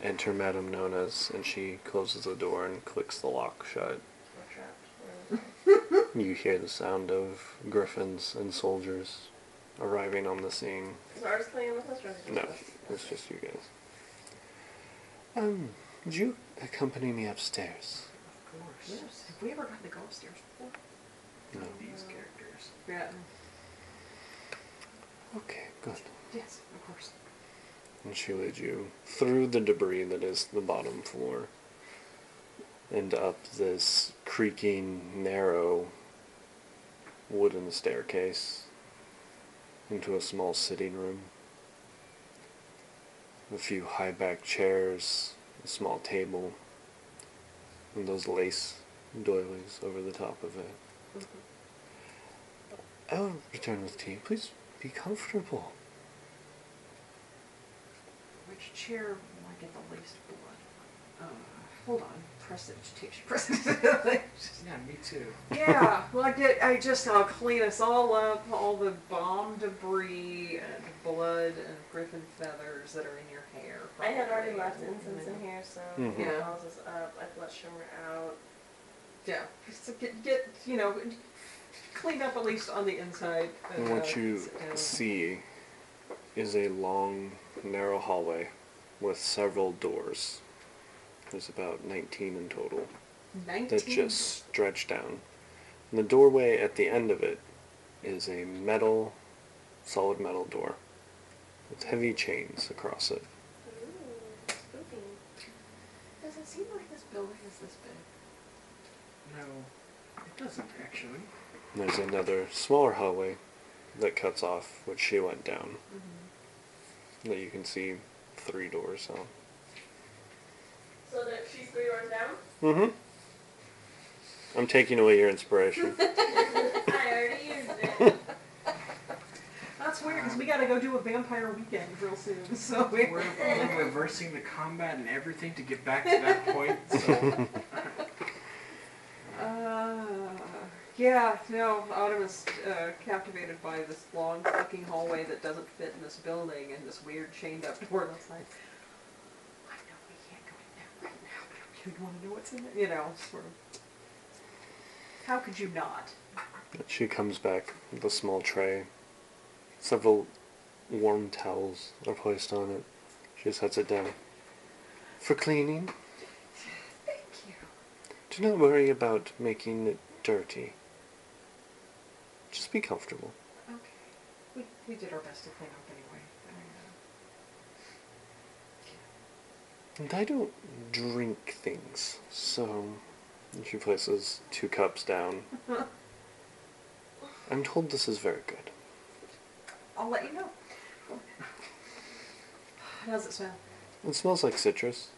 A: enter Madame Nona's and she closes the door and clicks the lock shut,
B: We're trapped. We're inside.
A: you hear the sound of griffins and soldiers arriving on the scene.
B: Is the artist playing with us or is it just
A: No,
B: us?
A: it's just you guys. Um, would you accompany me upstairs?
D: Of course.
C: Yes. Have we ever gotten to go upstairs before?
A: No.
D: These characters.
C: Yeah.
A: Okay, good.
C: Yes, of course.
A: And she leads you through the debris that is the bottom floor and up this creaking, narrow wooden staircase into a small sitting room. A few high back chairs, a small table, and those lace doilies over the top of it. I'll return with tea. Please be comfortable.
C: Which chair will I get the least blood? Um, hold on. Prestidigitation. Prestidigitation.
D: Yeah, me too.
C: yeah. Well, I get. I just. I'll clean us all up. All the bomb debris and blood and griffin feathers that are in your hair.
B: I had already
C: probably.
B: left incense in here, so
A: Mhm.
B: it
C: Yeah.
B: calls us up. I've let Shimmer out.
C: Yeah. Just to get, get you know cleaned up at least on the inside.
A: And what
C: uh,
A: you
C: sit down.
A: see is a long, narrow hallway with several doors. There's about 19 in total that
C: 19?
A: just stretch down. And the doorway at the end of it is a metal, solid metal door with heavy chains across it.
B: Ooh, spooky.
C: Does it seem like this building is this big?
D: No, it doesn't actually.
A: And there's another smaller hallway that cuts off, which she went down,
C: Mm-hmm.
A: that you can see three doors on.
B: So that she's three doors down?
A: Mm hmm. Mm-hmm. I'm taking away your inspiration.
B: I already used it.
C: That's weird because we got to go do a vampire weekend real soon. So we.
D: We're we're reversing the combat and everything to get back to that point, so
C: Uh, yeah, no, Autumn is uh, captivated by this long fucking hallway that doesn't fit in this building and this weird chained up door that's like, I know we can't go in there right now, but I really want to know what's in there. You know, sort of. How could you not?
A: She comes back with a small tray. Several warm towels are placed on it. She sets it down. For cleaning,
C: Thank you.
A: do not worry about making it dirty. Just be comfortable.
C: Okay. We, we did our best to clean up anyway. I uh, mean,
A: And I don't drink things, so And she places two cups down. I'm told this is very good.
C: I'll let you know. How does it smell?
A: It smells like citrus.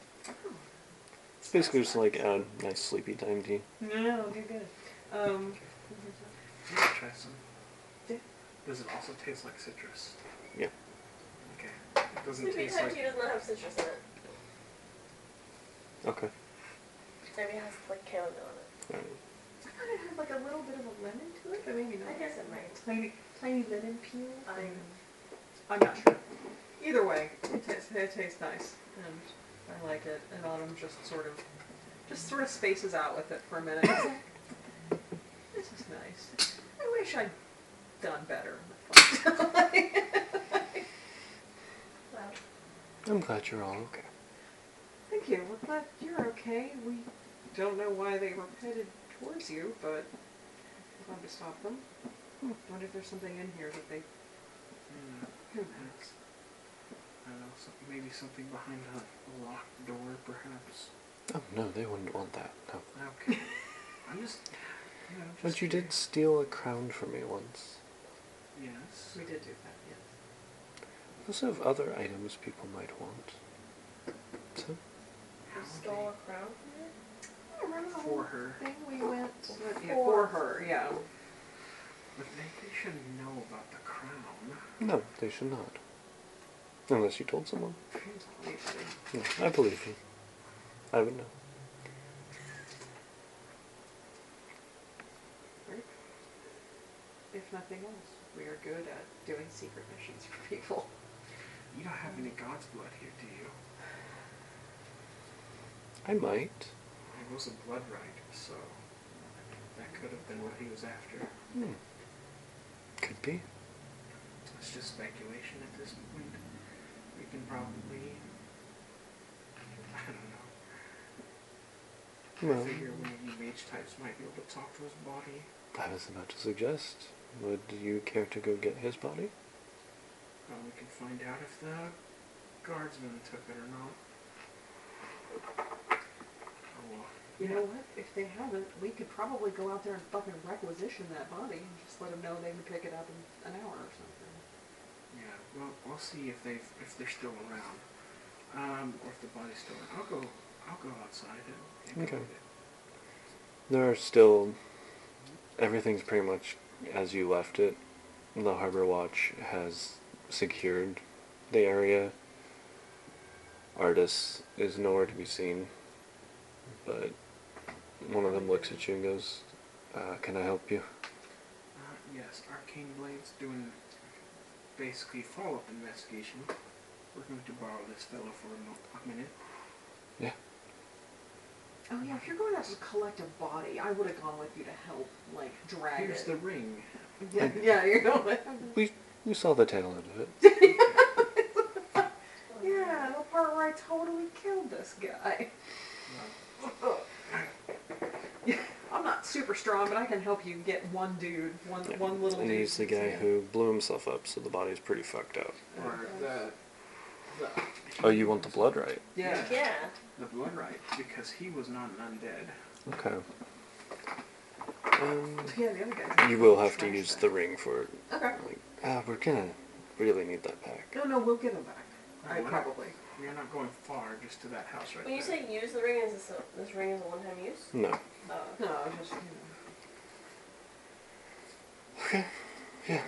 A: It's basically just like a nice sleepy time tea.
C: No, do good. Um,
D: You should try some.
C: Yeah.
D: Does it also taste like citrus?
A: Yeah.
D: Okay. It doesn't
B: Sleepy
D: taste
B: time tea
D: like.
B: does not have citrus in it.
A: Okay.
B: Maybe it has like chamomile in
A: All right.
C: I thought it had like a little bit of a lemon to it, but maybe
B: it.
C: not.
B: I guess it might.
C: Tiny, tiny lemon peel.
B: I'm
C: I'm not sure. Either way, it, tastes it tastes nice, and I like it. And Autumn just sort of, just sort of spaces out with it for a minute. It's like, this is nice. I wish I'd done better.
B: well.
A: I'm glad you're all okay.
C: Thank you. We're glad you're okay. We don't know why they were headed towards you, but I'm glad to stop them. Hmm, wonder if there's something in here that they.
D: Mm,
C: Who knows?
D: I don't know. Some, maybe something behind a locked door, perhaps.
A: Oh no, they wouldn't want that. No.
D: Okay. I'm just. You know, just
A: But you did
D: curious.
A: steal a crown from me once.
D: Yes.
C: We did do that, yes.
A: Those have other items people might want. So,
B: You stole a crown from me?
C: I don't remember the whole
D: For her.
C: thing we went. Yeah,
B: For-
C: for her, yeah.
D: But they, they should know about the crown.
A: no, they should not. Unless you told someone.
C: Basically.
A: No, I believe you. I would know.
C: We're- If nothing else, we are good at doing secret missions for people.
D: You don't have any god's blood here, do you?
A: I might.
D: It was a blood rite, so that could have been what he was after.
A: Hmm. Could be.
D: It's just speculation at this point. We can probably. I don't know. I
A: Well,
D: figure one of you mage types might be able to talk to his body.
A: I was about to suggest. Would you care to go get his body?
D: Uh, we can find out if the guardsman took it or not. Oh, well.
C: You know what? If they haven't, we could probably go out there and fucking requisition that body and just let them know they can pick it up in an hour or something.
D: Yeah, well, we'll see if they if they're still around, um, or if the body's still. Around. I'll go. I'll go outside and, and
A: Okay.
D: go with it.
A: There are still. Everything's pretty much as you left it. The Harbor Watch has secured the area. Artis is nowhere to be seen. But one of them looks at you and goes, uh, Can I help you?
D: Uh, yes, Arcane Blade's doing basically follow-up investigation. We're going to borrow this fellow for a, mo- a minute.
A: Yeah.
C: Oh yeah, if you're going out to collect a body, I would have gone with you to help, like drag
D: Here's
C: it.
D: the ring.
C: yeah, yeah, you know.
A: We, we saw the tail end of it.
C: yeah, the part where I totally killed this guy. I'm not super strong, but I can help you get one dude, one
A: Yeah.
C: one little
A: and
C: dude.
A: he's the guy who blew himself up, so the body's pretty fucked up.
D: Or the the
A: Oh, you want the blood right?
C: Yeah.
B: Yeah.
D: the blood rite because he was not an undead.
A: Okay. Um,
C: Yeah, the other guy.
A: you will have to use the ring for it.
C: Okay.
A: Like, ah, we're gonna really need that back.
C: No, no, we'll give him back. I
D: What?
C: probably.
D: You're not going far, just to that house right
B: When you
D: there.
B: say use the ring, is this a, this ring is a one-time use?
A: No.
B: Oh.
C: No, just you know.
A: Okay. Yeah.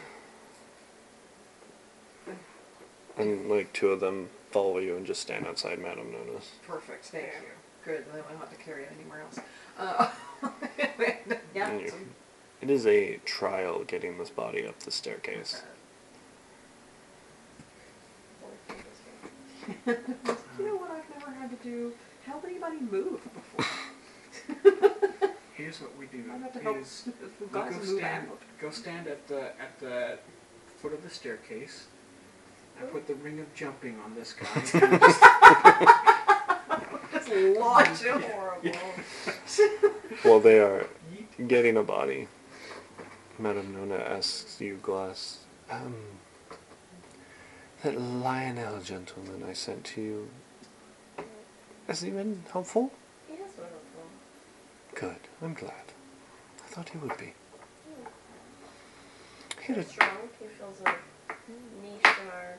A: And like two of them follow you and just stand outside Madame Nona's.
C: Perfect. Thank
B: Yeah.
C: you. Good. Then I don't have to carry it anywhere else. Uh, yeah.
A: And you-
C: so-
A: It is a trial getting this body up the staircase.
C: You know what I've never had to do? Help anybody move before.
D: Here's what we do.
C: I'd have to help
D: is-
C: the
D: You
C: guys
D: go
C: move
D: stand,
C: out.
D: go stand at the at the foot of the staircase. I put the ring of jumping on this guy. and just-
C: Just launch him.
B: Horrible.
A: While they are
D: yeet.
A: getting a body, Madame Nona asks you, Glass, um, that Lionel gentleman I sent to you, has he been helpful?
B: He is wonderful.
A: Good. I'm glad. I thought he would be. He had a-
B: He's strong. He fills a niche in our,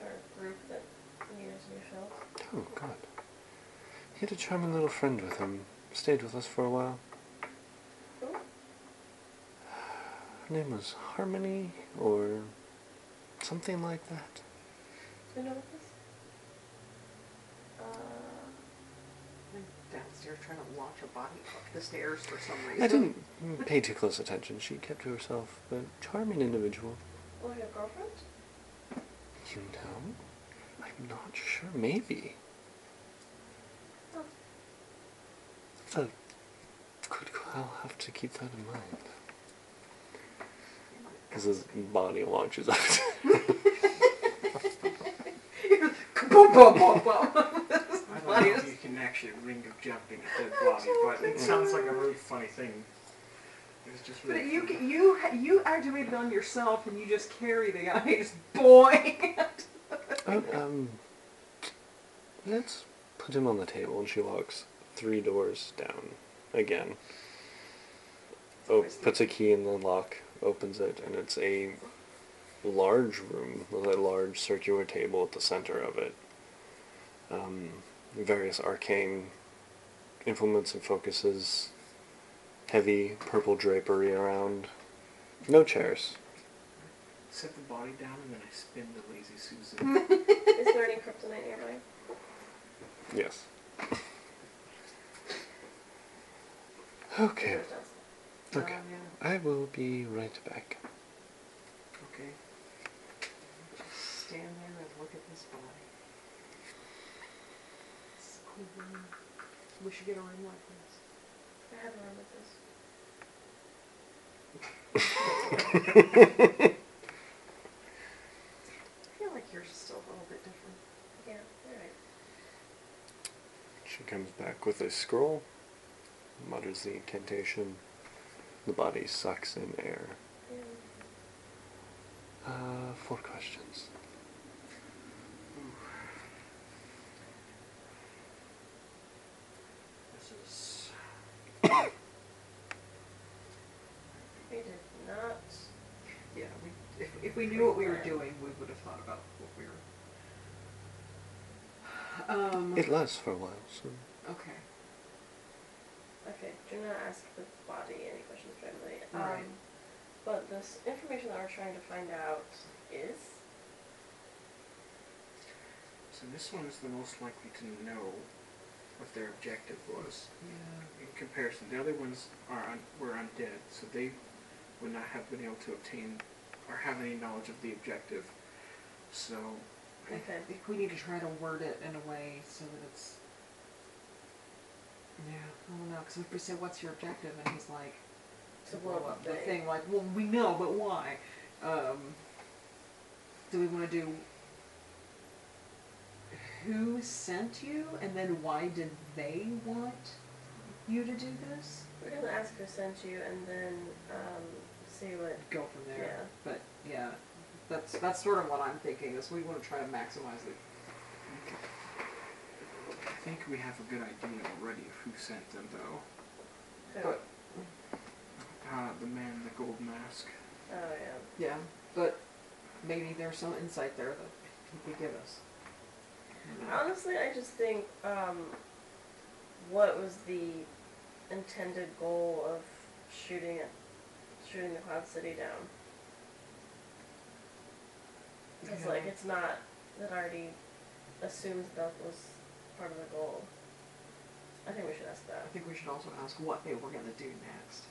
B: in our group that needed to be filled.
A: Oh, God. He had a charming little friend with him. Stayed with us for a while.
B: Who?
A: Her name was Harmony or something like that.
B: Do you know what this? Uh,
C: I'm downstairs trying to launch a body up the stairs for some reason.
A: I didn't pay too close attention. She kept to herself, but charming individual.
B: like a oh, girlfriend?
A: You know? I'm not sure. Maybe.
B: Huh.
A: It's a good qu- I'll have to keep that in mind. Because his body launches out.
C: Kaboom, boom, boom, boom.
D: I don't know if you can actually ring a jump in a dead body, but it sounds like a really funny thing. It was just
C: But
D: really
C: you
D: funny.
C: ca- you ha- you activated it on yourself and you just carry the guy. Just boy.
A: oh, um, let's put him on the table, and she walks three doors down again. Oh, puts a key in the lock, opens it, and it's a large room with a large circular table at the center of it. Um, various arcane implements and focuses, heavy purple drapery around. No chairs.
D: Set the body down and then I spin the lazy Susan.
B: Is there any kryptonite nearby?
A: Yes. okay.
B: There's not.
A: Okay.
C: Um, yeah.
A: I will be right back.
D: okay.
C: Just stand there and look at this body. It's a cool room. We should get a room like this.
B: I have a room with this.
C: I feel like yours is still a little bit different.
B: Yeah, you're right.
A: She comes back with a scroll, mutters the incantation. The body sucks in air.
B: Yeah.
A: Uh, four questions.
E: This is
B: We did not.
C: Yeah, we, if, if we knew what we were doing, we would have thought about what we were. Um,
A: It lasts for a while, so.
C: okay.
B: Okay, do not ask the body any questions directly. Um,
C: Right.
B: But this information that we're trying to find out is.
D: So this one is the most likely to know what their objective was
C: Yeah.
D: in comparison. The other ones are un- were undead, so they would not have been able to obtain or have any knowledge of the objective. So I
C: I
B: Okay.
C: think we need to try to word it in a way so that it's. Yeah, I don't know. Because if we say, "What's your objective?" and he's like,
B: To blow up
C: the
B: the-
C: thing," like, "Well, we know, but why?" Um, do we want to do who sent you, and then why did they want you to do this?
B: We're gonna ask who sent you and then um, see what.
C: Go from there. But yeah, that's that's sort of what I'm thinking. Is we want to try to maximize it.
D: I think we have a good idea already of who sent them, though.
B: Who.
C: But
D: Uh, the man in the gold mask.
B: Oh yeah.
C: Yeah, but maybe there's some insight there that he could give us.
B: Honestly, I just think um, what was the intended goal of shooting it, shooting the Cloud City down? Because
C: Yeah.
B: like it's not that already assumes that was part of the goal. I think we should ask
C: I
B: that.
C: think we should also ask what they were going to do next.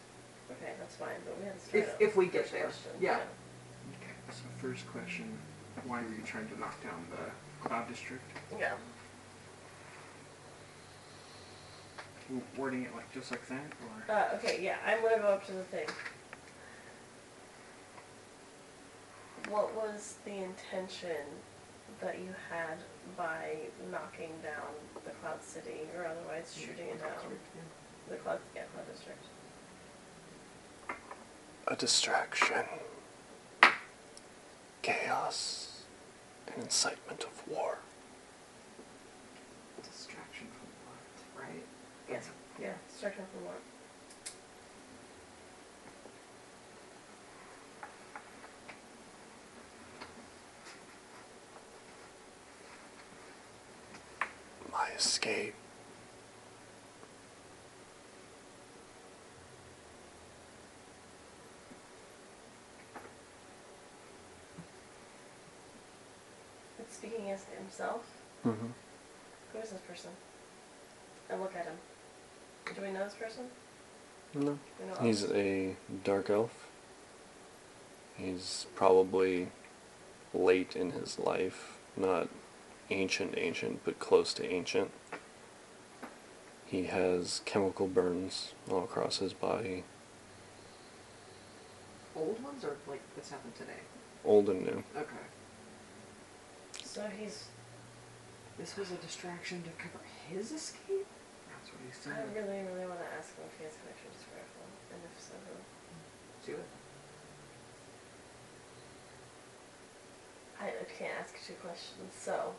B: Okay, that's fine, but we have to start
C: If,
B: out
C: if we
B: with
C: get
B: the
C: there.
B: question.
C: Yeah.
D: Okay. So first question: Why were you trying to knock down the cloud district?
B: yeah. Yeah.
D: W- Wording it like just like that, or
B: Uh, okay, yeah, I'm gonna go up to the thing. What was the intention that you had by knocking down the Cloud City, or otherwise
C: Mm-hmm.
B: shooting it down? The Cloud, yeah, Cloud District.
A: A distraction. Chaos. An incitement of war.
C: Distraction from what, right?
B: Yes. Yeah, start time for what?
A: My escape.
B: It's speaking as himself.
A: Mm-hmm.
B: Who is this person? And look at him. Do we know this person?
A: No.
B: We know
A: He's a dark elf. He's probably late in his life, not ancient, ancient, but close to ancient. He has chemical burns all across his body,
C: Old ones or like what's happened today?
A: old and new.
C: Okay.
B: So he's.
C: This was a distraction to cover his escape?
D: That's what he
B: I
D: said.
B: really, really want to ask him if he has connections to Grapple, and if so, who.
C: Do it.
B: I I can't ask two questions. So,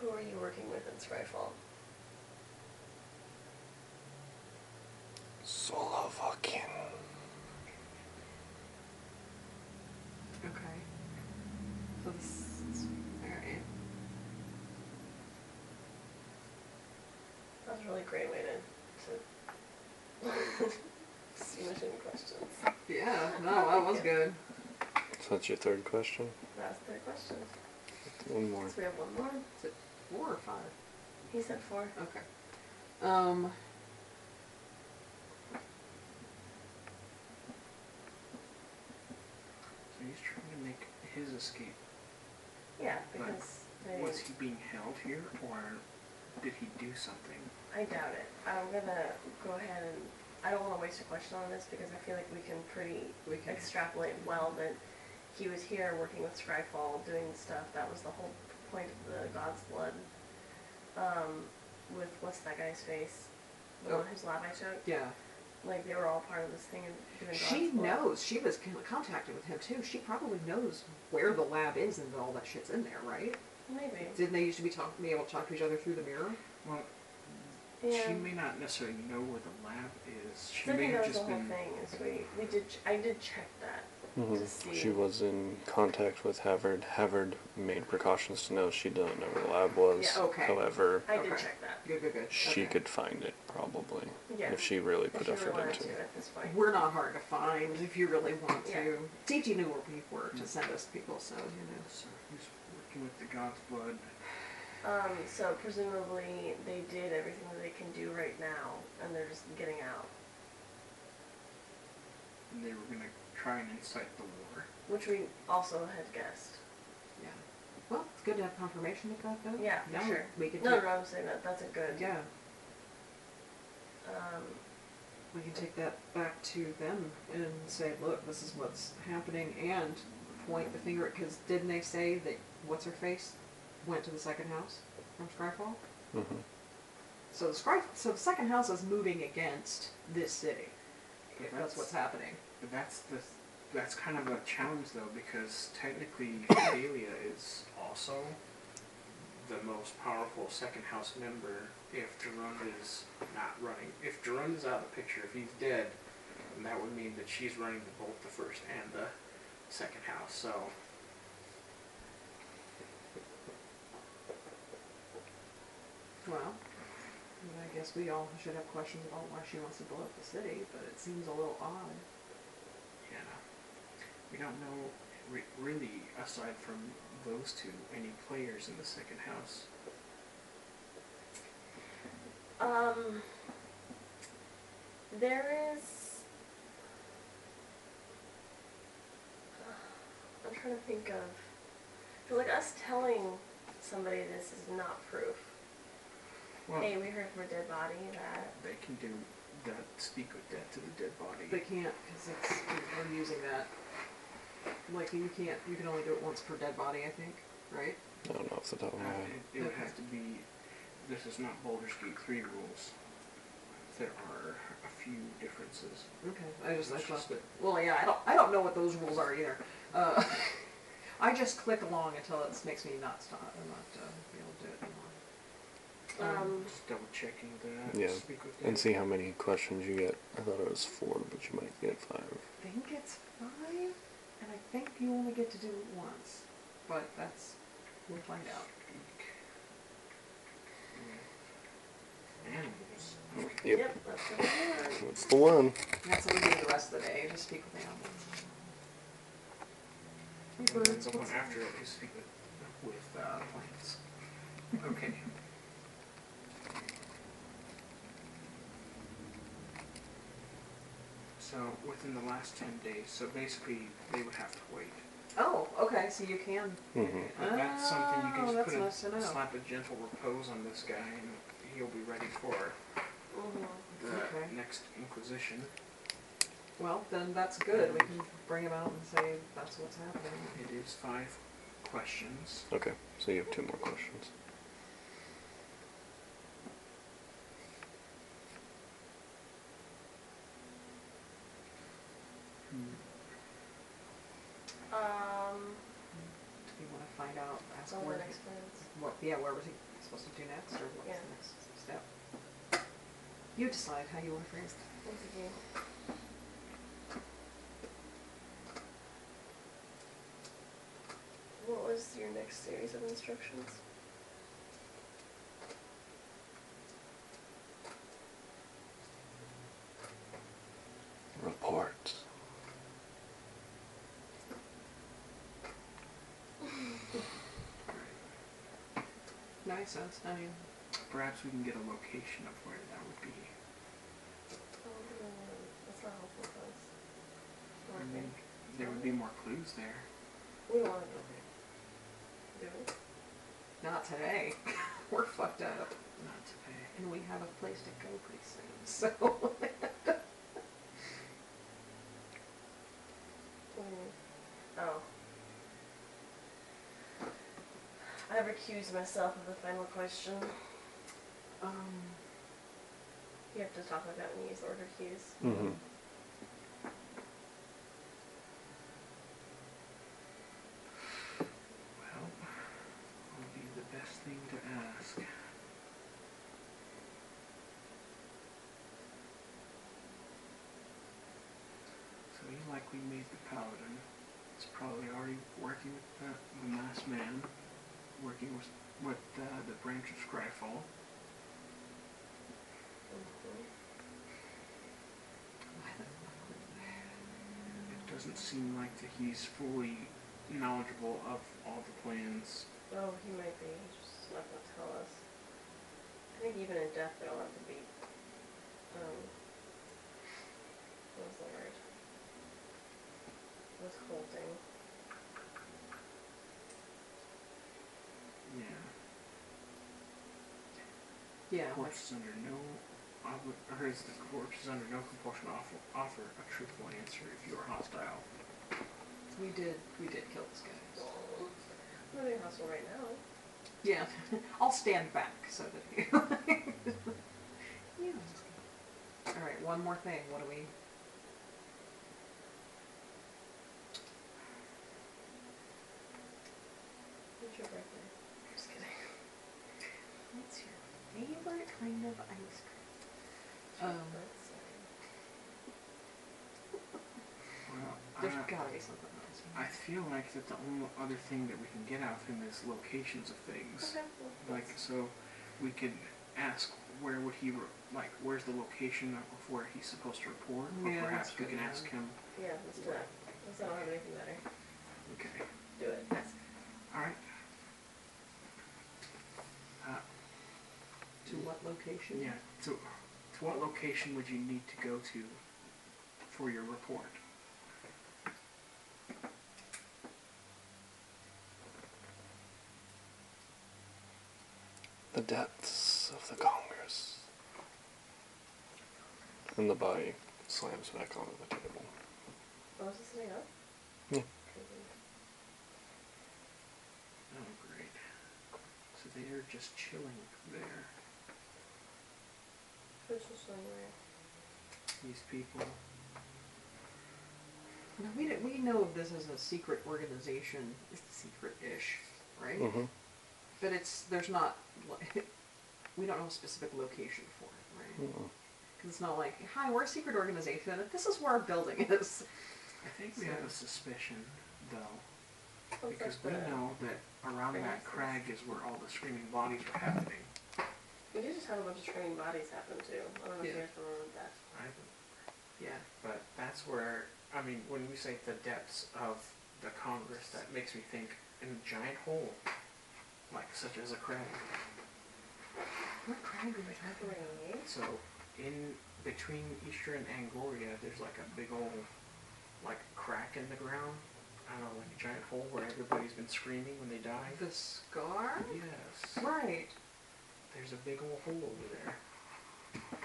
B: who are you working with in Scryfall?
A: Solovakin.
C: Okay. So this is alright.
B: That was a really great way to to smush in questions.
C: Yeah, no, that was good.
A: So that's your third question?
B: That's three questions.
A: One more.
B: So we have one more.
C: Four or five?
B: He said four.
C: Okay. Um.
D: So he's trying to make his escape.
B: Yeah, because they-
D: Was he being held here, or did he do something?
B: I doubt it. I'm gonna go ahead and I don't want to waste a question on this because I feel like we can pretty
C: We can.
B: extrapolate well that he was here working with Scryfall, doing stuff. That was the whole point of the God's Blood. Um, with what's that guy's face? The one
C: Oh.
B: whose lab I took.
C: Yeah.
B: Like they were all part of this thing and doing God's
C: She
B: Blood.
C: knows. She was con- contacted with him too. She probably knows where the lab is and all that shit's in there, right?
B: Maybe.
C: Didn't they used to be talk- be able to talk to each other through the mirror?
D: Well,
B: Yeah.
D: she may not necessarily know where the lab is. She
B: I
D: may
B: think that
D: have
B: was the
D: just
B: whole
D: been.
B: thing. Is we we did ch- I did check that.
A: Mhm.
B: To see.
A: She was in contact with Havard. Havard made precautions to know she doesn't know where the lab was.
B: Yeah,
C: okay.
A: However,
B: I did
C: Okay.
B: check that.
C: Good, good, good.
A: she
C: Okay.
A: could find it probably
B: Yeah.
A: if she really
B: If
A: put
B: you
A: effort
B: really wanted
A: into
B: to
A: it.
B: at this point.
C: We're not hard to find if you really want to.
B: Yeah.
C: TG knew where we were
A: Mm.
C: to send us people, so you know.
D: So he's working with the God's blood.
B: Um, so presumably they did everything that they can do right now, and they're just getting out,
D: and they were gonna try and incite the war.
B: which we also had guessed.
C: Yeah. Well, it's good to have confirmation of that, though.
B: Yeah,
C: Oh, Now
B: for sure.
C: We can.
B: No, no,
C: take,
B: no, I'm saying that that's a good.
C: Yeah,
B: Um,
C: we can take that back to them and say, look, this is what's happening, and point the finger at because didn't they say that what's her face went to the second house from Scryfall?
A: Mhm.
C: So the Scry- so the second house is moving against this city.
D: But
C: If that's what's happening.
D: But that's the that's kind of a challenge though because technically Thalia is also the most powerful second house member if Jerome is not running. If Jerome is out of the picture, if he's dead, then that would mean that she's running the both the first and the second house. So
C: Well, I guess we all should have questions about why she wants to blow up the city, but it seems a little odd.
D: yeah. We don't know re- really aside from those two any players in the second house.
B: um, there is. I'm trying to think of. 'cause, Like us telling somebody this is not proof.
D: Well,
B: Hey, we heard from a dead body that.
D: They can do that, speak with death to the dead body.
C: They can't, because it's, we're using that. Like, you can't, you can only do it once per dead body, I think, right?
A: I don't know off the top of
D: Uh,
A: my head.
D: it, it would have to be, this is not Baldur's Gate 3 rules. There are a few differences.
C: Okay, I just, I thought that, well, yeah, I don't, I don't know what those rules are either. Uh, I just click along until it makes me not stop, I'm not, uh, be able to do it anymore.
B: Um,
D: Just double checking that.
A: Yeah,
D: Speak with
A: and
D: them.
A: see how many questions you get. I thought it was four, but you might get five.
C: think it's five, and I think you only get to do it once. But that's we'll find out.
D: Animals.
A: Yep,
B: Yep, that's what we are.
A: that's the one.
C: And that's what we do the rest of the day. Just speak with animals. Hey,
D: And then
C: birds,
D: the one
C: what's-
D: after it is speak with, with uh, plants.
C: Okay.
D: So within the last ten days, so basically they would have to wait.
C: Oh, okay. So you can.
A: Mhm.
D: But that's something you can
C: Oh,
D: just
C: that's
D: put
C: nice to
D: a,
C: know.
D: slap a gentle repose on this guy, and he'll be ready for
B: Mhm.
D: the
C: Okay.
D: next Inquisition.
C: Well, then that's good. We can bring them out and say that's what's happening.
D: It is five questions.
A: Okay, so you have two more questions.
B: Um,
C: Do you want to find out? Ask
B: so the
C: where.
B: next plans.
C: What? Yeah. Where was he supposed to do next, or what's
B: Yeah.
C: the next step? You decide how you want to phrase. it.
B: What's the game? What was your next series of instructions?
A: Report.
C: No, makes sense. I mean,
D: Perhaps we can get a location of where that would be.
B: Oh, that's not helpful for us. Or I
D: Mm.
B: think
D: There would be more clues there.
B: We don't want to go there. Do we?
C: not today. We're fucked up,
D: Not today.
C: and we have a place to go pretty soon. So.
B: Mm. Oh. I recuse myself of the final question.
C: um.
B: You have to talk like that when you use order cues.
A: Mm-hmm.
D: Well, what would be the best thing to ask? So you likely made the paladin. It's probably already working with the, the masked man, working with with uh, the branch of Scryfall.
B: Mm-hmm.
D: It doesn't seem like that he's fully knowledgeable of all the plans.
B: Oh, he might be. He's just not going to tell us. I think even in death, they'll have to be. Um, what was the word? Withholding.
D: Yeah.
C: Yeah.
D: The
C: Like,
D: corpse is under no, obli- or is the corpse is under no compulsion to offer, offer a truthful answer if you are hostile.
C: we did. We did kill this guy.
B: I'm living hostile right now.
C: Yeah, I'll stand back so that you. yeah. All right, one more thing. What do we?
B: It's your birthday. Just kidding.
C: What's your favorite kind of ice cream? Um,
B: That's, uh,
D: Well,
C: there's
D: I,
C: gotta be something else.
D: Uh, I feel like that the only other thing that we can get out of him is locations of things.
B: okay, well,
D: Like, so we could ask where would he, re- like, where's the location of where he's supposed to report? Or
C: Yeah,
D: perhaps
C: that's
D: we
C: good
D: can
C: idea.
D: ask him,
B: yeah, let's do that. Let's not have anything better.
D: okay,
B: Do it. Ask.
D: alright. Uh,
C: To what location?
D: Yeah. So, to what location would you need to go to for your report?
A: The depths of the Congress. And the body slams back onto the table.
B: Oh, is this something up?
A: Yeah.
D: Oh, great. So they are just chilling there.
B: Who's this somewhere?
D: These people.
C: No, we did, we know this is a secret organization.
D: Hmm.
C: It's secret-ish, right?
A: Mm-hmm.
C: But it's there's not. we don't know a specific location for it, right?
A: Mm-hmm.
D: Hmm.
C: Because it's not like, hi, we're a secret organization. This is where our building is.
D: I think we have a suspicion, though,
B: Looks
D: because we
B: like the-
D: know that around that
B: Perhaps.
D: crag is where all the screaming bodies were happening.
B: We did just have a bunch of training bodies happen too. I don't know if
C: Yeah.
B: you guys remember that.
D: I
C: Yeah.
D: But that's where, I mean, when we say the depths of the Congress, that makes me think in a giant hole, like such as a crag.
C: What crag are we talking about?
B: Great.
D: So in between Easter and Angoria, there's like a big old like crack in the ground. I don't know, like a giant hole where everybody's been screaming when they die.
C: The scar?
D: Yes,
C: Right.
D: there's a big old hole over there.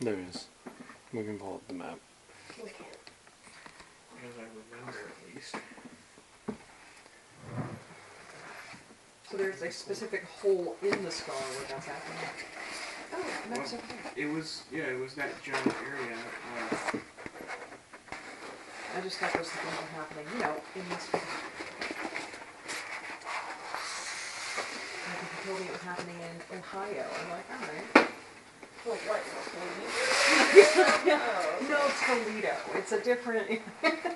A: There is. We can pull up the map.
B: We can't.
D: As I remember, at least.
C: So there's a specific hole in the scar where that's happening. Oh, and that's
D: Well-
C: okay.
D: It was, yeah, it was that giant area. Uh,
C: I just thought those things were happening, you know, in this. Like if you told me it was happening in Ohio, I'm like, all right.
B: Well, what? Maybe. Oh,
C: No, it's Toledo. It's a different. yeah.
B: got it.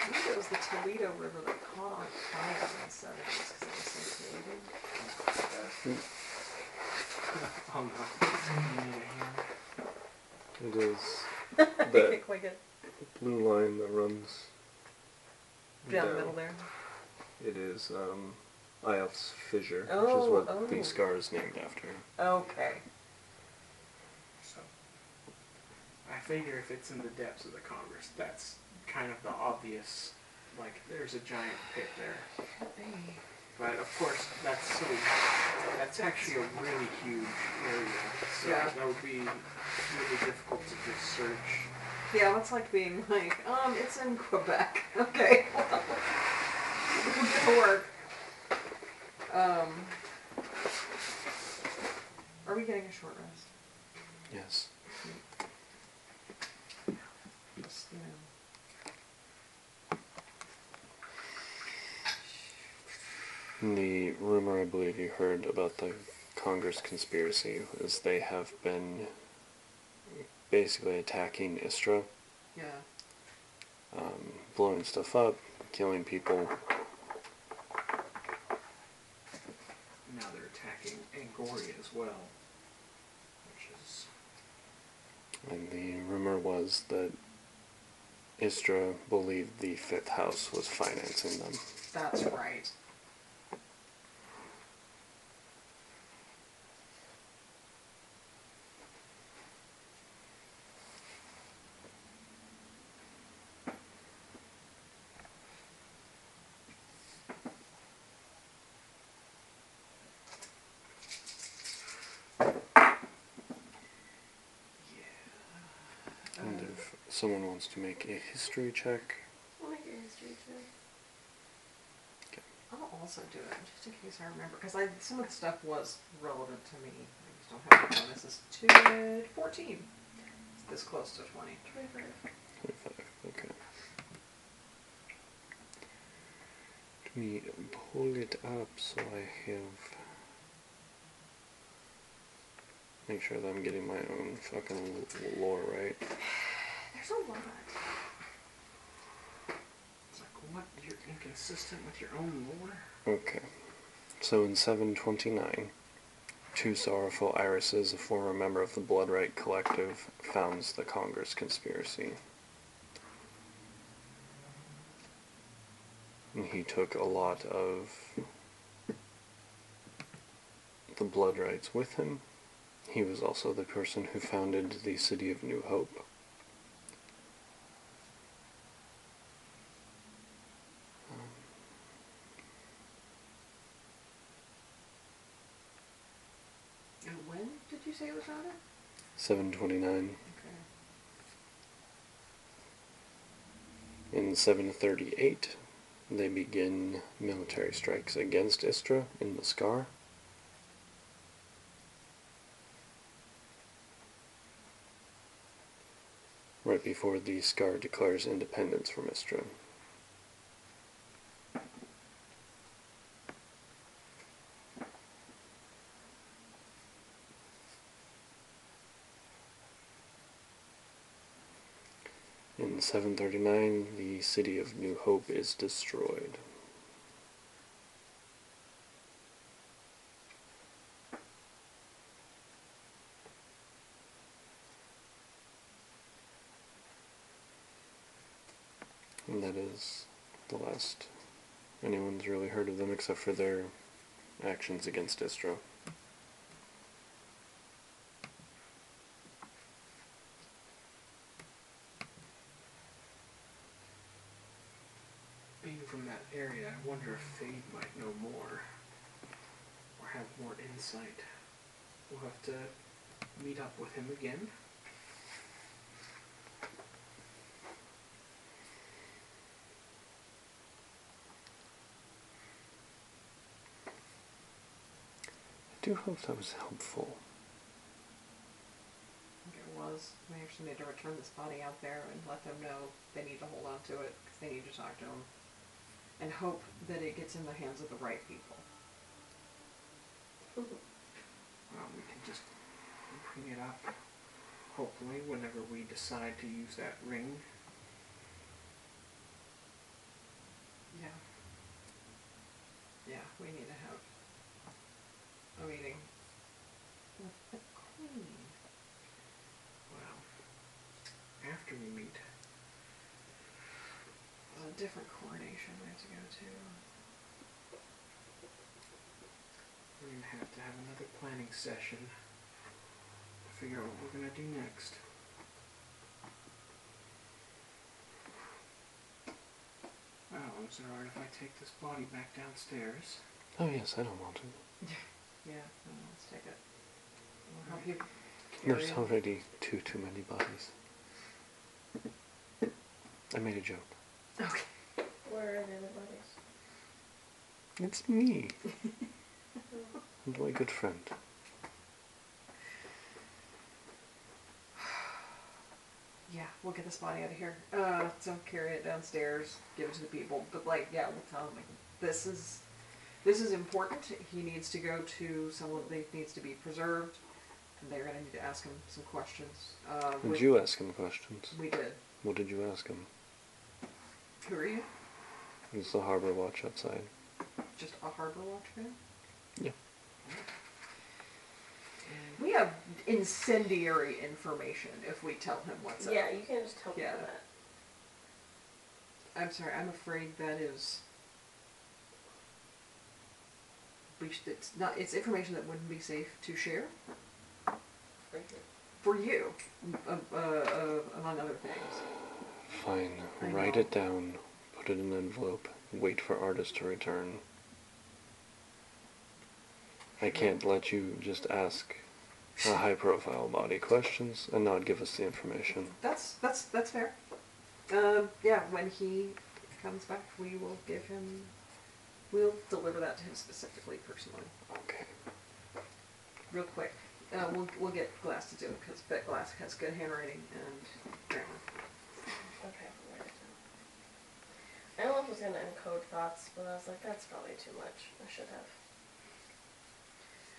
C: I think it was the Toledo River that caught on fire in the seventies because it was so polluted.
D: oh no. You need
A: It
D: a hand.
A: is
C: They
A: that
C: like it
A: blue line that runs
C: down the middle there.
A: It is um, Eyolf's Fissure, which is
C: Oh,
A: what
C: oh.
A: the scar is named after.
C: Okay.
D: So, I figure if it's in the depths of the Congress, that's kind of the obvious. Like, there's a giant pit there, but of course, that's so, that's actually a really huge area. So
C: Yeah.
D: that would be really difficult to just search.
C: Yeah, that's like being like, um, it's in Quebec. Okay. well, it's gonna work. Um, are we getting a short rest?
A: Yes.
C: Just, you know.
A: And the rumor I believe you heard about the Congress conspiracy is they have been basically attacking Istra,
C: Yeah.
A: um, blowing stuff up, killing people.
D: Now they're attacking Angoria as well, which is
A: And the rumor was that Istra believed the fifth house was financing them.
C: That's right.
A: And if someone wants to make a history check,
B: We'll make it history too.
C: I'll also do it just in case I remember, because I some of the stuff was relevant to me. I just don't have the bonuses to it. Fourteen. It's this close to twenty.
B: Twenty-five.
A: 25, okay. Let me pull it up so I have. Make sure that I'm getting my own fucking l- lore right.
C: There's a lot.
D: it's like what you're inconsistent with your own lore.
A: Okay. So in 729, two sorrowful irises, a former member of the Blood Right Collective, founds the Congress conspiracy. And he took a lot of the Blood Rights with him. He was also the person who founded the City of New Hope.
C: And when did you say it was founded?
A: 729.
C: Okay.
A: In 738, they begin military strikes against Istra in Mascar. Right before the Scar declares independence from Istra. 7:39, the city of New Hope is destroyed. And that is the last anyone's really heard of them except for their actions against Istro.
D: Being from that area, I wonder if Fade might know more. Or have more insight. We'll have to meet up with him again.
A: I do hope that was helpful.
C: I think it was. We actually need to return this body out there and let them know they need to hold on to it because they need to talk to him. And hope that it gets in the hands of the right people.
D: Um, we can just bring it up, hopefully, whenever we decide to use that ring.
C: Yeah. Yeah, we need to have a meeting with the queen.
D: Well, after we meet,
C: There's a different coronation we have to go to.
D: we're gonna have to have another planning session to figure out what we're gonna do next. Well, is it alright if I take this body back downstairs?
A: Oh yes, I don't want to.
C: Yeah, uh, let's take it. We'll help you.
A: There's
C: carry it.
A: already too too many bodies. I made a joke.
C: Okay.
B: Where are the other bodies?
A: It's me. and my good friend.
C: Yeah, we'll get this body out of here. Uh, so carry it downstairs, give it to the people. But like, yeah, we'll tell him like this is this is important. He needs to go to someone that needs to be preserved, and they're gonna need to ask him some questions. Uh,
A: Did
C: with-
A: you ask him questions?
C: We did.
A: What did you ask him?
C: Who are you?
A: Is the harbor watch outside?
C: Just a harbor watchman.
A: Yeah.
C: We have incendiary information if we tell him what's up.
B: Yeah, you can just tell
C: Yeah.
B: people that.
C: I'm sorry, I'm afraid that is. We should, it's not. It's information that wouldn't be safe to share for you, uh, uh, uh, among other things.
A: Fine.
C: I
A: Write
C: know.
A: it down. Put it in an envelope. Wait for artists to return. I can't let you just ask a high profile body questions and not give us the information.
C: That's that's that's fair. Um, yeah, when he comes back, we will give him. We'll deliver that to him specifically, personally,
A: Okay.
C: real quick. Uh, we'll we'll get Glass to do it because Bet Glass has good handwriting and grammar.
B: Okay, I'll write it down. I don't know if I was gonna encode thoughts, but I was like, that's probably too much. I should have.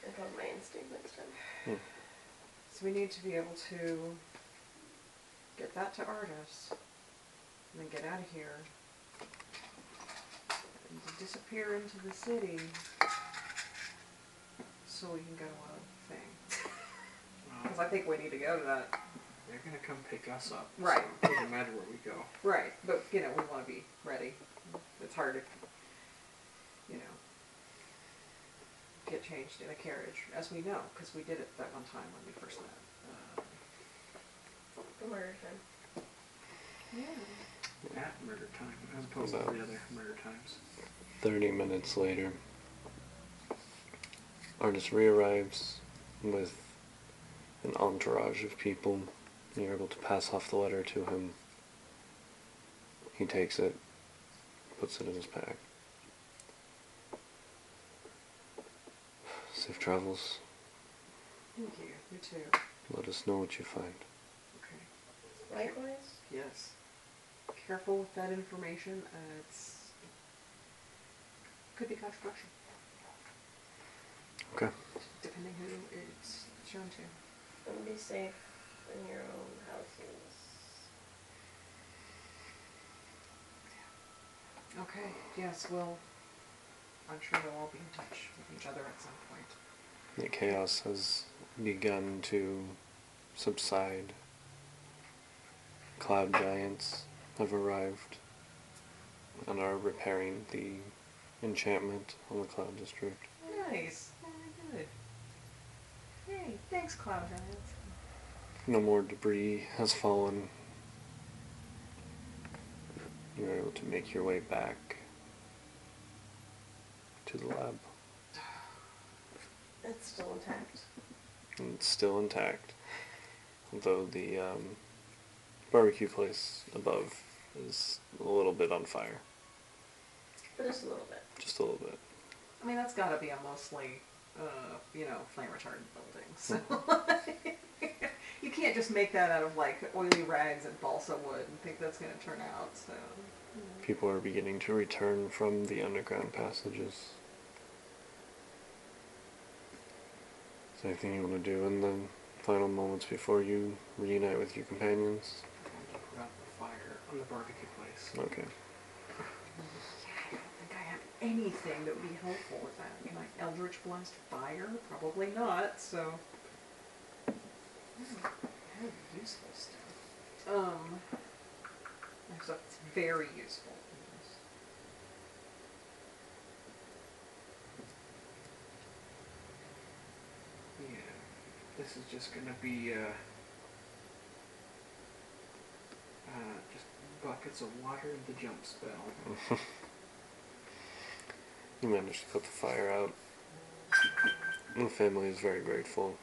B: Encode my instinct next time.
C: So we need to be able to get that to artists, and then get out of here, and to disappear into the city, so we can go on a thing.
D: Well,
C: Because I think we need to go to that.
D: they're gonna come pick us up.
C: Right.
D: So it doesn't matter where we go.
C: Right, but you know we want to be ready. It's hard to, you know, get changed in a carriage, as we know, because we did it that one time when we first met. Uh,
B: The murder time.
C: yeah.
D: At murder time, as opposed to
A: About-
D: the other murder times.
A: 30 minutes later, artist rearrives with an entourage of people. You're able to pass off the letter to him. He takes it, puts it in his pack. Safe travels.
C: Thank you. You too.
A: Let us know what you find.
C: Okay.
B: Likewise.
C: Yes. Careful with that information. Uh, it's could be controversial,
A: Okay.
C: depending who it's shown to.
B: And be safe in your own houses.
C: Okay, yes, well, I'm sure we'll all be in touch with each other at some point.
A: The chaos has begun to subside. Cloud giants have arrived and are repairing the enchantment on the cloud district.
C: Nice. Very good. Hey, thanks, Cloud Giants.
A: No more debris has fallen. You're able to make your way back to the lab.
B: It's still intact.
A: And it's still intact. Though the um, barbecue place above is a little bit on fire.
B: But just a little bit.
A: Just a little bit.
C: I mean, that's gotta be a mostly, uh, you know, flame retardant building. So Hmm. you can't just make that out of like oily rags and balsa wood and think that's gonna turn out. So
A: People are beginning to return from the underground passages. Is there anything you want to do in the final moments before you reunite with your companions?
D: About the fire on the barbecue place.
A: Okay.
C: yeah, I don't think I have anything that would be helpful with that. Can I eldritch blast fire? Probably not. So. Hmm, I have useful stuff. Um, I have stuff that's very useful.
D: Yeah. This is just gonna be uh, uh, just buckets of water and the jump spell.
A: You managed to put the fire out. The family is very grateful.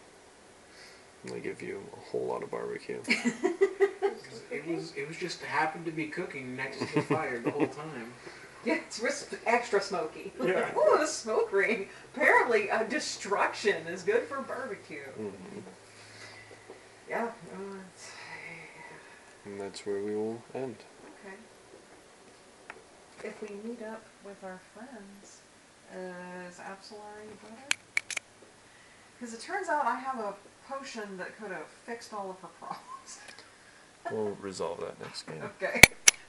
A: And They give you a whole lot of barbecue.
D: 'Cause It was it was just happened to be cooking next to the fire the whole time.
C: Yeah, it's ris- extra smoky.
D: Yeah.
C: Ooh, the smoke ring. Apparently, uh, destruction is good for barbecue.
A: Mhm.
C: Yeah. uh, it's-
A: And that's where we will end.
C: okay. If we meet up with our friends, uh, is Absol already better? Because it turns out I have a potion that could have fixed all of her problems.
A: We'll resolve that next game.
C: okay.